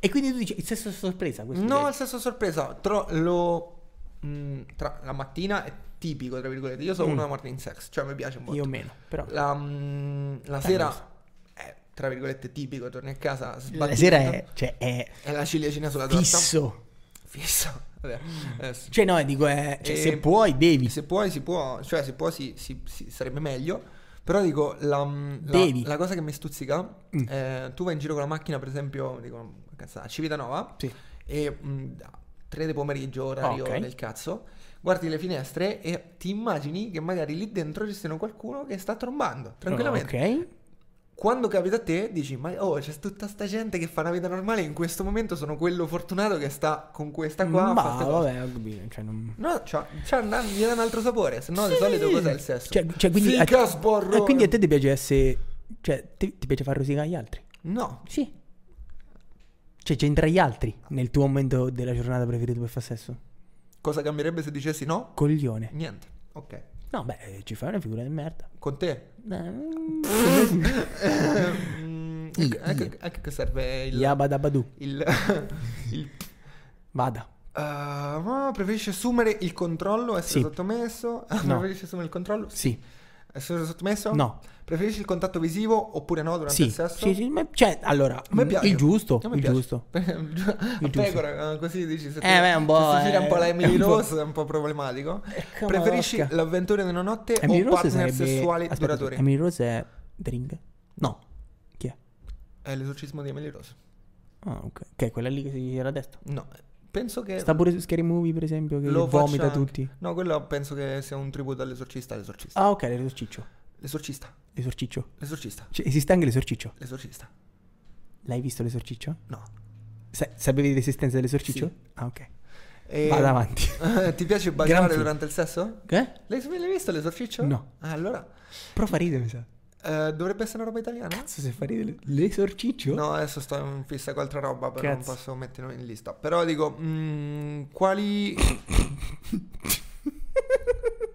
S2: e quindi tu dici, il sesso è sorpresa questo?
S1: No,
S2: direi.
S1: al senso sorpresa, tro- lo, mm, tra- la mattina è tipico, tra virgolette. Io sono
S2: Mm.
S1: una morning sex, cioè mi piace molto.
S2: Io Eh, meno, però. La,
S1: La, mm, la
S2: non
S1: sera è, tra virgolette, tipico, torni a casa, sbatti
S2: sera
S1: tutto.
S2: è, cioè, è
S1: È la ciliegina sulla torta.
S2: fisso.
S1: Fisso. Vabbè, adesso.
S2: Cioè, no, dico, è, cioè,
S1: E-
S2: se puoi, devi.
S1: Ehm, Se puoi, si può, cioè se può si, si- si- sarebbe meglio. Però dico, la, mm, la,
S2: Devi. Mm.
S1: la cosa che mi stuzzica, eh, tu vai in giro con la macchina, per esempio, dico, cazzo, a Civitanova,
S2: Sì.
S1: e mh, da 3 di pomeriggio, orario
S2: Ah, ok.
S1: del cazzo, guardi le finestre e ti immagini che magari lì dentro ci siano qualcuno che sta trombando, tranquillamente.
S2: Ok.
S1: Quando capita a te, dici, ma oh, c'è tutta sta gente che fa una vita normale, in questo momento sono quello fortunato che sta con questa qua. a
S2: Mm, Ma
S1: fa ste cose."
S2: vabbè, ho capito, cioè, non...
S1: No, c'ha, c'ha una- gli dà un altro sapore, se no di solito cos'è il sesso?
S2: Cioè, cioè, quindi, a,
S1: Fica sborrone.
S2: eh, quindi a te ti piace essere... Cioè, ti, ti piace far rosicare gli altri?
S1: No,
S2: Sì. Cioè, c'entra gli altri nel tuo momento della giornata preferito per far sesso?
S1: cosa cambierebbe se dicessi no?
S2: Coglione.
S1: Niente, ok.
S2: No, beh, eh, ci fai una figura di merda.
S1: Con te?
S2: Eh,
S1: Ehm,
S2: Io,
S1: ecco, ecco,
S2: io.
S1: ecco che serve il...
S2: Yabadabadu.
S1: il, il-
S2: Vada.
S1: Ah, ma preferisci assumere il controllo, essere
S2: Sì.
S1: sottomesso?
S2: No.
S1: Preferisci assumere il controllo?
S2: Sì.
S1: Essere sottomesso?
S2: No.
S1: Preferisci il contatto visivo oppure no durante
S2: Sì.
S1: il sesso?
S2: Sì, sì, ma- cioè, allora,
S1: A me
S2: mh,
S1: piace.
S2: il giusto,
S1: A me
S2: il
S1: piace.
S2: giusto.
S1: a
S2: Il giusto.
S1: pecora, eh, così dici se ti-
S2: Eh, beh, è un po',
S1: se si gira un po' la
S2: eh,
S1: Emily
S2: è un po'.
S1: Rose è un po' problematico.
S2: Ecco,
S1: Preferisci
S2: ma porca.
S1: l'avventura di una notte
S2: Emily
S1: o
S2: Rose
S1: partner
S2: sarebbe...
S1: sessuali
S2: aspetta,
S1: duraturi?
S2: Emily Rose è Dring? No. Chi è?
S1: È l'esorcismo di Emily Rose.
S2: Ah, ok. Che è quella lì che si era a destra.
S1: No, penso che
S2: Sta pure su Scary Movie, per esempio, che
S1: Eh, lo
S2: vomita
S1: faccia anche-
S2: tutti.
S1: No, quello penso che sia un tributo all'esorcista, all'esorcista.
S2: Ah, ok, l'esorciccio.
S1: L'esorcista,
S2: L'esorciccio.
S1: l'esorcista,
S2: Cioè, esiste anche l'esorciccio.
S1: l'esorcista.
S2: L'hai visto l'esorciccio?
S1: No.
S2: Sa- sapevi l'esistenza dell'esorciccio? Ah, ok.
S1: E-
S2: Vado avanti.
S1: Ti piace
S2: Gran
S1: baciare
S2: film.
S1: durante il sesso?
S2: Eh?
S1: L'hai, l'hai visto l'esorciccio?
S2: No.
S1: Ah, allora,
S2: Però fa ridere, mi sa.
S1: eh, dovrebbe essere una roba italiana?
S2: Cazzo, se fa ridere. L'esorciccio?
S1: No, adesso sto in fissa con altra roba, però non
S2: Cazzo.
S1: posso metterlo in lista. Però dico, mm, quali...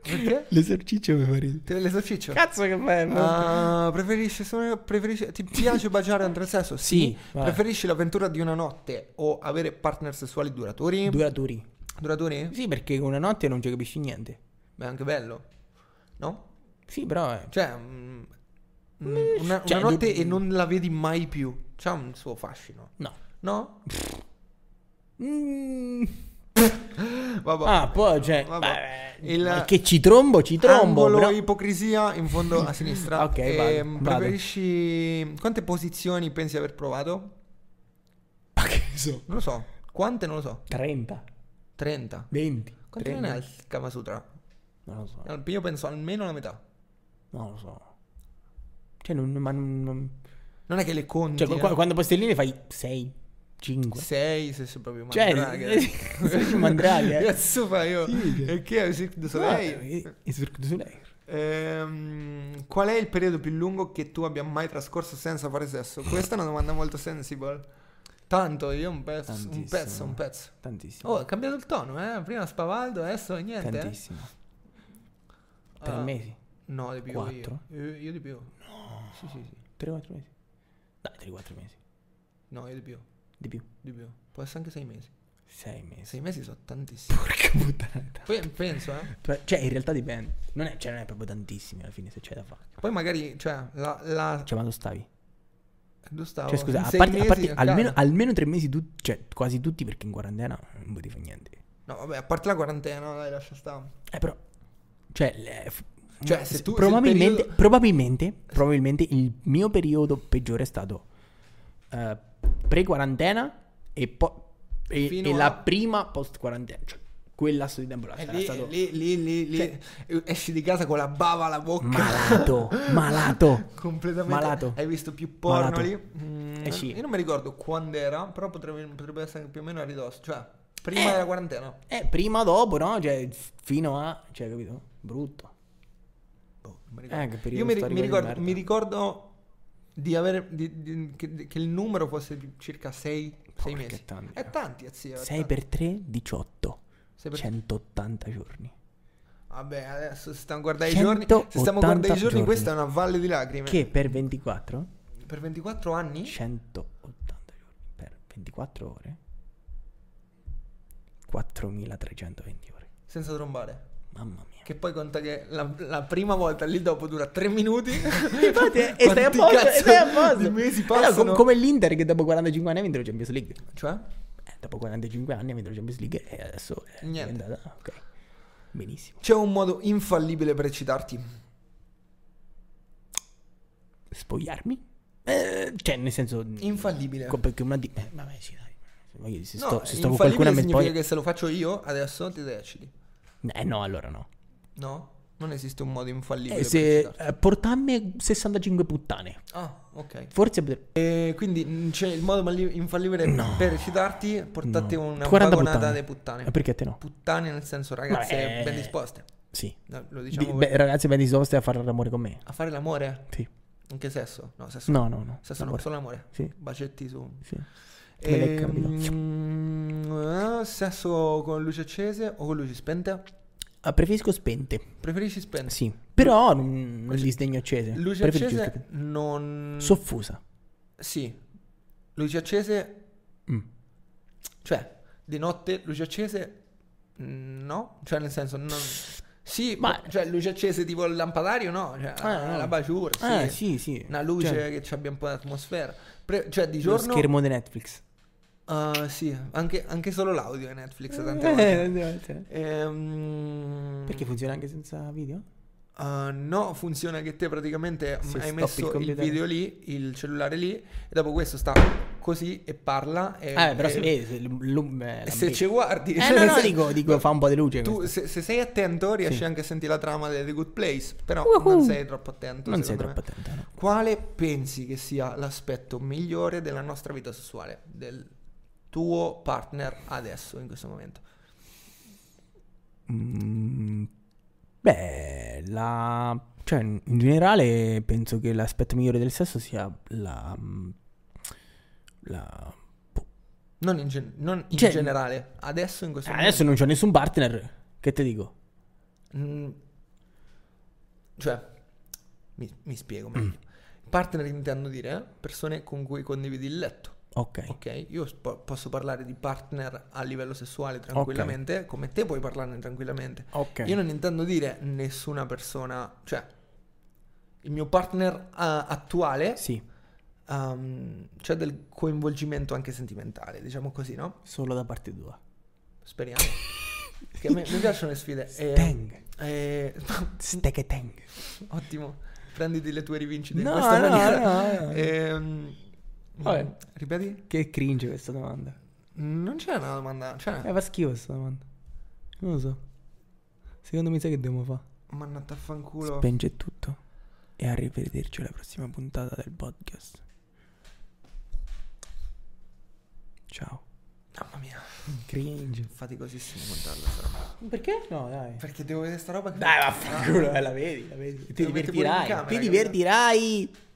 S1: Perché?
S2: L'esorciccio mi fa ridere.
S1: Te- L'esorciccio?
S2: Cazzo che bello.
S1: Ah, preferisci, solo- preferisci- ti piace baciare oltre il sesso?
S2: Sì, vai.
S1: Preferisci l'avventura di una notte o avere partner sessuali duraturi?
S2: Duraturi.
S1: duraturi?
S2: Sì, perché con una notte non ci capisci niente.
S1: Beh, anche bello. No?
S2: Sì, però... eh,
S1: Cioè, mm, mm, una,
S2: cioè,
S1: una notte
S2: du-
S1: e non la vedi mai più. C'ha un suo fascino.
S2: No.
S1: No?
S2: Mm.
S1: Vabbè.
S2: Ah, poi, cioè...
S1: Vabbè.
S2: vabbè,
S1: Il-
S2: ma Che ci trombo, ci trombo.
S1: Angolo
S2: però-
S1: ipocrisia in fondo a sinistra.
S2: Ok,
S1: Ehm,
S2: vado, vado.
S1: Preferisci. Quante posizioni pensi di aver provato?
S2: Ma che so?
S1: Non lo so. Quante non lo so.
S2: 30,
S1: 30.
S2: 20.
S1: Quante
S2: 30.
S1: ne è il Kama Sutra?
S2: Non lo so.
S1: Al- Io penso almeno la metà.
S2: Non lo so. Cioè, non, ma non- non-
S1: Non è che le conti.
S2: Cioè, qua-
S1: eh.
S2: quando postellini fai 6. 5.
S1: 6 se sei proprio
S2: Cioè,
S1: mandraghe.
S2: sei mandraghe, eh.
S1: Cazzo fai io?
S2: Sì.
S1: E che è il Cirque du Soleil?
S2: Il Cirque du Soleil.
S1: Ehm, qual è il periodo più lungo che tu abbia mai trascorso senza fare sesso? Questa è una domanda molto sensible. Tanto, io un pezzo, un
S2: Tantissimo.
S1: pezzo, un pezzo.
S2: Tantissimo.
S1: Oh, è cambiato il tono, eh? Prima spavaldo, adesso niente. eh.
S2: Tantissimo.
S1: Ah,
S2: Tre mesi.
S1: No, di più
S2: Quattro?
S1: io. Io, io di più. Sì, sì, sì.
S2: 3-4 mesi. Dai, 3-4 mesi.
S1: No, io di più.
S2: Di più.
S1: Di più. Può essere anche sei mesi.
S2: 6 mesi.
S1: Sei mesi sono tantissimi.
S2: Porca puttana.
S1: Poi penso, eh.
S2: Cioè, Cioè, in realtà dipende. Non è, cioè, non è proprio tantissimi alla fine se c'è da fare.
S1: Poi magari, cioè, la... la...
S2: Cioè, ma dove stavi?
S1: dove stavo?
S2: Cioè, scusa, a
S1: Oh, Sei
S2: parte, a
S1: mesi,
S2: parte
S1: a casa.
S2: almeno, almeno tre mesi, tut- cioè, quasi tutti, perché in quarantena non potevi fare niente.
S1: No, vabbè, a parte la quarantena, dai, lascia stare.
S2: Eh, però, cioè, le- f-
S1: Cioè, se tu- se il
S2: probabilmente,
S1: periodo-
S2: probabilmente, probabilmente il mio periodo peggiore è stato eh, pre-quarantena e, po- e,
S1: Fino
S2: e
S1: a-
S2: la prima post-quarantena. Cioè, quel lasso di tempo là
S1: E
S2: sarà
S1: Eh, lì,
S2: stato
S1: lì, lì, lì, lì, Cioè, esci di casa con la bava alla bocca.
S2: malato, malato.
S1: Completamente.
S2: Malato.
S1: Hai visto più porno
S2: Malato.
S1: lì? Mm,
S2: Eh sì.
S1: Io non mi ricordo quando era, però potrebbe, potrebbe essere più o meno a ridosso. Cioè, prima
S2: Eh.
S1: della quarantena.
S2: Eh, prima o dopo, no? Cioè, fino a... Cioè, capito? Brutto.
S1: Boh, non mi ricordo.
S2: Eh, che periodo
S1: Io mi, ri-
S2: storico
S1: mi
S2: di
S1: ricordo,
S2: merda.
S1: mi ricordo di avere di- di- che, che il numero fosse di circa 6
S2: Porca
S1: mesi.
S2: tanti. eh.
S1: È tanti, zia.
S2: 6 per 3, 18.
S1: Sei per-
S2: 180 giorni.
S1: Vabbè, adesso se stiamo a guardare i giorni, se stiamo a
S2: 180
S1: guardare i giorni,
S2: giorni.
S1: questa è una valle di lacrime.
S2: Che per 24?
S1: Per 24 anni?
S2: 180 giorni. Per 24 ore? 4320 ore.
S1: Senza trombare.
S2: Mamma mia.
S1: Che poi conta che la, la prima volta lì dopo dura tre minuti.
S2: Infatti, e stai a
S1: Quanti
S2: posto, e
S1: cazzo
S2: stai a posto.
S1: di mesi
S2: Eh, no,
S1: passano.
S2: com- come l'Inter che dopo 45 anni ha vinto la Champions League.
S1: Cioè?
S2: Eh, dopo 45 anni ha vinto la Champions League e adesso è
S1: Niente.
S2: diventata... ah, Ok. Benissimo.
S1: C'è un modo infallibile per eccitarti.
S2: Spogliarmi? Eh, cioè, nel senso...
S1: Infallibile.
S2: Co- perché una di... eh, vabbè, sì, dai. Se voglio- Se sto,
S1: no,
S2: se sto con qualcuno
S1: infallibile
S2: a me
S1: significa
S2: spoglia...
S1: che se lo faccio io adesso ti ecciti.
S2: Eh no, allora no.
S1: No? Non esiste un modo infallibile
S2: Eh,
S1: per
S2: se,
S1: eccitarti.
S2: eh, portarmi 65 puttane.
S1: Ah, ok.
S2: Forse poter-
S1: E quindi mh, c'è il modo mali- infallibile per eccitarti, portate
S2: no.
S1: una
S2: 40
S1: vagonata di puttane.
S2: Eh, Perché a te no?
S1: Puttane nel senso ragazze
S2: Vabbè.
S1: ben disposte.
S2: Sì.
S1: No, lo
S2: Di-
S1: diciamo
S2: beh, ragazzi, ben disposte a fare l'amore con me.
S1: a fare l'amore?
S2: Sì.
S1: In che sesso? No, sesso
S2: No, no, no.
S1: Sesso no,
S2: L'amore.
S1: solo l'amore.
S2: Sì.
S1: Bacetti su.
S2: Sì. Me l'hai capito.
S1: Ehm, eh, sesso con luci accese o con luci spente?
S2: Ah, preferisco spente.
S1: Preferisci spente?
S2: Sì. Però non, non li sdegno accese.
S1: Luci
S2: Preferisco
S1: accese
S2: spente.
S1: non...
S2: Soffusa.
S1: sì. Luci accese...
S2: Mm.
S1: Cioè, di notte luci accese... mm, No? Cioè, nel senso... Non... Sì,
S2: Ma-
S1: ma... Cioè, luci accese tipo il lampadario, no? Cioè,
S2: Ah, no.
S1: la baciura, sì.
S2: Ah, sì, sì.
S1: Una luce
S2: Cioè,
S1: che ci abbia un po' di atmosfera. Pre- cioè, di
S2: lo
S1: giorno...
S2: schermo di Netflix.
S1: Ah, sì, anche, anche solo l'audio è Netflix tante volte. Mm.
S2: Eh, cioè,
S1: Ehm,
S2: Perché funziona anche senza video?
S1: ah, no, funziona che te praticamente
S2: Se
S1: m- hai
S2: stoppi il
S1: messo il,
S2: computer.
S1: video lì, il cellulare lì, e dopo questo sta così e parla. E,
S2: Ah, beh, però
S1: e-
S2: si vede. Se, l- l- eh,
S1: e
S2: la
S1: Eh, se
S2: vedi.
S1: ci guardi,
S2: Eh, no, no, dico, dico, fa un po' di luce.
S1: Tu,
S2: questo.
S1: se, se sei attento, riesci
S2: Sì.
S1: anche a sentire la trama di The Good Place. Però
S2: Uhuhu.
S1: non sei troppo attento.
S2: non sei
S1: secondo
S2: troppo
S1: me.
S2: attento. no.
S1: Quale pensi che sia l'aspetto migliore della nostra vita sessuale? Del tuo partner adesso, in questo momento?
S2: Mm, beh, la... Cioè, in generale penso che l'aspetto migliore del sesso sia la... la...
S1: Non in, gen- non in
S2: Cioè- eh,
S1: generale, adesso in questo
S2: Adesso non c'ho nessun partner, che te dico?
S1: momento. Mm. Cioè, mi, mi
S2: Mm.
S1: spiego meglio. Partner intendo dire eh, persone con cui condividi il letto.
S2: Ok.
S1: Ok, io sp- posso parlare di partner a livello sessuale tranquillamente, come te puoi parlarne tranquillamente.
S2: Ok.
S1: Io non intendo dire nessuna persona, cioè il mio partner eh, attuale
S2: Sì,
S1: ehm, c'è del coinvolgimento anche sentimentale, diciamo così, no?
S2: solo da parte tua.
S1: Speriamo. Che a me- mi piacciono le sfide.
S2: Eh,
S1: Eh, E-
S2: Tang.
S1: e-
S2: Steg e tang.
S1: ottimo. Prenditi le tue rivincite
S2: No,
S1: in questa
S2: no,
S1: maniera.
S2: no, no.
S1: Ehm,
S2: Vabbè.
S1: mm, Ripeti?
S2: Che cringe questa domanda.
S1: Non c'è una domanda. Cioè,
S2: Eh, fa schifo questa domanda. Non lo so. Secondo me sai che dobbiamo fare?
S1: mannata a fanculo.
S2: Spenge tutto. E a rivederci alla prossima puntata del podcast. Cringe.
S1: Faticosissimo montarla, sarà.
S2: Perché? No, dai.
S1: Perché devo vedere sta roba che...
S2: Dai, vaffanculo, eh, la vedi, la vedi. Ti
S1: Lo metti pure in
S2: divertirai.
S1: camera,
S2: Ti
S1: capito?
S2: divertirai.